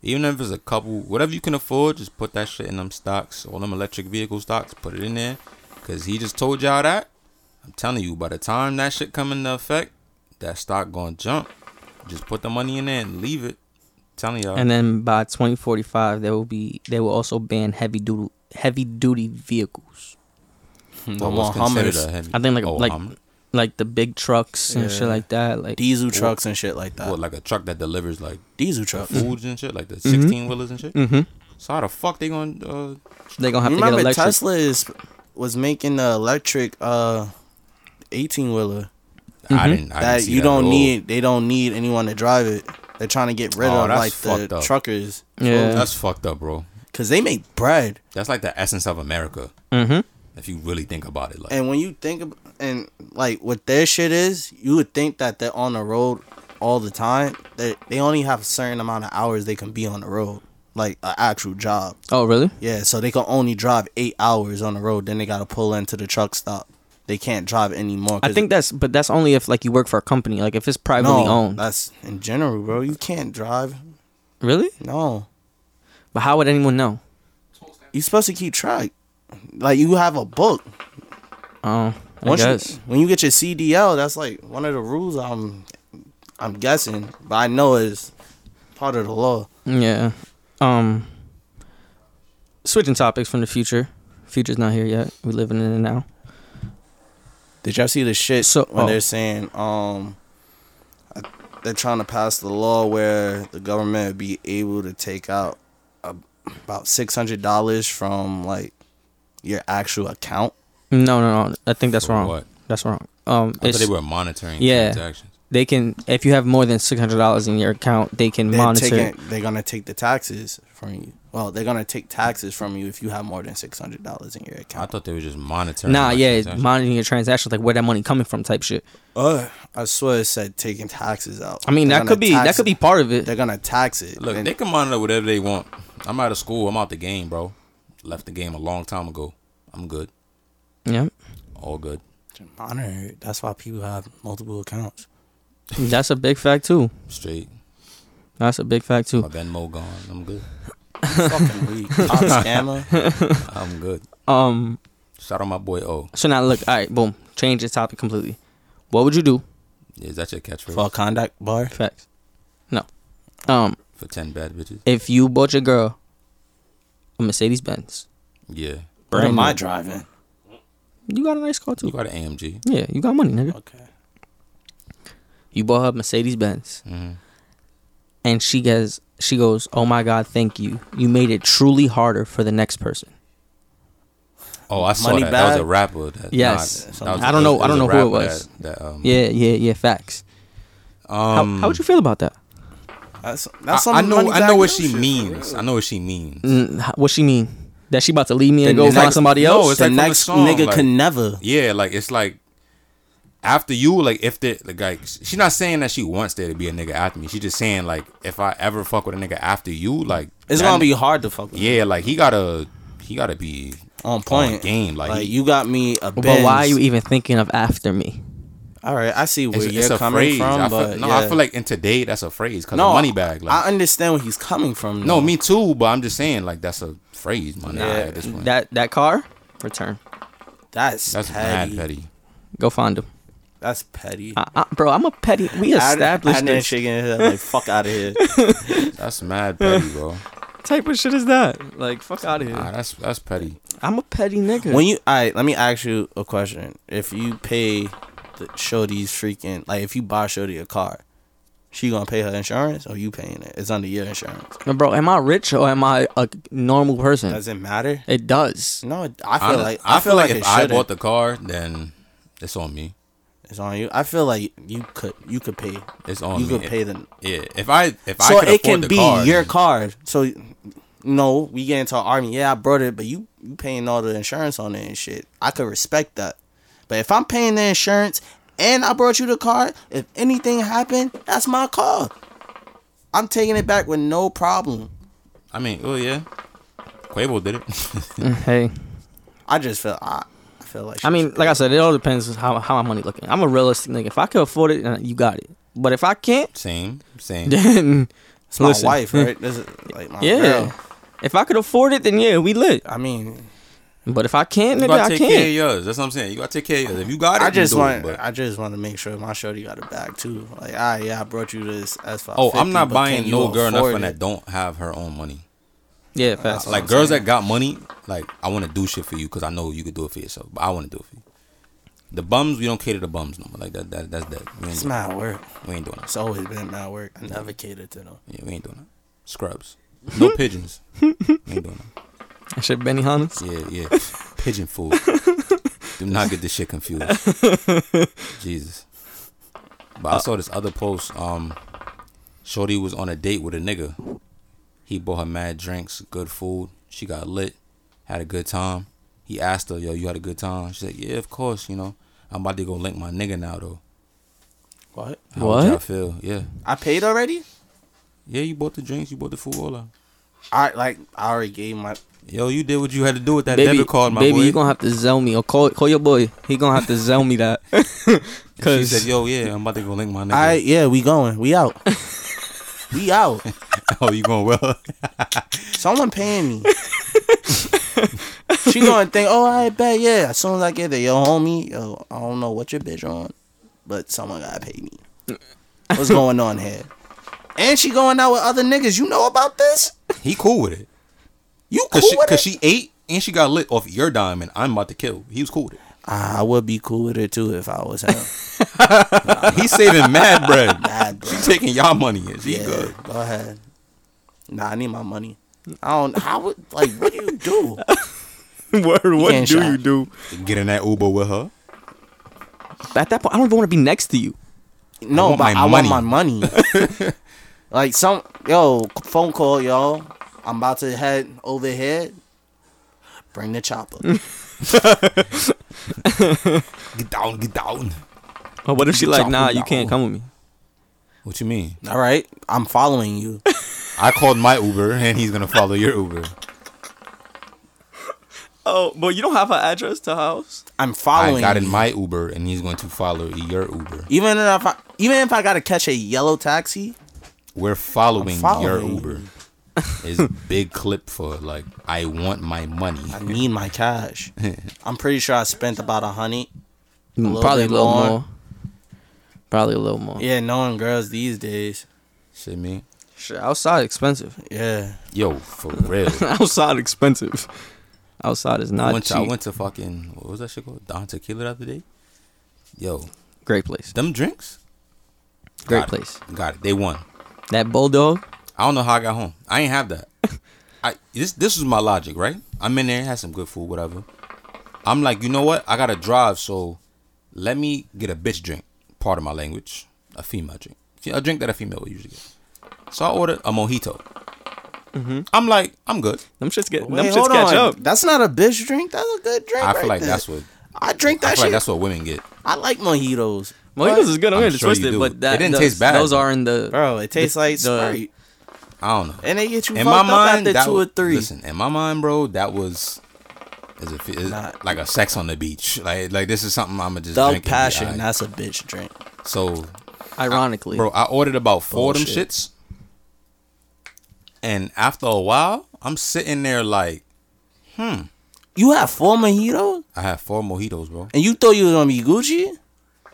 [SPEAKER 2] even if it's a couple, whatever you can afford, just put that shit in them stocks, all them electric vehicle stocks, put it in there. Cause he just told y'all that. I'm telling you, by the time that shit come into effect, that stock gonna jump. Just put the money in there and leave it. telling y'all.
[SPEAKER 3] And then by 2045, there will be they will also ban heavy duty heavy duty vehicles,
[SPEAKER 1] No
[SPEAKER 2] But
[SPEAKER 1] more
[SPEAKER 2] what's considered
[SPEAKER 1] Hummers,
[SPEAKER 2] a heavy-
[SPEAKER 3] I think like-
[SPEAKER 2] oh,
[SPEAKER 3] like-
[SPEAKER 2] Hummer?
[SPEAKER 3] like the big trucks and shit
[SPEAKER 1] Yeah.
[SPEAKER 3] like that. Like
[SPEAKER 1] diesel trucks and shit like that.
[SPEAKER 2] what, like a truck that delivers like
[SPEAKER 1] diesel trucks.
[SPEAKER 3] Mm-hmm.
[SPEAKER 2] foods and shit, like the sixteen wheelers and shit.
[SPEAKER 3] hmm
[SPEAKER 2] So how the fuck they gonna? Uh,
[SPEAKER 3] they're gonna have
[SPEAKER 1] You
[SPEAKER 3] to get
[SPEAKER 1] remember
[SPEAKER 3] electric.
[SPEAKER 1] Tesla is was making the electric uh eighteen wheeler
[SPEAKER 2] I
[SPEAKER 3] Mhm.
[SPEAKER 2] didn't. I didn't
[SPEAKER 1] that
[SPEAKER 2] see that
[SPEAKER 1] you
[SPEAKER 2] at
[SPEAKER 1] don't
[SPEAKER 2] all.
[SPEAKER 1] need. They don't need anyone to drive it. They're trying to get rid
[SPEAKER 2] Oh,
[SPEAKER 1] of
[SPEAKER 2] that's
[SPEAKER 1] like
[SPEAKER 2] fucked
[SPEAKER 1] the
[SPEAKER 2] up.
[SPEAKER 1] truckers
[SPEAKER 3] Yeah.
[SPEAKER 2] That's fucked up, bro.
[SPEAKER 1] because they make bread.
[SPEAKER 2] That's like the essence of America.
[SPEAKER 3] Mm-hmm.
[SPEAKER 2] If you really think about it, like
[SPEAKER 1] And when you think about and like what their shit is, you would think that they're on the road all the time. They they only have a certain amount of hours they can be on the road, like an actual job.
[SPEAKER 3] Oh really?
[SPEAKER 1] Yeah, so they can only drive eight hours on the road. Then they gotta pull into the truck stop. They can't drive anymore.
[SPEAKER 3] I think that's but that's only if like you work for a company. Like if it's privately owned.
[SPEAKER 1] That's in general, bro. You can't drive.
[SPEAKER 3] Really?
[SPEAKER 1] No,
[SPEAKER 3] But how would anyone know?
[SPEAKER 1] you're supposed to keep track. Like you have a book.
[SPEAKER 2] Um,
[SPEAKER 3] Oh, I
[SPEAKER 1] Once
[SPEAKER 3] guess.
[SPEAKER 1] you when you get your CDL, that's like one of the rules. I'm I'm guessing, but I know it's part of the law.
[SPEAKER 3] Yeah. Um switching topics from the future. Future's not here yet. We living in it now.
[SPEAKER 1] Did y'all see the shit
[SPEAKER 3] So-
[SPEAKER 1] when
[SPEAKER 3] oh.
[SPEAKER 1] they're saying um I- they're trying to pass the law where the government would be able to take out a, about six hundred dollars from like your actual account?
[SPEAKER 3] No, no, no. I think that's
[SPEAKER 2] For
[SPEAKER 3] wrong.
[SPEAKER 2] what?
[SPEAKER 3] That's wrong. Um
[SPEAKER 2] I thought
[SPEAKER 3] it's-
[SPEAKER 2] they were monitoring
[SPEAKER 3] Yeah.
[SPEAKER 2] transactions.
[SPEAKER 3] they can if you have more than six hundred dollars in your account, they can
[SPEAKER 1] They're
[SPEAKER 3] monitor it.
[SPEAKER 1] taking they're gonna take the taxes from you. Well, they're gonna take taxes from you if you have more than six hundred dollars in your
[SPEAKER 2] I
[SPEAKER 1] account.
[SPEAKER 2] thought they were just monitoring.
[SPEAKER 3] Nah,
[SPEAKER 2] my
[SPEAKER 3] yeah,
[SPEAKER 2] transactions.
[SPEAKER 3] monitoring your transactions, like where that money coming from, type shit.
[SPEAKER 1] Uh, I swear it said taking taxes out.
[SPEAKER 3] I mean,
[SPEAKER 1] They're
[SPEAKER 3] that
[SPEAKER 1] gonna
[SPEAKER 3] could be
[SPEAKER 1] tax
[SPEAKER 3] that
[SPEAKER 1] it.
[SPEAKER 3] could be part of it.
[SPEAKER 1] They're gonna tax it.
[SPEAKER 2] Look,
[SPEAKER 1] And
[SPEAKER 2] they can monitor whatever they want. I'm out of school. I'm out the game, bro. Left the game a long time ago. I'm good.
[SPEAKER 3] Yeah,
[SPEAKER 2] All good.
[SPEAKER 1] monitor. it. That's why people have multiple accounts.
[SPEAKER 3] that's a big fact too.
[SPEAKER 2] Straight.
[SPEAKER 3] That's a big fact
[SPEAKER 2] My
[SPEAKER 3] too.
[SPEAKER 2] Venmo gone. I'm good.
[SPEAKER 1] fucking weak. Cop scammer.
[SPEAKER 2] I'm good.
[SPEAKER 3] Um,
[SPEAKER 2] Shout out my boy O.
[SPEAKER 3] so now look, all right, boom, change the topic completely. What would you do?
[SPEAKER 2] Is that your catchphrase
[SPEAKER 1] Full conduct bar.
[SPEAKER 3] Facts. No. Um,
[SPEAKER 2] for ten bad bitches?
[SPEAKER 3] if you bought your girl a Mercedes Benz,
[SPEAKER 2] Yeah.
[SPEAKER 3] Brand
[SPEAKER 1] Where am
[SPEAKER 3] new.
[SPEAKER 1] I driving?
[SPEAKER 3] you got a nice car
[SPEAKER 2] You
[SPEAKER 3] too.
[SPEAKER 2] got an AMG.
[SPEAKER 3] Yeah, you got money, nigga.
[SPEAKER 1] Okay.
[SPEAKER 3] You bought her a Mercedes Benz.
[SPEAKER 2] Mm-hmm.
[SPEAKER 3] and she goes she goes oh my god thank you you made it truly harder for the next person
[SPEAKER 2] Oh, I saw
[SPEAKER 1] Money
[SPEAKER 2] that. That was a
[SPEAKER 1] bag?
[SPEAKER 2] rapper. That,
[SPEAKER 3] Yes.
[SPEAKER 2] that was-
[SPEAKER 1] I
[SPEAKER 3] don't know-
[SPEAKER 2] it
[SPEAKER 3] I don't
[SPEAKER 2] was
[SPEAKER 3] know who
[SPEAKER 2] a
[SPEAKER 3] it
[SPEAKER 2] rapper
[SPEAKER 3] was.
[SPEAKER 2] That, that, um,
[SPEAKER 3] yeah yeah yeah facts
[SPEAKER 2] Um,
[SPEAKER 3] how, how would you feel about that
[SPEAKER 1] That's
[SPEAKER 2] I,
[SPEAKER 1] that's
[SPEAKER 2] I
[SPEAKER 1] some
[SPEAKER 2] know.
[SPEAKER 1] money
[SPEAKER 2] I know
[SPEAKER 1] back
[SPEAKER 2] what
[SPEAKER 1] up
[SPEAKER 2] she
[SPEAKER 1] shit.
[SPEAKER 2] means. I know what she means.
[SPEAKER 3] Mm, h- what she mean that she about to leave me and
[SPEAKER 1] Then
[SPEAKER 3] go
[SPEAKER 1] it's
[SPEAKER 3] find
[SPEAKER 1] like-
[SPEAKER 3] somebody
[SPEAKER 2] no,
[SPEAKER 3] else
[SPEAKER 2] it's
[SPEAKER 1] the
[SPEAKER 2] like from the
[SPEAKER 1] next
[SPEAKER 2] song,
[SPEAKER 1] nigga
[SPEAKER 2] like-
[SPEAKER 1] could never.
[SPEAKER 2] Yeah, like it's like after you, like if the the guy, she's not saying that she wants there to be a nigga after me. She's just saying like if I ever fuck with a nigga after you, like
[SPEAKER 1] It's
[SPEAKER 2] that
[SPEAKER 1] gonna
[SPEAKER 2] ni-
[SPEAKER 1] be hard to fuck with.
[SPEAKER 2] Yeah, like he gotta he gotta be
[SPEAKER 1] on point.
[SPEAKER 2] On game, like, he-
[SPEAKER 1] you got me a
[SPEAKER 3] But why are
[SPEAKER 1] Benz.
[SPEAKER 3] you even thinking of after me?
[SPEAKER 1] All right, I see where
[SPEAKER 2] it's,
[SPEAKER 1] you're
[SPEAKER 2] it's a
[SPEAKER 1] coming
[SPEAKER 2] phrase.
[SPEAKER 1] from,
[SPEAKER 2] I
[SPEAKER 1] but
[SPEAKER 2] feel, no,
[SPEAKER 1] yeah.
[SPEAKER 2] I feel like in today that's a phrase because
[SPEAKER 1] no
[SPEAKER 2] money bag. Like,
[SPEAKER 1] I understand where he's coming
[SPEAKER 2] no,
[SPEAKER 1] from. though.
[SPEAKER 2] me too. But I'm just saying, like that's a phrase, man. Nah,
[SPEAKER 1] Yeah,
[SPEAKER 2] at this point,
[SPEAKER 3] That that car, return.
[SPEAKER 1] That's,
[SPEAKER 2] that's
[SPEAKER 1] petty.
[SPEAKER 2] mad petty.
[SPEAKER 3] Go find him,
[SPEAKER 1] That's petty.
[SPEAKER 3] I, I, bro. I'm a petty. We established
[SPEAKER 1] I, I
[SPEAKER 3] this.
[SPEAKER 1] shaking his head like fuck out of here.
[SPEAKER 2] That's mad petty, bro.
[SPEAKER 3] type of shit is that? Like fuck out of here.
[SPEAKER 2] Nah, that's that's petty.
[SPEAKER 3] I'm a petty nigga.
[SPEAKER 1] when you, all right, let me ask you a question. If you pay the Shody's freaking, like, if you buy Shody a car, she gonna pay her insurance or you paying it? It's under your insurance.
[SPEAKER 3] No, bro, am I rich or am I a normal person?
[SPEAKER 1] Does it matter?
[SPEAKER 3] it does.
[SPEAKER 1] No, it- I feel
[SPEAKER 2] Honest-
[SPEAKER 1] like I, feel like,
[SPEAKER 2] if
[SPEAKER 1] it
[SPEAKER 2] I
[SPEAKER 1] should
[SPEAKER 2] bought the car, then it's on me.
[SPEAKER 1] it's on you. I feel like you could you could pay.
[SPEAKER 2] It's on
[SPEAKER 1] you
[SPEAKER 2] me.
[SPEAKER 1] could pay the
[SPEAKER 2] Yeah, if I if I
[SPEAKER 1] so
[SPEAKER 2] could
[SPEAKER 1] it
[SPEAKER 2] afford
[SPEAKER 1] can
[SPEAKER 2] the
[SPEAKER 1] be
[SPEAKER 2] car,
[SPEAKER 1] your
[SPEAKER 2] then-
[SPEAKER 1] car. So no, we get into an army. Yeah, I brought it, but you you paying all the insurance on it and shit. I could respect that. But if I'm paying the insurance and I brought you the car, if anything happened, that's my car. I'm taking it back with no problem.
[SPEAKER 2] I mean, oh yeah, Quavo did it.
[SPEAKER 3] Hey,
[SPEAKER 1] I just feel I, I feel like
[SPEAKER 3] I mean, like I said, it all depends on how how my money looking. I'm a realistic nigga. If I can afford it, then you got it. But if I can't,
[SPEAKER 2] same, same.
[SPEAKER 3] then
[SPEAKER 1] it's my
[SPEAKER 3] listen.
[SPEAKER 1] wife, right? This is like my
[SPEAKER 3] yeah.
[SPEAKER 1] girl.
[SPEAKER 3] If I could afford it, then yeah, we lit.
[SPEAKER 1] I mean,
[SPEAKER 3] But if I can't,
[SPEAKER 2] You
[SPEAKER 3] nigga,
[SPEAKER 2] gotta
[SPEAKER 3] I
[SPEAKER 2] take care of
[SPEAKER 3] can't.
[SPEAKER 2] yours. That's what I'm saying. You gotta take care of yours. If you got it,
[SPEAKER 1] I
[SPEAKER 2] you
[SPEAKER 1] just
[SPEAKER 2] do it,
[SPEAKER 1] want
[SPEAKER 2] but-
[SPEAKER 1] I just want to make sure my shorty got it back too. Like, ah, yeah, I brought you this S five.
[SPEAKER 2] oh, I'm not buying no girl nothing that don't have her own money.
[SPEAKER 3] Yeah, fast.
[SPEAKER 2] like girls that got money, like I want to do shit for you because I know you could do it for yourself, but I want to do it for you. The bums, we don't cater to bums no more. Like that, that that's dead. We ain't,
[SPEAKER 1] It's
[SPEAKER 2] doing,
[SPEAKER 1] mad work.
[SPEAKER 2] we ain't doing that.
[SPEAKER 1] It's always been mad work. I never catered to them.
[SPEAKER 2] Yeah, we ain't doing that. Scrubs, no pigeons. we ain't doing that.
[SPEAKER 3] That shit, Benny Hannes.
[SPEAKER 2] Yeah, yeah. Pigeon food. do not get this shit confused. Jesus.
[SPEAKER 3] Uh,
[SPEAKER 2] But I saw this other post. Um, Shorty was on a date with a nigga. He bought her mad drinks, good food. She got lit, had a good time. He asked her, "Yo, you had a good time?" She said, "Yeah, of course. You know, I'm about to go link my nigga now, though."
[SPEAKER 1] What?
[SPEAKER 2] How would y'all
[SPEAKER 3] What?
[SPEAKER 2] feel? Yeah,
[SPEAKER 1] I paid already?
[SPEAKER 2] yeah. You bought the drinks, you bought the food, all that.
[SPEAKER 1] I like I already gave my
[SPEAKER 2] Yo, you did what you had to do with that
[SPEAKER 3] Baby,
[SPEAKER 2] debit card, my
[SPEAKER 3] baby,
[SPEAKER 2] boy.
[SPEAKER 3] you gonna have to zell me or call call your boy. He gonna have to zell me that.
[SPEAKER 2] she said,
[SPEAKER 3] Cause
[SPEAKER 2] "Yo, yeah, I'm about to go link my nigga."
[SPEAKER 1] I yeah, we going. We out. we out.
[SPEAKER 2] oh, you going well?
[SPEAKER 1] Someone paying me. she gonna think, oh I bet yeah. As soon as I get there, yo homie, yo, I don't know what your bitch on, but someone gotta pay me. What's going on here? And she going out with other niggas. You know about this?
[SPEAKER 2] he cool with it.
[SPEAKER 1] You cool
[SPEAKER 2] Cause she,
[SPEAKER 1] with it?
[SPEAKER 2] cause she ate and she got lit off your diamond. I'm about to kill. He was cool with it.
[SPEAKER 1] I would be cool with it too if I was him.
[SPEAKER 2] He's saving mad bread.
[SPEAKER 1] Mad bread.
[SPEAKER 2] She taking y'all money and she
[SPEAKER 1] Yeah,
[SPEAKER 2] good.
[SPEAKER 1] go ahead. Nah, I need my money. I don't. How would like? What do you do?
[SPEAKER 3] word,
[SPEAKER 1] getting shot.
[SPEAKER 3] do?
[SPEAKER 2] Get in that Uber with her.
[SPEAKER 3] At that point, I don't even want to be next to you.
[SPEAKER 1] No,
[SPEAKER 2] want
[SPEAKER 1] but
[SPEAKER 2] my
[SPEAKER 1] I
[SPEAKER 2] money.
[SPEAKER 1] want my money. like some yo phone call, y'all. I'm about to head over here. Bring the chopper.
[SPEAKER 2] Get down, get down.
[SPEAKER 3] Or Oh, what if she like,
[SPEAKER 2] Chop
[SPEAKER 3] nah,
[SPEAKER 2] me
[SPEAKER 3] you can't
[SPEAKER 2] down.
[SPEAKER 3] come with me?
[SPEAKER 2] What you mean?
[SPEAKER 1] All right, I'm following you.
[SPEAKER 2] I called my Uber and he's gonna follow your Uber.
[SPEAKER 3] Oh, but you don't have her address to house.
[SPEAKER 1] I'm
[SPEAKER 2] I
[SPEAKER 1] following.
[SPEAKER 2] got in
[SPEAKER 1] you.
[SPEAKER 2] my Uber and he's going to follow your Uber.
[SPEAKER 1] Even if I, even if I gotta catch a yellow taxi,
[SPEAKER 2] We're following,
[SPEAKER 1] I'm following
[SPEAKER 2] your
[SPEAKER 1] you.
[SPEAKER 2] Uber. Is big clip for like I want my money.
[SPEAKER 1] I need my cash. I'm pretty sure I spent about a hundred. little
[SPEAKER 3] Mm, Probably a
[SPEAKER 1] bit
[SPEAKER 3] little more.
[SPEAKER 1] more.
[SPEAKER 3] Probably a little more.
[SPEAKER 1] Yeah, knowing girls these days.
[SPEAKER 2] Shit, me.
[SPEAKER 3] Shit, outside expensive.
[SPEAKER 1] Yeah.
[SPEAKER 2] Yo, for real.
[SPEAKER 3] outside expensive. Outside is
[SPEAKER 2] I
[SPEAKER 3] not
[SPEAKER 2] went, to,
[SPEAKER 3] cheap.
[SPEAKER 2] I went to fucking what was that shit called? Don Tequila the other day. Yo,
[SPEAKER 3] Great place.
[SPEAKER 2] them drinks.
[SPEAKER 3] Great
[SPEAKER 2] Got it.
[SPEAKER 3] place.
[SPEAKER 2] Got it. They won.
[SPEAKER 3] That bulldog.
[SPEAKER 2] I don't know how I got home. I ain't have that. I this this was my logic, right? I'm in there, had some good food, whatever. I'm like, you know what? I gotta drive, so let me get a bitch drink. Part of my language, a female drink, a drink that a female would usually get. So I ordered a mojito. I'm like, I'm good.
[SPEAKER 3] Them shits get.
[SPEAKER 1] Wait,
[SPEAKER 3] them shits catch up.
[SPEAKER 1] That's not a bitch drink. That's a good drink.
[SPEAKER 2] I feel
[SPEAKER 1] right
[SPEAKER 2] like
[SPEAKER 1] there.
[SPEAKER 2] that's what
[SPEAKER 1] I drink
[SPEAKER 2] I
[SPEAKER 1] that
[SPEAKER 2] feel like
[SPEAKER 1] shit.
[SPEAKER 2] that's what women get.
[SPEAKER 1] I like mojitos.
[SPEAKER 3] Mojitos is good. I'm,
[SPEAKER 2] I'm
[SPEAKER 3] gonna
[SPEAKER 2] sure
[SPEAKER 3] twist
[SPEAKER 2] you
[SPEAKER 3] it,
[SPEAKER 2] do.
[SPEAKER 3] but that
[SPEAKER 2] It didn't
[SPEAKER 3] those,
[SPEAKER 2] taste bad,
[SPEAKER 3] Those
[SPEAKER 2] though.
[SPEAKER 3] are in the
[SPEAKER 1] Bro, it tastes
[SPEAKER 3] the-
[SPEAKER 1] like
[SPEAKER 3] the-
[SPEAKER 2] I
[SPEAKER 1] Sprite.
[SPEAKER 2] I don't know.
[SPEAKER 1] And they get you
[SPEAKER 2] in
[SPEAKER 1] fucked
[SPEAKER 2] my
[SPEAKER 1] up
[SPEAKER 2] mind,
[SPEAKER 1] after
[SPEAKER 2] that
[SPEAKER 1] two
[SPEAKER 2] wa-
[SPEAKER 1] or three.
[SPEAKER 2] Listen, in my mind, bro, that was is it, is
[SPEAKER 1] Not-
[SPEAKER 2] like a sex on the beach. Like like this is something I'ma just
[SPEAKER 1] Dog
[SPEAKER 2] drink and be
[SPEAKER 1] passion.
[SPEAKER 2] aight.
[SPEAKER 1] That's a bitch drink.
[SPEAKER 2] So
[SPEAKER 3] Ironically,
[SPEAKER 2] bro, I ordered about four of them
[SPEAKER 1] Bullshit.
[SPEAKER 2] shits, and after a while, I'm sitting there like
[SPEAKER 1] You had four mojitos
[SPEAKER 2] I had four mojitos, bro.
[SPEAKER 1] and you thought you was gonna be Gucci?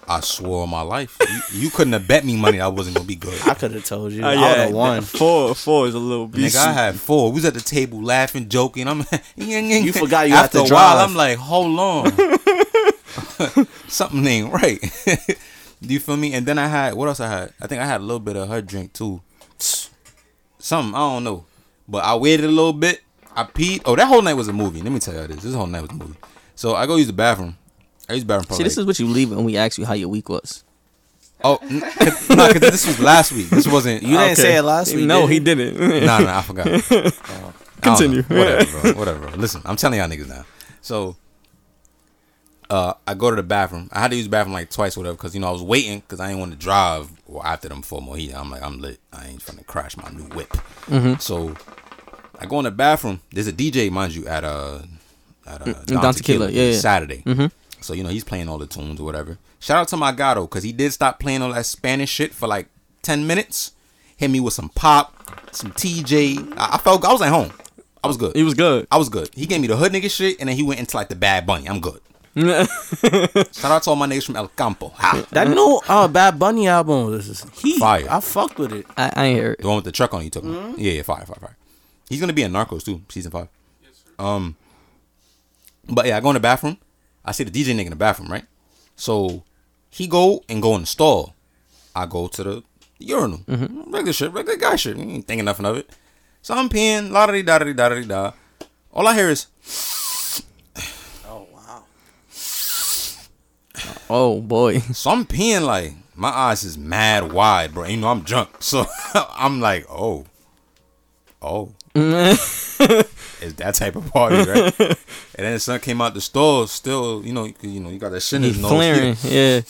[SPEAKER 2] I swore on my life, you, you couldn't have bet me money I wasn't gonna be good.
[SPEAKER 1] I could have told you.
[SPEAKER 4] Uh,
[SPEAKER 1] I would
[SPEAKER 4] yeah,
[SPEAKER 1] have won.
[SPEAKER 4] Four, four is a little
[SPEAKER 2] Nigga,
[SPEAKER 4] beast.
[SPEAKER 2] I had four. We was at the table laughing, joking. I'm you
[SPEAKER 1] forgot you had
[SPEAKER 2] after
[SPEAKER 1] to
[SPEAKER 2] a while.
[SPEAKER 1] drive.
[SPEAKER 2] I'm like, hold on, something ain't right. Do you feel me? And then I had what else? I had. I think I had a little bit of her drink too. Something I don't know, but I waited a little bit. I peed. Oh, that whole night was a movie. Let me tell you this. This whole night was a movie. So I go use the bathroom. I use the bathroom.
[SPEAKER 3] see,
[SPEAKER 2] probably
[SPEAKER 3] this is what you leave when we ask you how your week was.
[SPEAKER 2] oh n- no, 'cause this was last week. This wasn't.
[SPEAKER 1] You didn't say it last week.
[SPEAKER 4] No,
[SPEAKER 1] did
[SPEAKER 4] he
[SPEAKER 1] you?
[SPEAKER 4] didn't.
[SPEAKER 2] No, no, I forgot. Uh, I don't know.
[SPEAKER 4] Continue.
[SPEAKER 2] Whatever, bro. Whatever. Bro. Listen, I'm telling y'all niggas now. So, uh, I go to the bathroom. I had to use the bathroom like twice, or whatever, because you know I was waiting because I didn't want to drive well, after them four mojito. I'm like, I'm lit. I ain't trying to crash my new whip. So, I go in the bathroom. There's a DJ, mind you, at uh at uh, Don,
[SPEAKER 3] Don
[SPEAKER 2] Tequila,
[SPEAKER 3] Tequila, yeah, yeah.
[SPEAKER 2] Saturday.
[SPEAKER 4] Mm-hmm.
[SPEAKER 2] So you know he's playing all the tunes or whatever. Shout out to my gato because he did stop playing all that Spanish shit for like ten minutes. Hit me with some pop, some TJ. I, I felt I was at home. I was good.
[SPEAKER 4] He was good.
[SPEAKER 2] I was good. He gave me the hood nigga shit, and then he went into like the bad bunny. I'm good. Shout out to all my niggas from El Campo. Ha.
[SPEAKER 1] That
[SPEAKER 3] Mm-hmm.
[SPEAKER 1] new uh, Bad Bunny album was he.
[SPEAKER 2] Fire.
[SPEAKER 1] I fucked with it.
[SPEAKER 3] I, I ain't hear it.
[SPEAKER 2] The one with the truck on it, you took. him. Yeah, yeah, fire, fire, fire. He's gonna be in Narcos too, season five. Um, but yeah, I go in the bathroom. I see the DJ nigga in the bathroom, right? So he go and go in the stall. I go to the urinal, regular shit, regular guy shit. We ain't thinking nothing of it. So I'm peeing, la da da da da da da. All I hear is
[SPEAKER 3] Oh boy,
[SPEAKER 2] So I'm peeing like my eyes is mad wide, bro. You know I'm drunk, so I'm like, oh, oh, it's that type of party, right? and then the sun came out the store, still, you know, you, you know, you got that shit in
[SPEAKER 3] he's
[SPEAKER 2] his nose.
[SPEAKER 3] flaring. Yeah,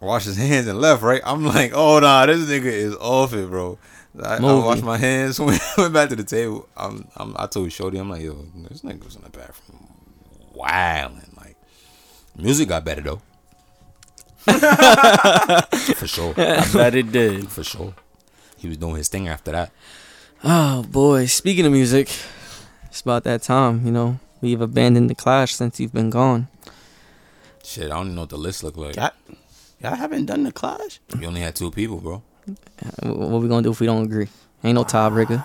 [SPEAKER 2] Wash his hands and left, right. I'm like, oh nah, this nigga is off it, bro. I, I
[SPEAKER 3] Movie.
[SPEAKER 2] washed my hands, went, went back to the table. I'm, I'm, I told Shorty, I'm like, yo, this nigga was in the bathroom, wilding. Like, music got better though, for sure.
[SPEAKER 1] I bet it did.
[SPEAKER 2] For sure. He was doing his thing after that.
[SPEAKER 3] Oh boy, speaking of music, it's about that time, you know. We've abandoned the clash since you've been gone.
[SPEAKER 2] Shit, I don't even know what the list looked like.
[SPEAKER 1] Y'all, y'all haven't done the Clash.
[SPEAKER 2] You only had two people, bro.
[SPEAKER 3] Uh, Wh- What we gonna do if we don't agree? Ain't no tiebreaker.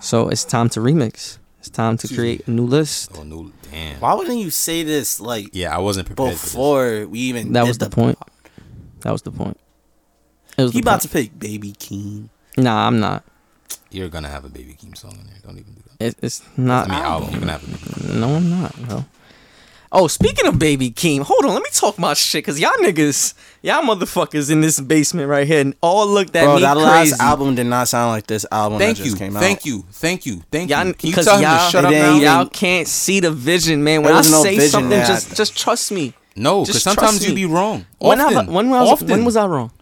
[SPEAKER 3] So it's time to remix. It's time to create a new list.
[SPEAKER 2] Oh no, damn.
[SPEAKER 1] Why wouldn't you say this like
[SPEAKER 2] Yeah, I wasn't prepared. Before.
[SPEAKER 1] before we even?
[SPEAKER 3] That
[SPEAKER 1] did
[SPEAKER 3] was the point. That was the point. It was
[SPEAKER 1] He
[SPEAKER 3] the
[SPEAKER 1] about to
[SPEAKER 3] point.
[SPEAKER 1] pick Baby King.
[SPEAKER 3] Nah, I'm not.
[SPEAKER 2] You're gonna have a Baby Keem song in there. Don't even do that.
[SPEAKER 3] It, it's not.
[SPEAKER 2] I mean, album. You're gonna have a Baby Keem.
[SPEAKER 3] No, I'm not, bro. Oh, speaking of baby Keem, hold on, let me talk my shit, cause y'all niggas, y'all motherfuckers in this basement right here, and all looked at
[SPEAKER 1] Bro,
[SPEAKER 3] me
[SPEAKER 1] that
[SPEAKER 3] crazy.
[SPEAKER 1] last album did not sound like this album
[SPEAKER 2] Thank
[SPEAKER 1] that
[SPEAKER 2] you,
[SPEAKER 1] just came out.
[SPEAKER 2] thank you, thank you, thank
[SPEAKER 3] Y'all,
[SPEAKER 2] you. Can you
[SPEAKER 3] because
[SPEAKER 2] tell him to
[SPEAKER 3] y'all-
[SPEAKER 2] shut up
[SPEAKER 1] it
[SPEAKER 2] now?
[SPEAKER 1] ain't-
[SPEAKER 3] Y'all can't see the vision, man. When
[SPEAKER 1] There
[SPEAKER 3] I
[SPEAKER 1] was no
[SPEAKER 3] say
[SPEAKER 1] vision
[SPEAKER 3] something,
[SPEAKER 1] there.
[SPEAKER 3] just just trust me.
[SPEAKER 2] No, because
[SPEAKER 3] Just
[SPEAKER 2] sometimes
[SPEAKER 3] trust
[SPEAKER 2] you
[SPEAKER 3] me.
[SPEAKER 2] be wrong.
[SPEAKER 3] When,
[SPEAKER 2] Often.
[SPEAKER 3] I, when, I was,
[SPEAKER 2] Often.
[SPEAKER 3] when was I wrong?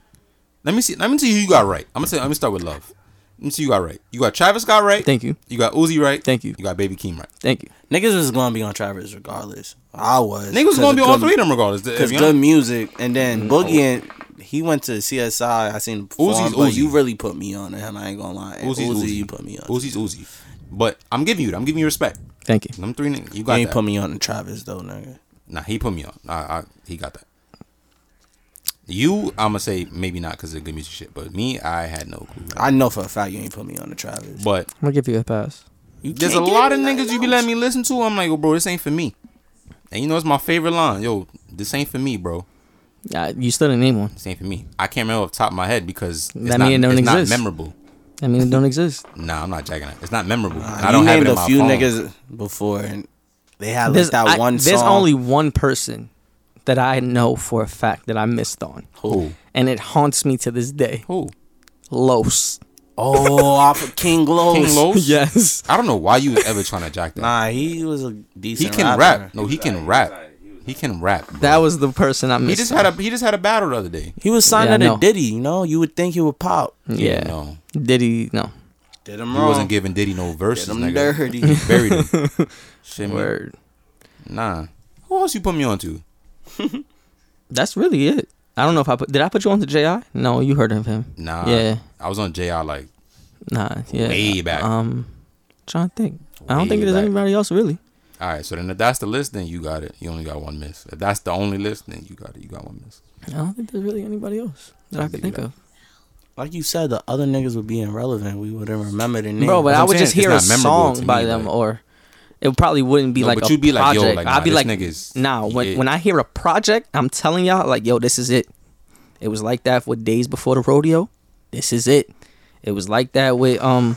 [SPEAKER 2] Let me see. Let me see who you got right. I'm gonna say. Let me start with love. Let me see who you got right. You got Travis got right.
[SPEAKER 3] Thank you,
[SPEAKER 2] You got Uzi right.
[SPEAKER 3] Thank you.
[SPEAKER 2] You got Baby Keem right.
[SPEAKER 3] thank you.
[SPEAKER 1] Niggas was gonna be on Travis regardless. I was.
[SPEAKER 2] Niggas was gonna be all
[SPEAKER 1] on
[SPEAKER 2] three of them regardless.
[SPEAKER 1] Cause
[SPEAKER 2] If you Mm-hmm.
[SPEAKER 1] good music, and then Boogie and he went to CSI. I seen him perform,
[SPEAKER 2] Uzi's
[SPEAKER 1] but
[SPEAKER 2] Uzi.
[SPEAKER 1] you really put me on to him. I ain't gonna lie. And
[SPEAKER 2] Uzi's
[SPEAKER 1] Uzi,
[SPEAKER 2] Uzi.
[SPEAKER 1] you put me on.
[SPEAKER 2] Uzi's Uzi. But I'm giving you. I'm giving you respect.
[SPEAKER 3] Thank you.
[SPEAKER 2] Them three niggas. You
[SPEAKER 1] You
[SPEAKER 2] got
[SPEAKER 1] ain't
[SPEAKER 2] that.
[SPEAKER 1] put me on to Travis though, nigga.
[SPEAKER 2] Nah, he put me on. I, I he got that. You, I'm gonna say maybe not because of good music shit, but me, I had no clue.
[SPEAKER 1] I know for a fact you ain't put me on to Travis.
[SPEAKER 2] But
[SPEAKER 3] I'm gonna give you a pass.
[SPEAKER 1] You
[SPEAKER 2] there's a
[SPEAKER 1] can't give
[SPEAKER 2] lot
[SPEAKER 1] me
[SPEAKER 2] of
[SPEAKER 1] nothing
[SPEAKER 2] niggas you be
[SPEAKER 1] else.
[SPEAKER 2] letting me listen to. I'm like, oh, bro, this ain't for me. And you know, it's my favorite line. Yo, this ain't for me, bro.
[SPEAKER 3] Uh, you still didn't name one.
[SPEAKER 2] This ain't for me. I can't remember off the top of my head because it's
[SPEAKER 3] That
[SPEAKER 2] not,
[SPEAKER 3] mean it don't
[SPEAKER 2] it's
[SPEAKER 3] exist.
[SPEAKER 2] not memorable.
[SPEAKER 3] I mean, it don't exist.
[SPEAKER 2] Nah, I'm not jacking it. It's not memorable.
[SPEAKER 1] Uh,
[SPEAKER 2] I don't
[SPEAKER 1] you
[SPEAKER 2] have
[SPEAKER 1] named
[SPEAKER 2] it in
[SPEAKER 1] a
[SPEAKER 2] my
[SPEAKER 1] few
[SPEAKER 2] phone.
[SPEAKER 1] niggas before, and they had like
[SPEAKER 3] There's,
[SPEAKER 1] that
[SPEAKER 3] I-
[SPEAKER 1] one song.
[SPEAKER 3] there's only one person that I know for a fact that I missed on,
[SPEAKER 2] Who?
[SPEAKER 3] and it haunts me to this day.
[SPEAKER 2] Who?
[SPEAKER 3] Los.
[SPEAKER 1] oh off of King Los.
[SPEAKER 2] King Los?
[SPEAKER 3] Yes.
[SPEAKER 2] I don't know why you was ever trying to jack that.
[SPEAKER 1] Nah, he was a
[SPEAKER 2] he
[SPEAKER 1] decent.
[SPEAKER 2] can
[SPEAKER 1] rapper.
[SPEAKER 2] rap. No, he can rap. He can rap. bro.
[SPEAKER 3] That was the person I missed.
[SPEAKER 2] he just had a he just had a battle the other day.
[SPEAKER 1] He was signed
[SPEAKER 3] Yeah, I
[SPEAKER 1] under
[SPEAKER 3] know.
[SPEAKER 1] Diddy, you know. Mm. You would think he would pop.
[SPEAKER 3] yeah.
[SPEAKER 2] No,
[SPEAKER 3] Did he? No.
[SPEAKER 1] Did him
[SPEAKER 2] he wasn't giving Diddy no verses.
[SPEAKER 1] Did him
[SPEAKER 2] nigga.
[SPEAKER 1] dirty.
[SPEAKER 2] He buried him. Shit, man.
[SPEAKER 3] Word.
[SPEAKER 2] Nah. Who else you put me on to?
[SPEAKER 3] That's really it. I don't know if I put. Did I put you on to Ji? No, you heard of him.
[SPEAKER 2] Nah.
[SPEAKER 3] Yeah.
[SPEAKER 2] I was on Jr. Like
[SPEAKER 3] Nah. Yeah.
[SPEAKER 2] Way back.
[SPEAKER 3] Um, trying to think. I don't
[SPEAKER 2] Way
[SPEAKER 3] think there's
[SPEAKER 2] back.
[SPEAKER 3] anybody else really.
[SPEAKER 2] all right. So then, if that's the list, then you got it. You only got one miss. If that's the only list, then you got it. You got one miss.
[SPEAKER 3] I don't think there's really anybody else that I could think of.
[SPEAKER 1] Like you said, the other niggas would be irrelevant. We wouldn't remember their name.
[SPEAKER 3] Bro, but
[SPEAKER 2] That's
[SPEAKER 3] I
[SPEAKER 2] what I'm
[SPEAKER 3] would
[SPEAKER 2] saying,
[SPEAKER 3] just
[SPEAKER 2] it's
[SPEAKER 3] hear a
[SPEAKER 2] not memorable
[SPEAKER 3] song
[SPEAKER 2] to
[SPEAKER 3] by
[SPEAKER 2] me,
[SPEAKER 3] them,
[SPEAKER 2] like-
[SPEAKER 3] or it probably wouldn't be
[SPEAKER 2] No,
[SPEAKER 3] like
[SPEAKER 2] but
[SPEAKER 3] a
[SPEAKER 2] you'd be like, yo,
[SPEAKER 3] project.
[SPEAKER 2] like, nah,
[SPEAKER 3] I'd be
[SPEAKER 2] this
[SPEAKER 3] like,
[SPEAKER 2] nigga's-
[SPEAKER 3] nah. When
[SPEAKER 2] yeah.
[SPEAKER 3] when I hear a project, I'm telling y'all, like, yo, this is it. It was like that with Days Before the Rodeo. This is it. It was like that with um,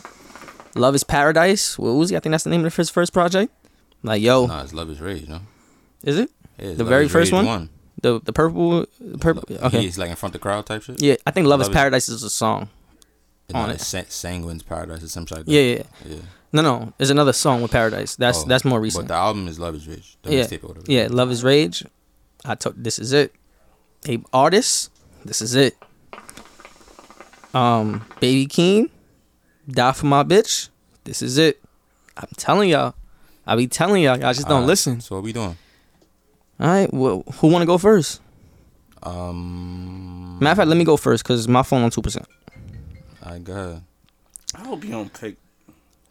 [SPEAKER 3] Love Is Paradise. With Uzi, I think that's the name of his first project. Like, yo,
[SPEAKER 2] Nah, it's Love Is Rage. No.
[SPEAKER 3] is it
[SPEAKER 2] Yeah, it's
[SPEAKER 3] Oh. The
[SPEAKER 2] Love
[SPEAKER 3] very
[SPEAKER 2] Is
[SPEAKER 3] first
[SPEAKER 2] Rage
[SPEAKER 3] one? the the purple? Purple.
[SPEAKER 2] Lo-
[SPEAKER 3] Okay.
[SPEAKER 2] He's like in front of the crowd type shit.
[SPEAKER 3] Yeah, I think Love,
[SPEAKER 2] Love
[SPEAKER 3] is
[SPEAKER 2] Is-
[SPEAKER 3] Paradise is a song.
[SPEAKER 2] And
[SPEAKER 3] on
[SPEAKER 2] on
[SPEAKER 3] it.
[SPEAKER 2] it. Sanguine's Paradise or some shit. Like that.
[SPEAKER 3] Yeah, yeah. yeah.
[SPEAKER 2] Yeah.
[SPEAKER 3] No, no, there's another song with Paradise. That's
[SPEAKER 2] Oh,
[SPEAKER 3] that's more recent.
[SPEAKER 2] But the album is Love Is Rage. The
[SPEAKER 3] yeah,
[SPEAKER 2] mixtape or whatever.
[SPEAKER 3] yeah. Love is rage. I told this is it. Abe artist. This is it. Um, baby Keen, die for my bitch. This is it. I'm telling y'all. I be telling y'all. Y'all just don't
[SPEAKER 2] Alright,
[SPEAKER 3] listen.
[SPEAKER 2] So what we doing?
[SPEAKER 3] All right. Well, who want to go first?
[SPEAKER 2] Um,
[SPEAKER 3] Matter of fact, let me go first because my phone on two percent.
[SPEAKER 2] I got
[SPEAKER 1] I hope you don't pick.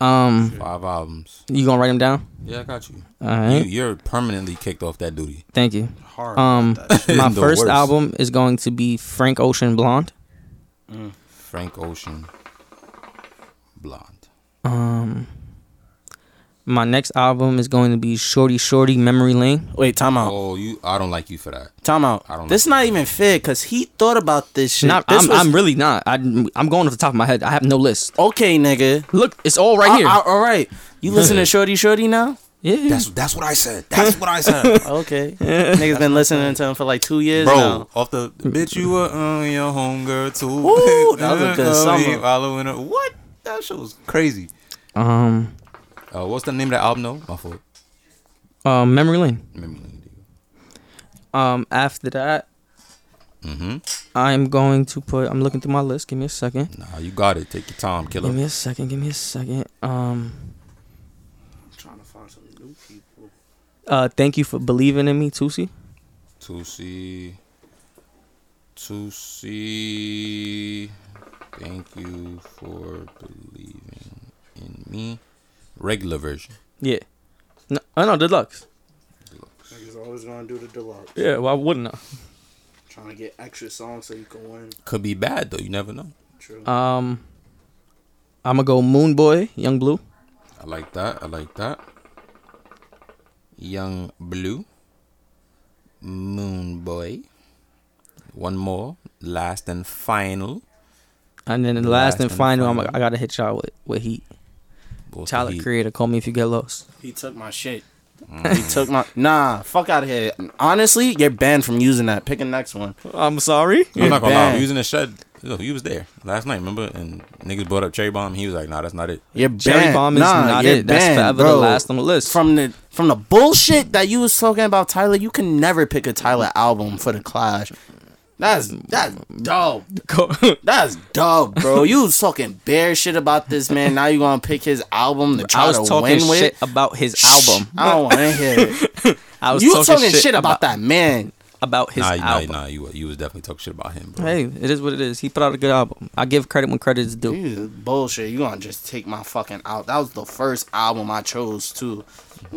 [SPEAKER 3] Um,
[SPEAKER 2] five albums.
[SPEAKER 3] you gonna write them down?
[SPEAKER 2] Yeah, I got you.
[SPEAKER 3] All right.
[SPEAKER 2] You, you're permanently kicked off that duty.
[SPEAKER 3] Thank you.
[SPEAKER 1] Hard.
[SPEAKER 3] Um, my
[SPEAKER 2] The
[SPEAKER 3] first
[SPEAKER 2] worst.
[SPEAKER 3] album is going to be Frank Ocean Blonde.
[SPEAKER 2] Frank Ocean, Blonde.
[SPEAKER 3] Um, my next album is going to be Shorty Shorty Memory Lane.
[SPEAKER 1] Wait, time out.
[SPEAKER 2] Oh, you! I don't like you for that.
[SPEAKER 1] Time out.
[SPEAKER 2] I don't
[SPEAKER 1] This
[SPEAKER 2] like
[SPEAKER 1] not even fair because he thought about this shit.
[SPEAKER 3] Not,
[SPEAKER 1] this
[SPEAKER 3] I'm, I'm really not. I, I'm going off the top of my head. I have no list.
[SPEAKER 1] okay, nigga.
[SPEAKER 3] Look, it's all right
[SPEAKER 1] I-
[SPEAKER 3] here.
[SPEAKER 1] I- all right, you listen
[SPEAKER 2] Yeah.
[SPEAKER 1] to Shorty Shorty now?
[SPEAKER 3] yeah, yeah.
[SPEAKER 2] That's that's what I said. That's what I said,
[SPEAKER 1] Okay, niggas been listening to him for like two years
[SPEAKER 2] bro.
[SPEAKER 1] now.
[SPEAKER 2] Off the bitch, you were on your homegirl too.
[SPEAKER 1] Ooh, that was a good summer.
[SPEAKER 2] Following her. What? That shit was crazy.
[SPEAKER 3] um,
[SPEAKER 2] Uh, what's the name of that album? though? my fault.
[SPEAKER 3] uh, Memory Lane.
[SPEAKER 2] Memory.
[SPEAKER 3] Um, after that,
[SPEAKER 2] Mm-hmm.
[SPEAKER 3] I'm going to put. I'm looking through my list. Give me a second.
[SPEAKER 2] Nah, you got it. Take your time,
[SPEAKER 3] Give
[SPEAKER 2] killer.
[SPEAKER 3] me a second. Give me a second. Um,
[SPEAKER 1] trying to find some new people.
[SPEAKER 3] uh, thank you for believing in me, Tusi.
[SPEAKER 2] To see. To see. Thank you for believing in me. Regular version.
[SPEAKER 3] Yeah. No, oh no, deluxe.
[SPEAKER 1] Niggas always gonna do the deluxe.
[SPEAKER 3] Yeah, why wouldn't
[SPEAKER 1] Trying to get extra songs so you can win.
[SPEAKER 2] Could be bad though. You never know.
[SPEAKER 1] True.
[SPEAKER 3] I? Um, I'm gonna go Moon Boy, Young Blue.
[SPEAKER 2] I like that. I like that. Young Blue. Moon Boy. One more. Last and final.
[SPEAKER 3] And then the last,
[SPEAKER 2] Last
[SPEAKER 3] and
[SPEAKER 2] and
[SPEAKER 3] final, I'm,
[SPEAKER 2] final.
[SPEAKER 3] I gotta hit y'all with, with heat.
[SPEAKER 2] Both
[SPEAKER 3] Tyler
[SPEAKER 2] heat.
[SPEAKER 3] Creator, call me if you get lost.
[SPEAKER 1] He took my shit. he took my nah. Fuck out of here. Honestly, you're banned from using that. Pick a next one.
[SPEAKER 3] I'm sorry.
[SPEAKER 2] I'm not gonna lie.
[SPEAKER 1] banned.
[SPEAKER 2] We was in the shed. Look, he was there last night. Remember? And niggas brought up cherry bomb. He was like, "Nah, that's not it."
[SPEAKER 1] You're
[SPEAKER 3] Cherry
[SPEAKER 1] banned.
[SPEAKER 3] Bomb is
[SPEAKER 1] nah,
[SPEAKER 3] not
[SPEAKER 1] you're
[SPEAKER 3] it. That's
[SPEAKER 1] banned,
[SPEAKER 3] forever
[SPEAKER 1] bro.
[SPEAKER 3] the last on the list.
[SPEAKER 1] From the from the bullshit that you was talking about, Tyler. You can never pick a Tyler album for the Clash. That's that's dope. That's dope, bro. you was talking bare shit about this man. Now you gonna pick his album to try
[SPEAKER 3] I was
[SPEAKER 1] to
[SPEAKER 3] talking
[SPEAKER 1] win with.
[SPEAKER 3] shit about his album.
[SPEAKER 1] I don't want to hear it.
[SPEAKER 3] I was
[SPEAKER 1] You talking, shit, about, that man.
[SPEAKER 3] about his
[SPEAKER 2] Nah, nah,
[SPEAKER 3] album.
[SPEAKER 2] nah. You were- you was definitely talking shit about him, bro.
[SPEAKER 3] Hey, it is what it is. He put out a good album. I give credit when credit is due.
[SPEAKER 1] You bullshit. You gonna just take my fucking out? That was the first album I chose too.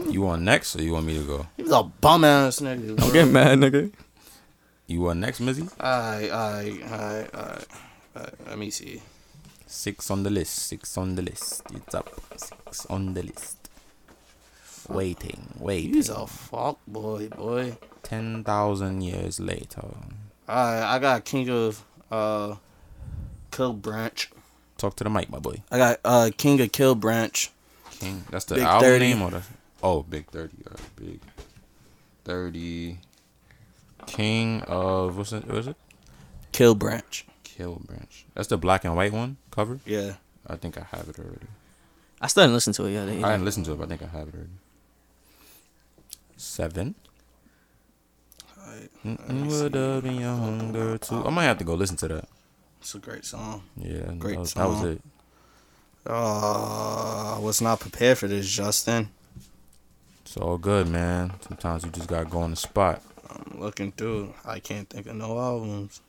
[SPEAKER 2] You want next, or you want me to go?
[SPEAKER 1] He was a bum ass nigga. bro.
[SPEAKER 3] Don't get mad, nigga.
[SPEAKER 2] You want next, Mizzy?
[SPEAKER 1] Alright, alright, alright, alright. Alright, Let me see.
[SPEAKER 2] Six on the list. Six on the list. It's up. Six on the list. Waiting, waiting.
[SPEAKER 1] He's a fuck boy, boy.
[SPEAKER 2] Ten thousand years later.
[SPEAKER 1] Alright, I got King of uh Kill Branch.
[SPEAKER 2] Talk to the mic, my boy.
[SPEAKER 1] I got uh King of Kill Branch.
[SPEAKER 2] King. That's the
[SPEAKER 1] Big
[SPEAKER 2] album
[SPEAKER 1] 30.
[SPEAKER 2] name or the Oh, Big Thirty. All right, Big Thirty. King of what's it? What is it?
[SPEAKER 1] Kill Branch.
[SPEAKER 2] Kill Branch. That's the black and white one cover.
[SPEAKER 1] Yeah.
[SPEAKER 2] I think I have it already.
[SPEAKER 3] I still didn't listen to it yet.
[SPEAKER 2] I didn't listen to it, but I think I have it already. Seven.
[SPEAKER 1] Alright.
[SPEAKER 2] Mm, Would have been your hunger too. I might have to go listen to that.
[SPEAKER 1] It's a great song.
[SPEAKER 2] Yeah,
[SPEAKER 1] Great
[SPEAKER 2] that was, that was
[SPEAKER 1] song.
[SPEAKER 2] it.
[SPEAKER 1] Uh, I was not prepared for this, Justin.
[SPEAKER 2] It's all good, man. Sometimes you just gotta go on the spot.
[SPEAKER 1] I'm looking through. I can't think of no albums.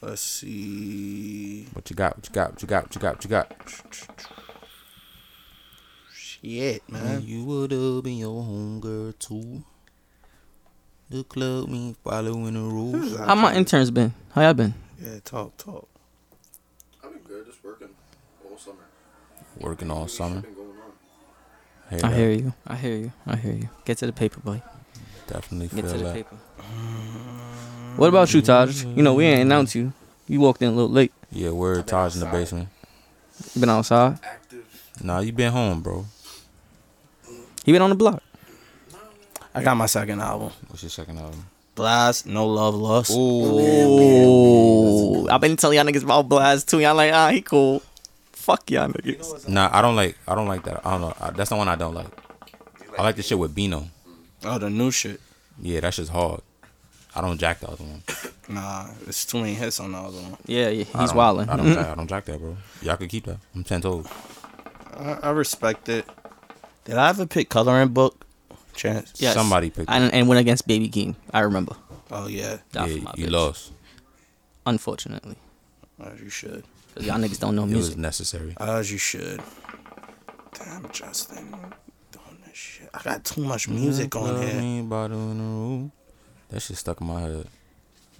[SPEAKER 1] Let's see.
[SPEAKER 2] What you got? What you got? What you got? What you got? What you got?
[SPEAKER 1] Shit, man.
[SPEAKER 2] You would have been your hunger too. The club me following the rules.
[SPEAKER 3] How my interns been? How y'all been?
[SPEAKER 1] Yeah, talk, talk.
[SPEAKER 5] I've been good, just working all summer.
[SPEAKER 2] Working all summer.
[SPEAKER 5] Been going on.
[SPEAKER 2] Hey,
[SPEAKER 3] I hear you. I hear you. I hear you. Get to the paper, boy.
[SPEAKER 2] Definitely
[SPEAKER 3] Get
[SPEAKER 2] feel
[SPEAKER 3] to the
[SPEAKER 2] that.
[SPEAKER 3] paper. What about you, Taj? You know we ain't announced you. You walked in a little late.
[SPEAKER 2] Yeah, we're Taj in the basement.
[SPEAKER 3] You been outside.
[SPEAKER 5] Active.
[SPEAKER 2] Nah, you been home, bro.
[SPEAKER 3] He been on the block.
[SPEAKER 1] I got my second album.
[SPEAKER 2] What's your second album?
[SPEAKER 1] Blast, No Love Lost.
[SPEAKER 3] Ooh, I've been telling y'all niggas about Blast too. Y'all like, ah, he cool. Fuck y'all niggas.
[SPEAKER 2] Nah, I don't like. I don't like that. I don't know. I, that's the one I don't like. I like the shit with Bino.
[SPEAKER 1] Oh, the new shit.
[SPEAKER 2] Yeah, that shit's hard. I don't jack the other one.
[SPEAKER 1] Nah, it's too many hits on the other one.
[SPEAKER 3] Yeah, yeah,
[SPEAKER 2] I
[SPEAKER 3] he's
[SPEAKER 2] don't-
[SPEAKER 3] wildin'.
[SPEAKER 2] I don't. jack- I don't jack that, bro. Y'all could keep that. I'm ten told.
[SPEAKER 1] I, I respect it. Did I ever pick Coloring Book? Chance.
[SPEAKER 3] Yes.
[SPEAKER 2] Somebody picked. it.
[SPEAKER 3] and, and went against Baby Keem. I remember.
[SPEAKER 1] Oh yeah.
[SPEAKER 2] Yeah,
[SPEAKER 3] Died for
[SPEAKER 2] you
[SPEAKER 3] my bitch.
[SPEAKER 2] lost.
[SPEAKER 3] Unfortunately,
[SPEAKER 1] As you should.
[SPEAKER 3] because y'all niggas don't know
[SPEAKER 2] It was
[SPEAKER 3] music.
[SPEAKER 2] necessary.
[SPEAKER 1] As you should. Damn, Justin. Doing this shit. I got too much music on
[SPEAKER 2] Love
[SPEAKER 1] here.
[SPEAKER 2] me, bottle in the room. That shit stuck in my head.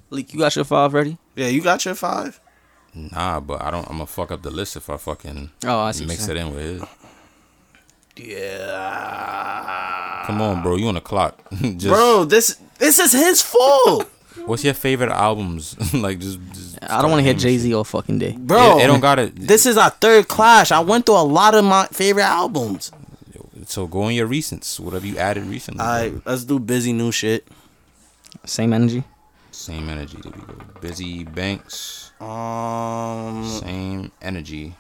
[SPEAKER 3] Leak, you got your five ready?
[SPEAKER 1] Yeah, you got your five.
[SPEAKER 2] Nah, but I don't. I'm gonna fuck up the list if I fucking
[SPEAKER 3] Oh, I see.
[SPEAKER 2] mix it in with his.
[SPEAKER 1] Yeah.
[SPEAKER 2] Come on, bro. You on the clock? just,
[SPEAKER 1] Bro, this this is his fault.
[SPEAKER 2] what's your favorite albums? like, just, just
[SPEAKER 3] I don't want to hear
[SPEAKER 2] start
[SPEAKER 3] Jay
[SPEAKER 2] naming
[SPEAKER 3] Z
[SPEAKER 2] shit.
[SPEAKER 3] all fucking day.
[SPEAKER 1] Bro,
[SPEAKER 2] it, it don't got it.
[SPEAKER 1] this is our third clash. I went through a lot of my favorite albums.
[SPEAKER 2] So go on your recents, whatever you added recently.
[SPEAKER 1] All right,
[SPEAKER 2] bro.
[SPEAKER 1] let's do busy new shit.
[SPEAKER 3] Same energy.
[SPEAKER 2] Same energy. There we go. Busy Banks.
[SPEAKER 3] Mm.
[SPEAKER 1] Um,
[SPEAKER 2] Same energy.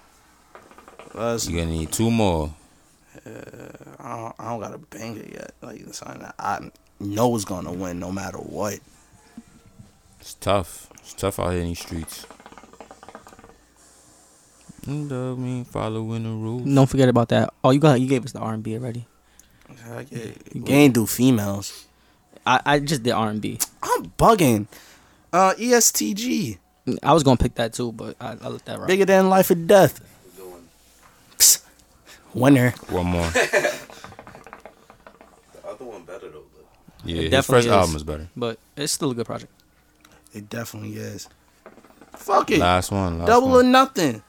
[SPEAKER 1] let's.
[SPEAKER 2] You gonna need two more.
[SPEAKER 1] I don't, I don't got a banger yet. Like it's something that I know is gonna win no matter what.
[SPEAKER 2] It's tough. It's tough out here in these streets. You Love me, following the rules.
[SPEAKER 3] Don't forget about that. Oh, you got you gave us the R and B already.
[SPEAKER 1] You ain't do females.
[SPEAKER 3] I, I just did R and B.
[SPEAKER 1] I'm bugging. Uh, ESTG,
[SPEAKER 3] I was gonna pick that too, but I, I let that right.
[SPEAKER 1] bigger than life or death. Psst. Winner.
[SPEAKER 2] One more.
[SPEAKER 5] The other one better though. But
[SPEAKER 2] Yeah, his
[SPEAKER 3] definitely
[SPEAKER 2] first
[SPEAKER 3] is.
[SPEAKER 2] album is better.
[SPEAKER 3] But it's still a good project.
[SPEAKER 1] It definitely is. Fuck it.
[SPEAKER 2] Last one. Last
[SPEAKER 1] Double or
[SPEAKER 2] one.
[SPEAKER 1] nothing.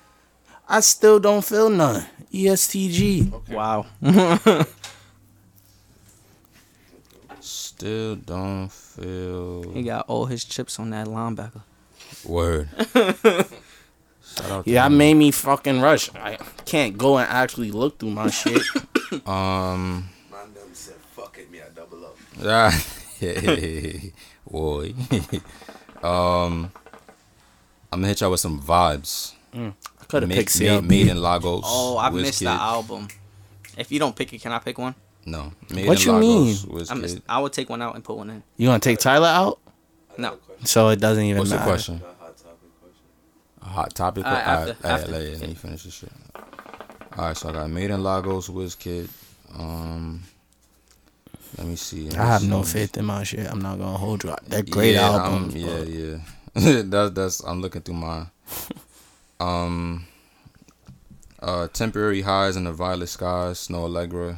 [SPEAKER 1] I still don't feel none. E ESTG.
[SPEAKER 3] Wow.
[SPEAKER 2] Still don't
[SPEAKER 3] he
[SPEAKER 2] feel
[SPEAKER 3] got all his chips on that linebacker.
[SPEAKER 2] word. Shout out to
[SPEAKER 1] Yeah, I
[SPEAKER 2] him.
[SPEAKER 1] made me fucking rush. I can't go and actually look through my shit.
[SPEAKER 2] Um.
[SPEAKER 5] mine done said, "Fuck it, me, I double up."
[SPEAKER 2] Ah, boy. um, I'm gonna hit y'all with some vibes.
[SPEAKER 1] I could have
[SPEAKER 2] Ma-
[SPEAKER 1] picked
[SPEAKER 2] Ma-
[SPEAKER 1] CLB.
[SPEAKER 2] Made in Lagos.
[SPEAKER 3] Oh, I missed the
[SPEAKER 2] Wizkid.
[SPEAKER 3] album. If you don't pick it, can I pick one?
[SPEAKER 2] No, Made
[SPEAKER 1] What you
[SPEAKER 2] Wizkid.
[SPEAKER 3] I missed. I would take one out and put one in.
[SPEAKER 1] You want to take Tyler out?
[SPEAKER 3] No.
[SPEAKER 1] So it doesn't even
[SPEAKER 2] What's your
[SPEAKER 1] matter.
[SPEAKER 2] question?
[SPEAKER 5] A hot topic question.
[SPEAKER 2] A hot topic.
[SPEAKER 3] All right, after-
[SPEAKER 2] Alright, alright,
[SPEAKER 3] after.
[SPEAKER 2] let- let me finish this shit. All right, so I got Made in Lagos, Wizkid. Um, let me see.
[SPEAKER 1] I have no
[SPEAKER 2] So-
[SPEAKER 1] faith in my shit. I'm not gonna hold you. They're great
[SPEAKER 2] yeah,
[SPEAKER 1] albums.
[SPEAKER 2] um,
[SPEAKER 1] yeah,
[SPEAKER 2] yeah, yeah. that's that's. I'm looking through my, um, uh, temporary highs in the violet skies, Snow Allegra.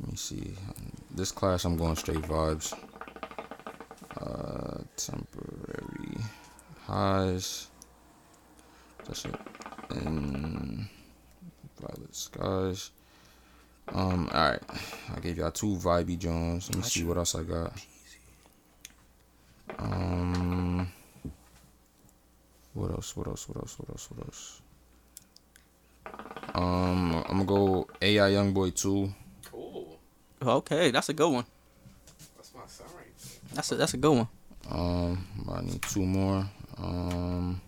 [SPEAKER 2] Let me see. This class, I'm going straight vibes. Uh, temporary highs. That's it. And violet skies. Um. All right. I gave y'all two vibey Jones. Let me see what else I got. Um, what else? What else? What else? What else? What else? Um, I'm gonna go AI Youngboy two.
[SPEAKER 5] Cool.
[SPEAKER 3] Okay, that's a good one.
[SPEAKER 5] That's my sound right there.
[SPEAKER 3] That's a that's a good one.
[SPEAKER 2] Um, I need two more. Um,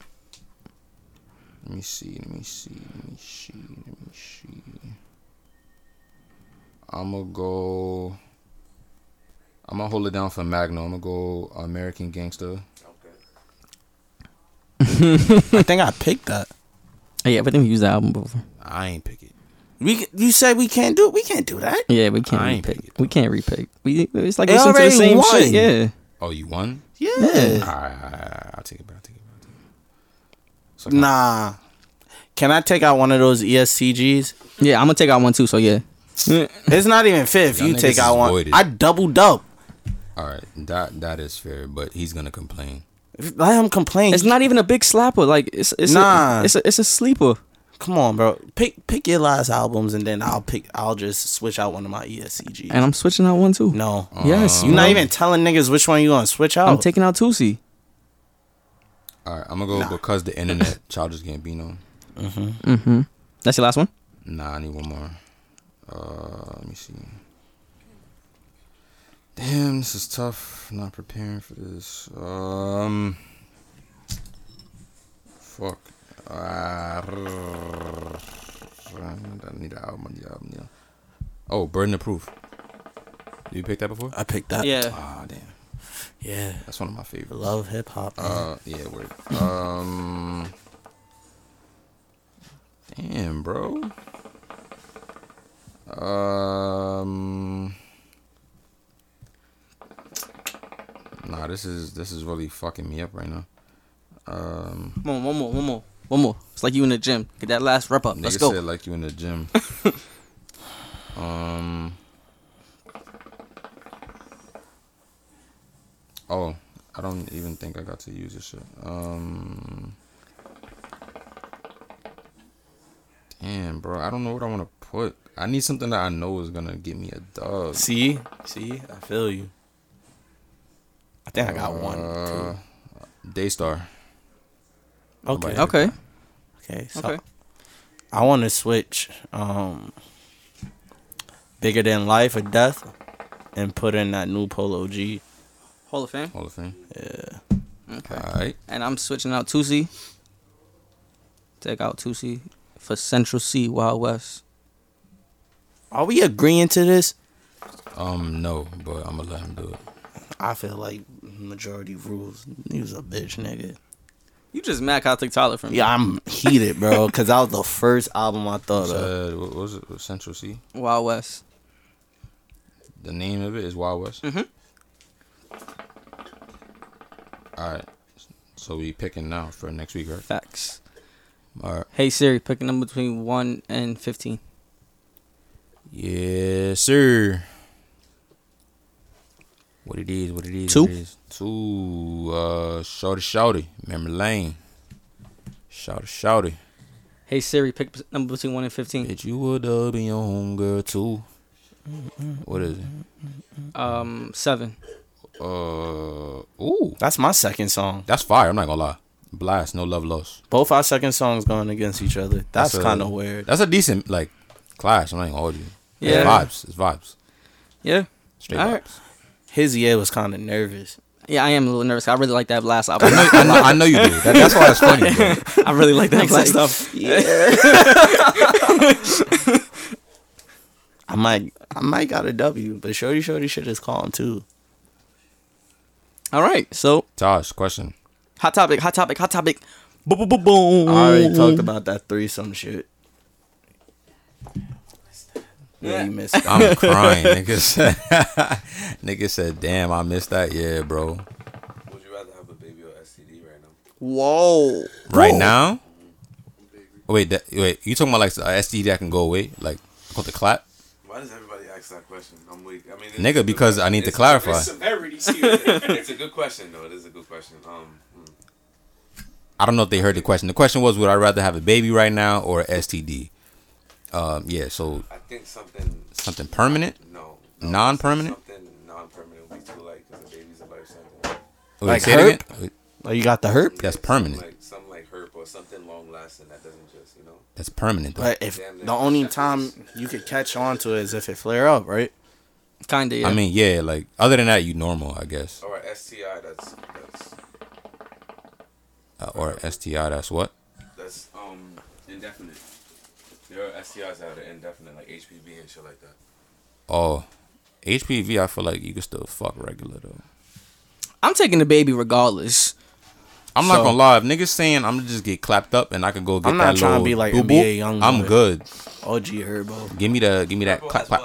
[SPEAKER 2] let me see. Let me see. Let me see. Let me see. I'm gonna go. I'm gonna hold it down for Magno. I'm gonna go American Gangster.
[SPEAKER 5] Okay.
[SPEAKER 1] I think I picked that.
[SPEAKER 3] Yeah, but then we used that album before.
[SPEAKER 2] I ain't pick it.
[SPEAKER 1] We c- you said we can't do it. We can't do that.
[SPEAKER 3] Yeah, we can't
[SPEAKER 2] I ain't
[SPEAKER 3] repick.
[SPEAKER 2] pick it,
[SPEAKER 3] We can't repick. We it's like
[SPEAKER 1] They
[SPEAKER 3] listening to the
[SPEAKER 1] already
[SPEAKER 3] same
[SPEAKER 1] won.
[SPEAKER 3] shit. Yeah.
[SPEAKER 2] Oh, you won?
[SPEAKER 1] Yeah.
[SPEAKER 2] Alright, alright, alright, I'll take it back. I'll take it back. So I got-
[SPEAKER 1] Nah. Can I take out one of those E ESTGs?
[SPEAKER 3] Yeah, I'm gonna take out one too, so yeah.
[SPEAKER 1] It's not even fair if
[SPEAKER 2] Y'all
[SPEAKER 1] you
[SPEAKER 2] niggas
[SPEAKER 1] take
[SPEAKER 2] is
[SPEAKER 1] out one.
[SPEAKER 2] voided.
[SPEAKER 1] I doubled up.
[SPEAKER 2] Alright, that that is fair, but he's gonna complain.
[SPEAKER 1] If- Let him complain.
[SPEAKER 3] It's not even a big slapper. Like it's it's
[SPEAKER 1] Nah.
[SPEAKER 3] a, it's a, it's a sleeper.
[SPEAKER 1] Come on, bro. Pick pick your last albums and then I'll pick. I'll just switch out one of my E ESCGs.
[SPEAKER 3] And I'm switching out one too.
[SPEAKER 1] no,
[SPEAKER 3] Yes,
[SPEAKER 1] you're not
[SPEAKER 3] bro.
[SPEAKER 1] even telling niggas which one you gonna switch out.
[SPEAKER 3] I'm taking out Tusi.
[SPEAKER 2] Alright, I'm gonna go because the internet, Childish Gambino.
[SPEAKER 3] Mm-hmm. That's your last one.
[SPEAKER 2] Nah, I need one more. Uh, let me see. Damn, this is tough. Not preparing for this. Um, fuck. Uh, I need an album. I need an album. Yeah. Oh, Burden of Proof. Did you pick that before?
[SPEAKER 1] I picked that.
[SPEAKER 3] Yeah.
[SPEAKER 2] Ah, damn.
[SPEAKER 1] Yeah.
[SPEAKER 2] That's one of my favorites.
[SPEAKER 1] Love hip hop. man.
[SPEAKER 2] Uh, yeah, word. Um, damn, bro. Um, nah, this is this is really fucking me up right now. Um,
[SPEAKER 3] Come on, one more, one more, one more. It's like you in the gym. Get that last rep up. Let's
[SPEAKER 2] nigga
[SPEAKER 3] go.
[SPEAKER 2] said like you in the gym. um. Oh, I don't even think I got to use this shit. Um. Damn, bro, I don't know what I want to put. I need something that I know is gonna get me a dub.
[SPEAKER 1] see, see, I feel you. I think I got one.
[SPEAKER 2] Uh,
[SPEAKER 1] Two.
[SPEAKER 2] Daystar.
[SPEAKER 1] Okay.
[SPEAKER 2] nobody-
[SPEAKER 3] Okay.
[SPEAKER 1] Okay. So
[SPEAKER 3] Okay.
[SPEAKER 1] I want to switch um bigger than life or death and put in that new Polo G.
[SPEAKER 3] Hall of Fame.
[SPEAKER 2] Hall of Fame.
[SPEAKER 3] Okay.
[SPEAKER 2] All right.
[SPEAKER 3] And I'm switching out Tusi. Take out Tusi for Central C Wild West.
[SPEAKER 1] Are we agreeing to this?
[SPEAKER 2] Um, no, but I'm gonna let him do it.
[SPEAKER 1] I feel like majority rules. He was a bitch, nigga.
[SPEAKER 3] You just mad 'cause I took Tyler from you.
[SPEAKER 1] Yeah, I'm heated, bro, because that was the first album I thought of.
[SPEAKER 2] Said, what was it? Central C.
[SPEAKER 3] Wild West.
[SPEAKER 2] The name of it is Wild West.
[SPEAKER 3] Mhm. Mm-hmm.
[SPEAKER 2] All right. So we picking now for next week, right?
[SPEAKER 3] Facts.
[SPEAKER 2] All right.
[SPEAKER 3] Hey Siri, pick a number between one and fifteen.
[SPEAKER 2] Yes, sir. What it is, what it is.
[SPEAKER 3] Two?
[SPEAKER 2] What it is. Two. Uh, shorty, shorty. Memory lane. Shouty, shouty.
[SPEAKER 3] Hey Siri, pick p- number between one and fifteen.
[SPEAKER 2] Bitch, you would uh, be your homegirl too. What is it?
[SPEAKER 3] Um, seven.
[SPEAKER 2] Uh, ooh,
[SPEAKER 1] That's my second song.
[SPEAKER 2] that's fire. I'm not gonna lie. Blast, no love lost.
[SPEAKER 1] Both our second songs going against each other. That's,
[SPEAKER 2] That's a-
[SPEAKER 1] kind of weird.
[SPEAKER 2] That's a decent like clash. I'm not gonna hold you. Yeah,
[SPEAKER 3] Yeah.
[SPEAKER 2] vibes. It's vibes.
[SPEAKER 3] Yeah.
[SPEAKER 2] Straight
[SPEAKER 3] All
[SPEAKER 2] vibes.
[SPEAKER 3] right.
[SPEAKER 1] His year was kind of nervous.
[SPEAKER 3] Yeah, I am a little nervous. I really like that last album.
[SPEAKER 2] I, know, I know you do. That, that's why it's funny. Bro.
[SPEAKER 3] I really like that last album.
[SPEAKER 1] I might, I might got a W, but Shorty Shorty shit is calm too.
[SPEAKER 3] All right. So
[SPEAKER 2] Tosh, question.
[SPEAKER 3] hot topic, hot topic, hot topic. Boom, boom, boom.
[SPEAKER 1] I already talked about that threesome shit. Yeah, you missed. it.
[SPEAKER 2] I'm crying. Nigga said, nigga said, damn, I missed that. Yeah, bro.
[SPEAKER 5] Would you rather have a baby or STD right now?
[SPEAKER 3] Whoa.
[SPEAKER 2] Right now? Wait, that, wait. You talking about like a STD that can go away? Like, called the clap?
[SPEAKER 5] Why does everybody ask that question? I'm weak. I mean, it's-
[SPEAKER 2] Nigga, because I need to
[SPEAKER 5] it's-
[SPEAKER 2] clarify.
[SPEAKER 5] It's, it's a good question, though. It is a good question. Um, mm.
[SPEAKER 2] I don't know if they heard the question. The question was, would I rather have a baby right now or a STD? Um, yeah, so
[SPEAKER 5] I think something.
[SPEAKER 2] something permanent?
[SPEAKER 5] No.
[SPEAKER 2] Non-permanent?
[SPEAKER 5] Something non-permanent would be too light because a baby's a life sentence.
[SPEAKER 2] Wait,
[SPEAKER 1] Like
[SPEAKER 2] say it
[SPEAKER 1] herp?
[SPEAKER 2] again? Wait,
[SPEAKER 1] Oh, you got the herp.
[SPEAKER 2] That's
[SPEAKER 5] Something
[SPEAKER 2] permanent.
[SPEAKER 5] Like something like herp or something long-lasting that doesn't just you know.
[SPEAKER 2] That's permanent. Though.
[SPEAKER 1] But if
[SPEAKER 5] Damn near.
[SPEAKER 1] the only time you could catch on to it is if it flare up, right?
[SPEAKER 3] Kinda. Yeah.
[SPEAKER 2] I mean, yeah, like other than that, you normal, I guess.
[SPEAKER 5] Or a STI. That's that's
[SPEAKER 2] Uh, or STI, that's what?
[SPEAKER 5] that's um indefinite. There are STIs that are indefinite, like HPV and shit like that.
[SPEAKER 2] Oh, HPV, I feel like you can still fuck regular though.
[SPEAKER 3] I'm taking the baby regardless.
[SPEAKER 2] I'm
[SPEAKER 1] So-
[SPEAKER 2] not gonna lie. If niggas saying I'm gonna just get clapped up and I could go get
[SPEAKER 1] I'm
[SPEAKER 2] that
[SPEAKER 1] not tryna
[SPEAKER 2] little
[SPEAKER 1] be like
[SPEAKER 2] boo-boo,
[SPEAKER 1] NBA young
[SPEAKER 2] I'm
[SPEAKER 1] boy.
[SPEAKER 2] good.
[SPEAKER 1] OG Herbo.
[SPEAKER 2] Give me the give me that clap, clap.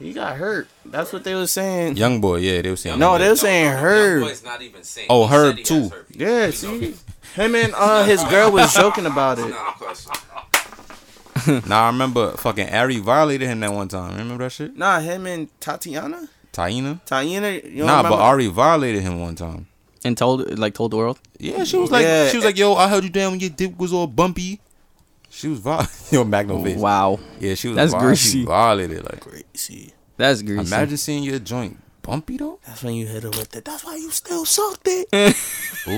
[SPEAKER 1] He got hurt. That's what they was saying.
[SPEAKER 2] Young boy, yeah, they were saying.
[SPEAKER 1] No,
[SPEAKER 2] I'm
[SPEAKER 1] they
[SPEAKER 2] good.
[SPEAKER 1] was saying Herb.
[SPEAKER 6] not even saying.
[SPEAKER 2] Oh,
[SPEAKER 6] he said
[SPEAKER 2] Herb
[SPEAKER 6] he has
[SPEAKER 2] too.
[SPEAKER 6] herpes.
[SPEAKER 1] Yeah, see, him and uh his girl was joking about it.
[SPEAKER 6] Nah, of course.
[SPEAKER 2] Nah, I remember fucking Ari violated him that one time. Remember that shit?
[SPEAKER 1] Nah, him and Tatiana.
[SPEAKER 2] Taina.
[SPEAKER 1] Tatiana, you don't
[SPEAKER 2] Nah, but
[SPEAKER 1] remember?
[SPEAKER 2] Ari violated him one time.
[SPEAKER 3] And told like told the world.
[SPEAKER 2] Yeah, she was like,
[SPEAKER 1] Yeah.
[SPEAKER 2] she was like, yo, I held you down when your dick was all bumpy. She was violated. yo, Magnum face.
[SPEAKER 3] Wow,
[SPEAKER 2] Yeah, she was.
[SPEAKER 3] That's
[SPEAKER 2] viol- she
[SPEAKER 3] greasy.
[SPEAKER 2] violated. Like,
[SPEAKER 1] See,
[SPEAKER 3] that's greasy.
[SPEAKER 2] imagine seeing your joint bumpy though.
[SPEAKER 1] that's when you hit her with it. That's why you still sucked it.
[SPEAKER 2] Ooh,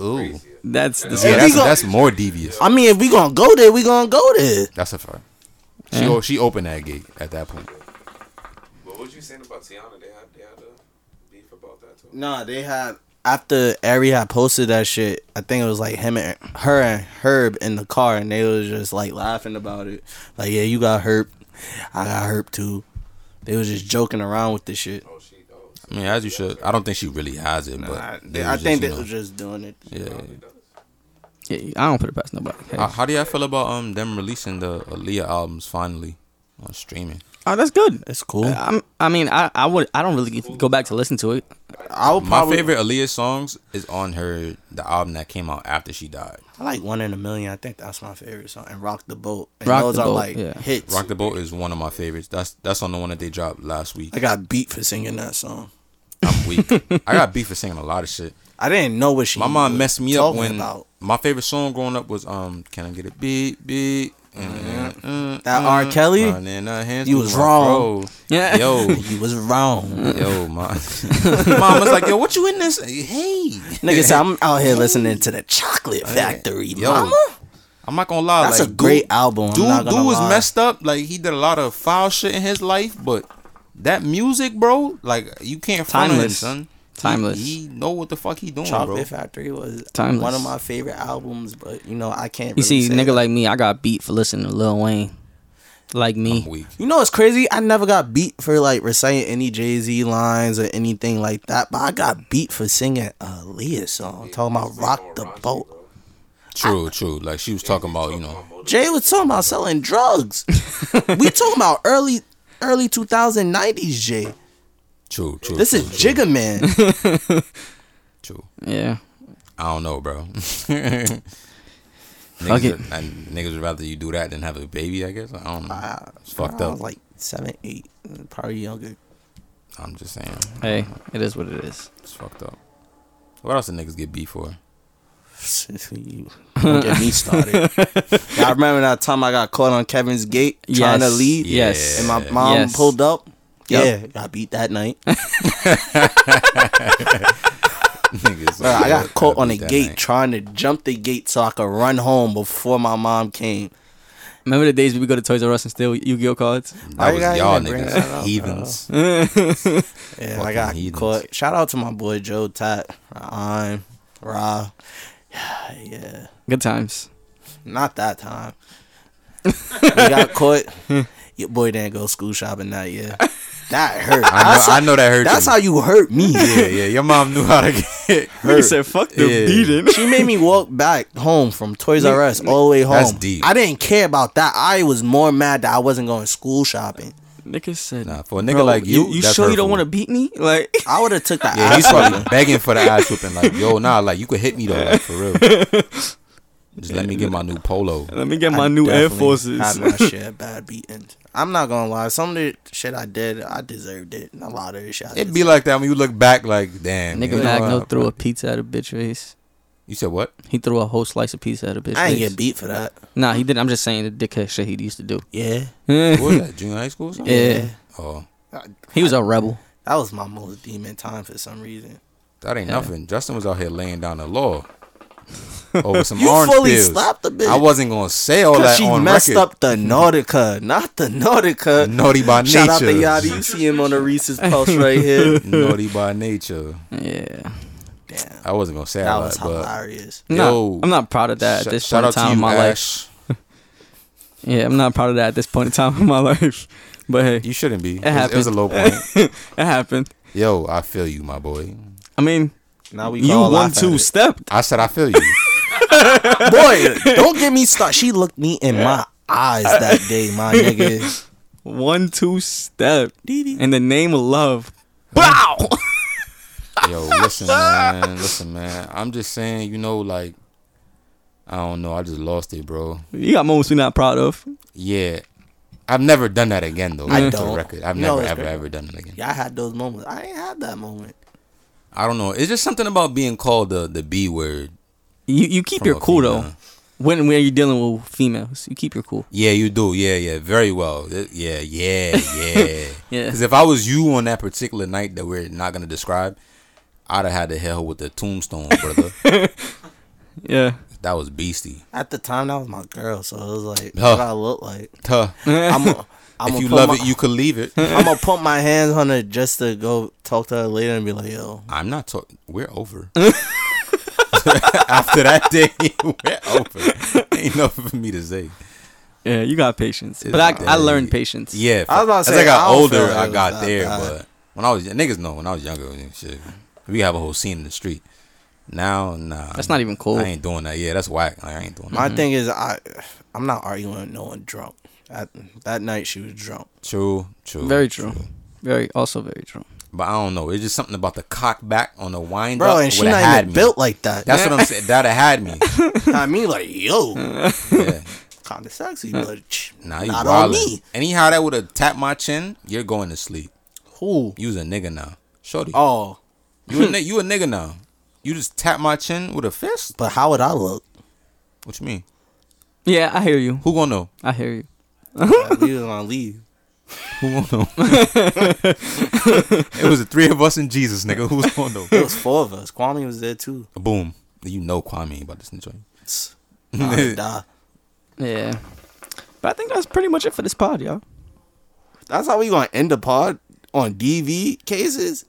[SPEAKER 2] ooh.
[SPEAKER 3] That's disgusting.
[SPEAKER 2] Yeah, that's, that's more devious.
[SPEAKER 1] I mean, if we gonna go there, we gonna go there.
[SPEAKER 2] That's a fact. She o- she opened that gate at that point.
[SPEAKER 6] What was you saying about Tiana? They had they had a beef about that too.
[SPEAKER 1] Nah, they had after Ari had posted that shit. I think it was like him and her and Herb in the car, and they was just like laughing about it. Like, yeah, you got Herb, I got Herb too. They was just joking around with this shit.
[SPEAKER 6] Oh, she oh,
[SPEAKER 2] I mean, as you should. I don't think she really has it, but
[SPEAKER 1] I,
[SPEAKER 2] they
[SPEAKER 1] I
[SPEAKER 2] was
[SPEAKER 1] think
[SPEAKER 2] just,
[SPEAKER 1] they
[SPEAKER 2] you
[SPEAKER 1] was just doing it.
[SPEAKER 2] know, yeah.
[SPEAKER 3] Yeah, I don't put it past nobody. Hey.
[SPEAKER 2] Uh, how do y'all feel about um them releasing the Aaliyah albums finally on streaming?
[SPEAKER 3] oh, that's good.
[SPEAKER 1] It's cool.
[SPEAKER 3] I'm, I mean, I, I would I don't really get, go back to listen to it.
[SPEAKER 1] I would
[SPEAKER 2] My
[SPEAKER 1] probably
[SPEAKER 2] favorite Aaliyah songs is on her the album that came out after she died.
[SPEAKER 1] I like One in a Million. I think that's my favorite song. And Rock the Boat. And
[SPEAKER 3] Rock
[SPEAKER 1] those
[SPEAKER 3] the
[SPEAKER 1] are
[SPEAKER 3] Boat,
[SPEAKER 1] like
[SPEAKER 3] yeah.
[SPEAKER 1] hits.
[SPEAKER 2] Rock the Boat is one of my favorites. That's that's on the one that they dropped last week.
[SPEAKER 1] I got beat for singing that song.
[SPEAKER 2] I'm weak. I got beef for singing a lot of shit.
[SPEAKER 1] I didn't know what she.
[SPEAKER 2] My mom
[SPEAKER 1] was
[SPEAKER 2] messed me up
[SPEAKER 1] talking
[SPEAKER 2] when
[SPEAKER 1] about.
[SPEAKER 2] my favorite song growing up was um Can I Get a Beat Beat?
[SPEAKER 1] Mm-hmm.
[SPEAKER 2] Mm-hmm.
[SPEAKER 1] That R. Kelly? You was wrong.
[SPEAKER 3] Yeah.
[SPEAKER 2] Uh, Yo,
[SPEAKER 1] You was wrong.
[SPEAKER 2] yo, my mom was like, yo, what you in this? Hey,
[SPEAKER 1] Nigga said, I'm out here listening to the Chocolate Factory,
[SPEAKER 2] yo,
[SPEAKER 1] mama.
[SPEAKER 2] I'm not gonna lie.
[SPEAKER 1] That's
[SPEAKER 2] like,
[SPEAKER 1] a great
[SPEAKER 2] dude,
[SPEAKER 1] album. I'm not
[SPEAKER 2] Dude,
[SPEAKER 1] gonna
[SPEAKER 2] dude was
[SPEAKER 1] lie.
[SPEAKER 2] messed up. Like he did a lot of foul shit in his life, but that music, bro, like you can't front on him,
[SPEAKER 3] Timeless.
[SPEAKER 2] son. He-
[SPEAKER 3] Timeless.
[SPEAKER 2] He, know what the fuck he doing, bro.
[SPEAKER 1] Chocolate Factory was
[SPEAKER 3] Timeless.
[SPEAKER 1] one of my favorite albums, but you know I can't.
[SPEAKER 3] You
[SPEAKER 1] Really
[SPEAKER 3] see,
[SPEAKER 1] say
[SPEAKER 3] nigga
[SPEAKER 1] that.
[SPEAKER 3] like me, I got beat for listening to Lil Wayne. Like me,
[SPEAKER 2] Weak.
[SPEAKER 1] you know it's crazy. I never got beat for like reciting any Jay Z lines or anything like that, but I got beat for singing a Aaliyah song talking about "Rock the Boat."
[SPEAKER 2] True, true. Like she was talking about, you know.
[SPEAKER 1] Jay was talking about selling drugs. we talking about early early 2090s Jay.
[SPEAKER 2] True, true.
[SPEAKER 1] This
[SPEAKER 2] true,
[SPEAKER 1] is
[SPEAKER 2] true,
[SPEAKER 1] Jigga Man.
[SPEAKER 2] True.
[SPEAKER 3] yeah.
[SPEAKER 2] I don't know, bro. niggas,
[SPEAKER 3] Fuck it.
[SPEAKER 2] would- and niggas would rather you do that than have a baby. I guess I don't know.
[SPEAKER 1] I,
[SPEAKER 2] it's fucked
[SPEAKER 1] I
[SPEAKER 2] up.
[SPEAKER 1] was like seven, eight, probably younger.
[SPEAKER 2] I'm just saying,
[SPEAKER 3] Hey, it is what it is.
[SPEAKER 2] it's fucked up. What else did niggas get beat for?
[SPEAKER 1] you don't get me started. I remember that time I got caught on Kevin's gate trying to
[SPEAKER 3] Yes.
[SPEAKER 1] leave,
[SPEAKER 3] Yes.
[SPEAKER 1] and my mom
[SPEAKER 3] Yes.
[SPEAKER 1] pulled up.
[SPEAKER 3] Yep.
[SPEAKER 1] Yeah, I beat that night.
[SPEAKER 2] niggas,
[SPEAKER 1] Bro, I got caught on a
[SPEAKER 2] beat that
[SPEAKER 1] gate
[SPEAKER 2] night.
[SPEAKER 1] trying to jump the gate so I could run home before my mom came.
[SPEAKER 3] Remember the days we would go to Toys R Us and steal Yu-Gi-Oh cards?
[SPEAKER 2] That
[SPEAKER 1] Why you
[SPEAKER 2] was
[SPEAKER 1] gotta
[SPEAKER 2] y'all
[SPEAKER 1] even bring that up, Uh,
[SPEAKER 2] niggas,
[SPEAKER 1] bro?
[SPEAKER 2] heathens.
[SPEAKER 1] Yeah, I
[SPEAKER 2] Fucking
[SPEAKER 1] got
[SPEAKER 2] heathens.
[SPEAKER 1] caught. Shout out to my boy Joe Tat, Ryan, Ra. Yeah,
[SPEAKER 3] Good times.
[SPEAKER 1] not that time. we got caught. Your boy didn't go school shopping that year. That hurt.
[SPEAKER 2] I know, I know that hurt.
[SPEAKER 1] That's
[SPEAKER 2] you.
[SPEAKER 1] how you hurt me.
[SPEAKER 2] Yeah, yeah. Your mom knew how to get
[SPEAKER 4] Nigga said, "Fuck the
[SPEAKER 2] Yeah.
[SPEAKER 4] beating."
[SPEAKER 1] She made me walk back home from Toys R Us all the way home.
[SPEAKER 2] That's deep.
[SPEAKER 1] I didn't care about that. I was more mad that I wasn't going school shopping.
[SPEAKER 3] Nigga said,
[SPEAKER 2] Nah, for a nigga
[SPEAKER 3] "Bro,
[SPEAKER 2] like you,
[SPEAKER 3] you,
[SPEAKER 2] that's
[SPEAKER 3] sure you don't
[SPEAKER 2] hurtful.
[SPEAKER 3] want to beat me? Like,
[SPEAKER 1] I would have took that.
[SPEAKER 2] Yeah,
[SPEAKER 1] ass
[SPEAKER 2] he's
[SPEAKER 1] whooping.
[SPEAKER 2] probably begging for the ass whooping. Like, yo, nah, like you could hit me though, like, for real. Just let me get my new polo.
[SPEAKER 4] Let me get
[SPEAKER 1] I
[SPEAKER 4] my new Air
[SPEAKER 1] definitely Had
[SPEAKER 4] Forces.
[SPEAKER 1] my shit a bad beating. I'm not gonna lie. Some of the shit I did, I deserved it. A lot of the shit. I
[SPEAKER 2] It'd
[SPEAKER 1] deserved.
[SPEAKER 2] be like that when you look back, like, damn. you
[SPEAKER 3] nigga
[SPEAKER 2] know
[SPEAKER 3] Magno
[SPEAKER 2] what?
[SPEAKER 3] threw a pizza at a bitch face.
[SPEAKER 2] You said what?
[SPEAKER 3] He threw a whole slice of pizza at a bitch
[SPEAKER 1] I ain't
[SPEAKER 3] face.
[SPEAKER 1] get beat for that.
[SPEAKER 3] Nah, he didn't. I'm just saying the dickhead shit he used to do.
[SPEAKER 1] Yeah,
[SPEAKER 2] What was that? Junior high school? Or something?
[SPEAKER 3] Yeah.
[SPEAKER 2] Oh,
[SPEAKER 3] He was a rebel.
[SPEAKER 1] that was my most demon time for some reason.
[SPEAKER 2] that ain't
[SPEAKER 3] Yeah.
[SPEAKER 2] nothing. Justin was out here laying down the law over some
[SPEAKER 1] You
[SPEAKER 2] orange
[SPEAKER 1] fully
[SPEAKER 2] pills.
[SPEAKER 1] slapped the bitch.
[SPEAKER 2] I wasn't gonna say all
[SPEAKER 1] Cause
[SPEAKER 2] that
[SPEAKER 1] she
[SPEAKER 2] on
[SPEAKER 1] messed
[SPEAKER 2] record.
[SPEAKER 1] up the Nautica, not the Nautica.
[SPEAKER 2] Naughty by nature.
[SPEAKER 1] Shout out to Yachty. You see him on the Reese's Puffs right here.
[SPEAKER 2] Naughty by nature.
[SPEAKER 3] Yeah.
[SPEAKER 1] Damn,
[SPEAKER 2] I wasn't gonna say
[SPEAKER 1] that
[SPEAKER 2] all
[SPEAKER 1] was
[SPEAKER 2] that, but
[SPEAKER 1] hilarious.
[SPEAKER 2] Yo.
[SPEAKER 3] No, I'm not proud of that
[SPEAKER 2] sh-
[SPEAKER 3] at this
[SPEAKER 2] shout
[SPEAKER 3] point in time
[SPEAKER 2] out to you,
[SPEAKER 3] in my life.
[SPEAKER 2] Ash.
[SPEAKER 3] Yeah, I'm not proud of that at this point in time in my life. But hey,
[SPEAKER 2] You shouldn't be. It, was, it
[SPEAKER 3] happened.
[SPEAKER 2] was a low point.
[SPEAKER 3] it happened.
[SPEAKER 2] Yo, I feel you, my boy.
[SPEAKER 3] I mean,
[SPEAKER 1] Now we
[SPEAKER 3] you
[SPEAKER 1] all
[SPEAKER 3] one
[SPEAKER 1] laugh at
[SPEAKER 3] two
[SPEAKER 1] it.
[SPEAKER 3] stepped.
[SPEAKER 2] I said I feel you.
[SPEAKER 1] boy. Don't get me started. She looked me in my eyes that day, my nigga.
[SPEAKER 3] One two step. And the name of love. Wow.
[SPEAKER 2] Yo, listen, man. Listen, man. I'm just saying, you know, like, I don't know. I just lost it, bro.
[SPEAKER 3] you got moments we're not proud of.
[SPEAKER 2] Yeah. I've never done that again, though.
[SPEAKER 1] I
[SPEAKER 2] just for
[SPEAKER 1] don't.
[SPEAKER 2] Record. I've
[SPEAKER 1] You know
[SPEAKER 2] never,
[SPEAKER 1] it's
[SPEAKER 2] ever,
[SPEAKER 1] great.
[SPEAKER 2] ever done it again.
[SPEAKER 1] Y'all had those moments. I ain't had that moment.
[SPEAKER 2] I don't know. It's just something about being called the the B word.
[SPEAKER 3] You you keep
[SPEAKER 2] from
[SPEAKER 3] your
[SPEAKER 2] a
[SPEAKER 3] cool though.
[SPEAKER 2] female.
[SPEAKER 3] When when you're dealing with females, you keep your cool.
[SPEAKER 2] Yeah, you do. Yeah, yeah. Very well. Th- Yeah, yeah, yeah.
[SPEAKER 3] Yeah.
[SPEAKER 2] Because if I was you on that particular night that we're not gonna describe, I'd have had to hell with the tombstone, brother.
[SPEAKER 3] Yeah.
[SPEAKER 2] that was beastie.
[SPEAKER 1] At the time, that was my girl, so it was like,
[SPEAKER 2] Huh.
[SPEAKER 1] what I look like.
[SPEAKER 2] Tuh.
[SPEAKER 1] I'm a, I'm
[SPEAKER 2] if
[SPEAKER 1] a
[SPEAKER 2] you
[SPEAKER 1] put
[SPEAKER 2] love
[SPEAKER 1] my,
[SPEAKER 2] it, you could leave it.
[SPEAKER 1] I'm gonna put my hands on her just to go talk to her later and be like, yo,
[SPEAKER 2] I'm not talking. We're over. After that day, we're over. Ain't nothing for me to say.
[SPEAKER 3] Yeah, you got patience.
[SPEAKER 2] It's
[SPEAKER 3] but I I
[SPEAKER 2] deadly.
[SPEAKER 3] learned patience.
[SPEAKER 2] Yeah,
[SPEAKER 1] I was about to
[SPEAKER 2] as
[SPEAKER 1] say,
[SPEAKER 2] I got
[SPEAKER 1] I don't
[SPEAKER 2] older,
[SPEAKER 1] feel
[SPEAKER 2] I
[SPEAKER 1] it was
[SPEAKER 2] got
[SPEAKER 1] that
[SPEAKER 2] there.
[SPEAKER 1] bad.
[SPEAKER 2] But when I was niggas know when I was younger, and shit, we have a whole scene in the street. Now, nah,
[SPEAKER 3] That's not even cool.
[SPEAKER 2] I ain't doing that. Yeah, that's whack. Like, I ain't doing
[SPEAKER 1] my
[SPEAKER 2] that.
[SPEAKER 1] thing is, I, I'm not arguing with no one drunk. That, that night she was drunk.
[SPEAKER 2] True, true,
[SPEAKER 3] Very true. Very also very true.
[SPEAKER 2] But I don't know. It's just something about the cock back on the wind
[SPEAKER 1] Bro,
[SPEAKER 2] up.
[SPEAKER 1] and she
[SPEAKER 2] would've
[SPEAKER 1] not
[SPEAKER 2] had
[SPEAKER 1] even
[SPEAKER 2] me.
[SPEAKER 1] built like that.
[SPEAKER 2] That's what I'm saying. That'd have had me.
[SPEAKER 1] I mean, like, yo,
[SPEAKER 2] Yeah.
[SPEAKER 1] kind of sexy, but sh-
[SPEAKER 2] Nah, you
[SPEAKER 1] not on
[SPEAKER 2] wildin'.
[SPEAKER 1] me.
[SPEAKER 2] Anyhow, that would have tapped my chin. You're going to sleep.
[SPEAKER 1] Who?
[SPEAKER 2] You's a nigga now, shorty.
[SPEAKER 1] Oh,
[SPEAKER 2] You a, ni- you a nigga now. You just tap my chin with a fist?
[SPEAKER 1] but how would I look?
[SPEAKER 2] What you mean?
[SPEAKER 3] Yeah, I hear you.
[SPEAKER 2] Who gonna know?
[SPEAKER 3] I hear you.
[SPEAKER 1] we was gonna leave.
[SPEAKER 2] Who gonna know? it was the three of us and Jesus, nigga. Who's gonna know?
[SPEAKER 1] It was four of us. Kwame was there too.
[SPEAKER 2] Boom. You know Kwame ain't about to snitch on
[SPEAKER 1] Nah,
[SPEAKER 2] you.
[SPEAKER 1] nah.
[SPEAKER 3] Yeah. But I think that's pretty much it for this pod, y'all.
[SPEAKER 1] That's how we gonna end the pod on DV cases.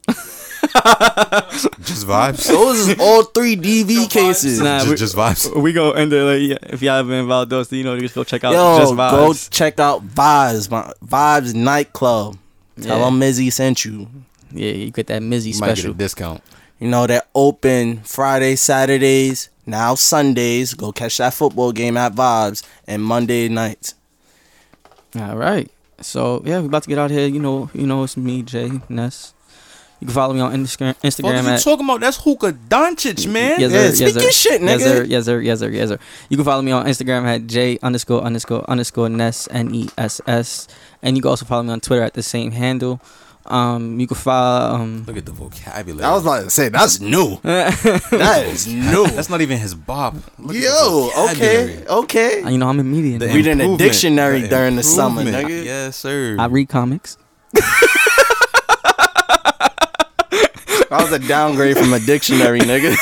[SPEAKER 2] just vibes.
[SPEAKER 1] Those is all three DV cases.
[SPEAKER 3] Nah,
[SPEAKER 2] just,
[SPEAKER 3] we-
[SPEAKER 2] just vibes.
[SPEAKER 3] We go end it like yeah, if y'all haven't involved us, you know just go check out
[SPEAKER 1] Yo,
[SPEAKER 3] just
[SPEAKER 1] go
[SPEAKER 3] vibes.
[SPEAKER 1] check out Vibes, my Vibes nightclub. Tell
[SPEAKER 3] Yeah.
[SPEAKER 1] them Mizzy sent you.
[SPEAKER 3] yeah, you get that Mizzy
[SPEAKER 2] You might get a
[SPEAKER 3] special.
[SPEAKER 2] discount.
[SPEAKER 1] You know they're open Friday, Saturdays, now Sundays. Go catch that football game at Vibes and Monday nights.
[SPEAKER 3] All right. So yeah, we about to get out here. You know, you know it's me, Jay Ness. You can follow me on Instagram Instagram at
[SPEAKER 2] talking about? That's Hookah Doncic, man.
[SPEAKER 3] Yes,
[SPEAKER 1] Yeah,
[SPEAKER 3] sir.
[SPEAKER 1] speak
[SPEAKER 3] yes, sir.
[SPEAKER 1] your shit,
[SPEAKER 3] Yes,
[SPEAKER 1] nigga.
[SPEAKER 3] sir. Yes, sir. Yes, sir. Yes, sir. You can follow me on Instagram at J underscore underscore underscore Ness N E S S, and you can also follow me on Twitter at the same handle. Um, you can follow. Um,
[SPEAKER 2] Look at the vocabulary.
[SPEAKER 1] I was about to say that's new. that is new.
[SPEAKER 2] That's not even his bop. Look at the
[SPEAKER 1] Yo, okay,
[SPEAKER 2] vocabulary.
[SPEAKER 1] okay.
[SPEAKER 3] you know, I'm a media.
[SPEAKER 2] The
[SPEAKER 3] nigga.
[SPEAKER 1] Read in a
[SPEAKER 2] improvement.
[SPEAKER 1] dictionary during the summer,
[SPEAKER 2] improvement.
[SPEAKER 1] nigga.
[SPEAKER 2] Yes, sir.
[SPEAKER 3] I read comics.
[SPEAKER 1] That was a downgrade from a dictionary, nigga.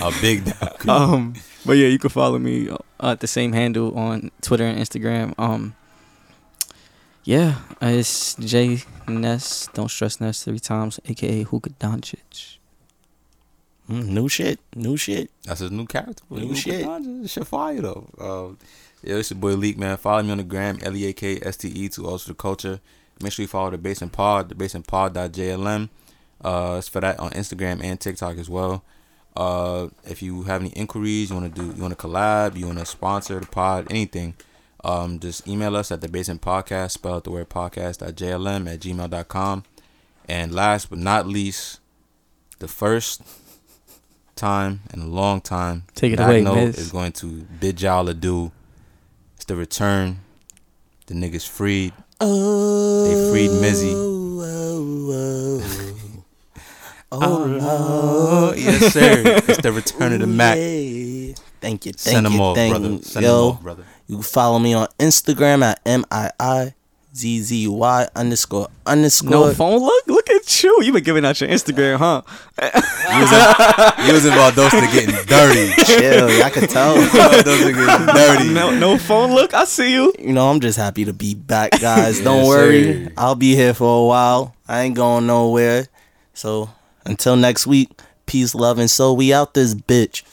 [SPEAKER 2] a big dog.
[SPEAKER 3] Um, but yeah, you can follow me uh, at the same handle on Twitter and Instagram. Um, yeah, uh, it's J Ness. Don't stress Ness three times, aka Hookah Doncic.
[SPEAKER 1] Mm, new shit, new shit.
[SPEAKER 2] That's his new character.
[SPEAKER 1] New
[SPEAKER 2] Luka
[SPEAKER 1] shit.
[SPEAKER 2] Doncic. Shit fire though. Uh, yeah, it's your boy Leak man. Follow me on the gram, L E A K S T E to also the culture. Make sure you follow the Basin Pod, the Basin Pod.jlm. Uh, it's for that on Instagram and TikTok as well. Uh, if you have any inquiries, you want to do, you want to collab, you want to sponsor the pod, anything, um, just email us at the Basin Podcast, spell out the word podcast.jlm at gmail.com. And last but not least, the first time in a long time,
[SPEAKER 3] Take it
[SPEAKER 2] Doc
[SPEAKER 3] away,
[SPEAKER 2] Note
[SPEAKER 3] Miz.
[SPEAKER 2] is going to bid y'all adieu. It's the return. The niggas freed.
[SPEAKER 1] Oh,
[SPEAKER 2] They freed Mizzy.
[SPEAKER 1] oh, oh,
[SPEAKER 2] Oh, yes, sir. It's the return of the Mac.
[SPEAKER 1] yeah. Thank you, thank
[SPEAKER 2] Send them
[SPEAKER 1] you,
[SPEAKER 2] off,
[SPEAKER 1] thank
[SPEAKER 2] brother.
[SPEAKER 1] you.
[SPEAKER 2] Send them
[SPEAKER 1] Yo,
[SPEAKER 2] off, brother.
[SPEAKER 1] You can follow me on Instagram at M I I Z Z Y underscore underscore.
[SPEAKER 3] No phone. Look, look at you. You've been giving out your Instagram, huh?
[SPEAKER 2] You was, in, you was in Valdosta getting dirty.
[SPEAKER 1] Chill, y'all can tell.
[SPEAKER 2] Valdosta getting dirty.
[SPEAKER 3] No, no phone. Look, I see you.
[SPEAKER 1] You know, I'm just happy to be back, guys. Don't
[SPEAKER 2] Yes,
[SPEAKER 1] worry.
[SPEAKER 2] sir.
[SPEAKER 1] I'll be here for a while. I ain't going nowhere. So until next week, peace, love, and so we out this bitch.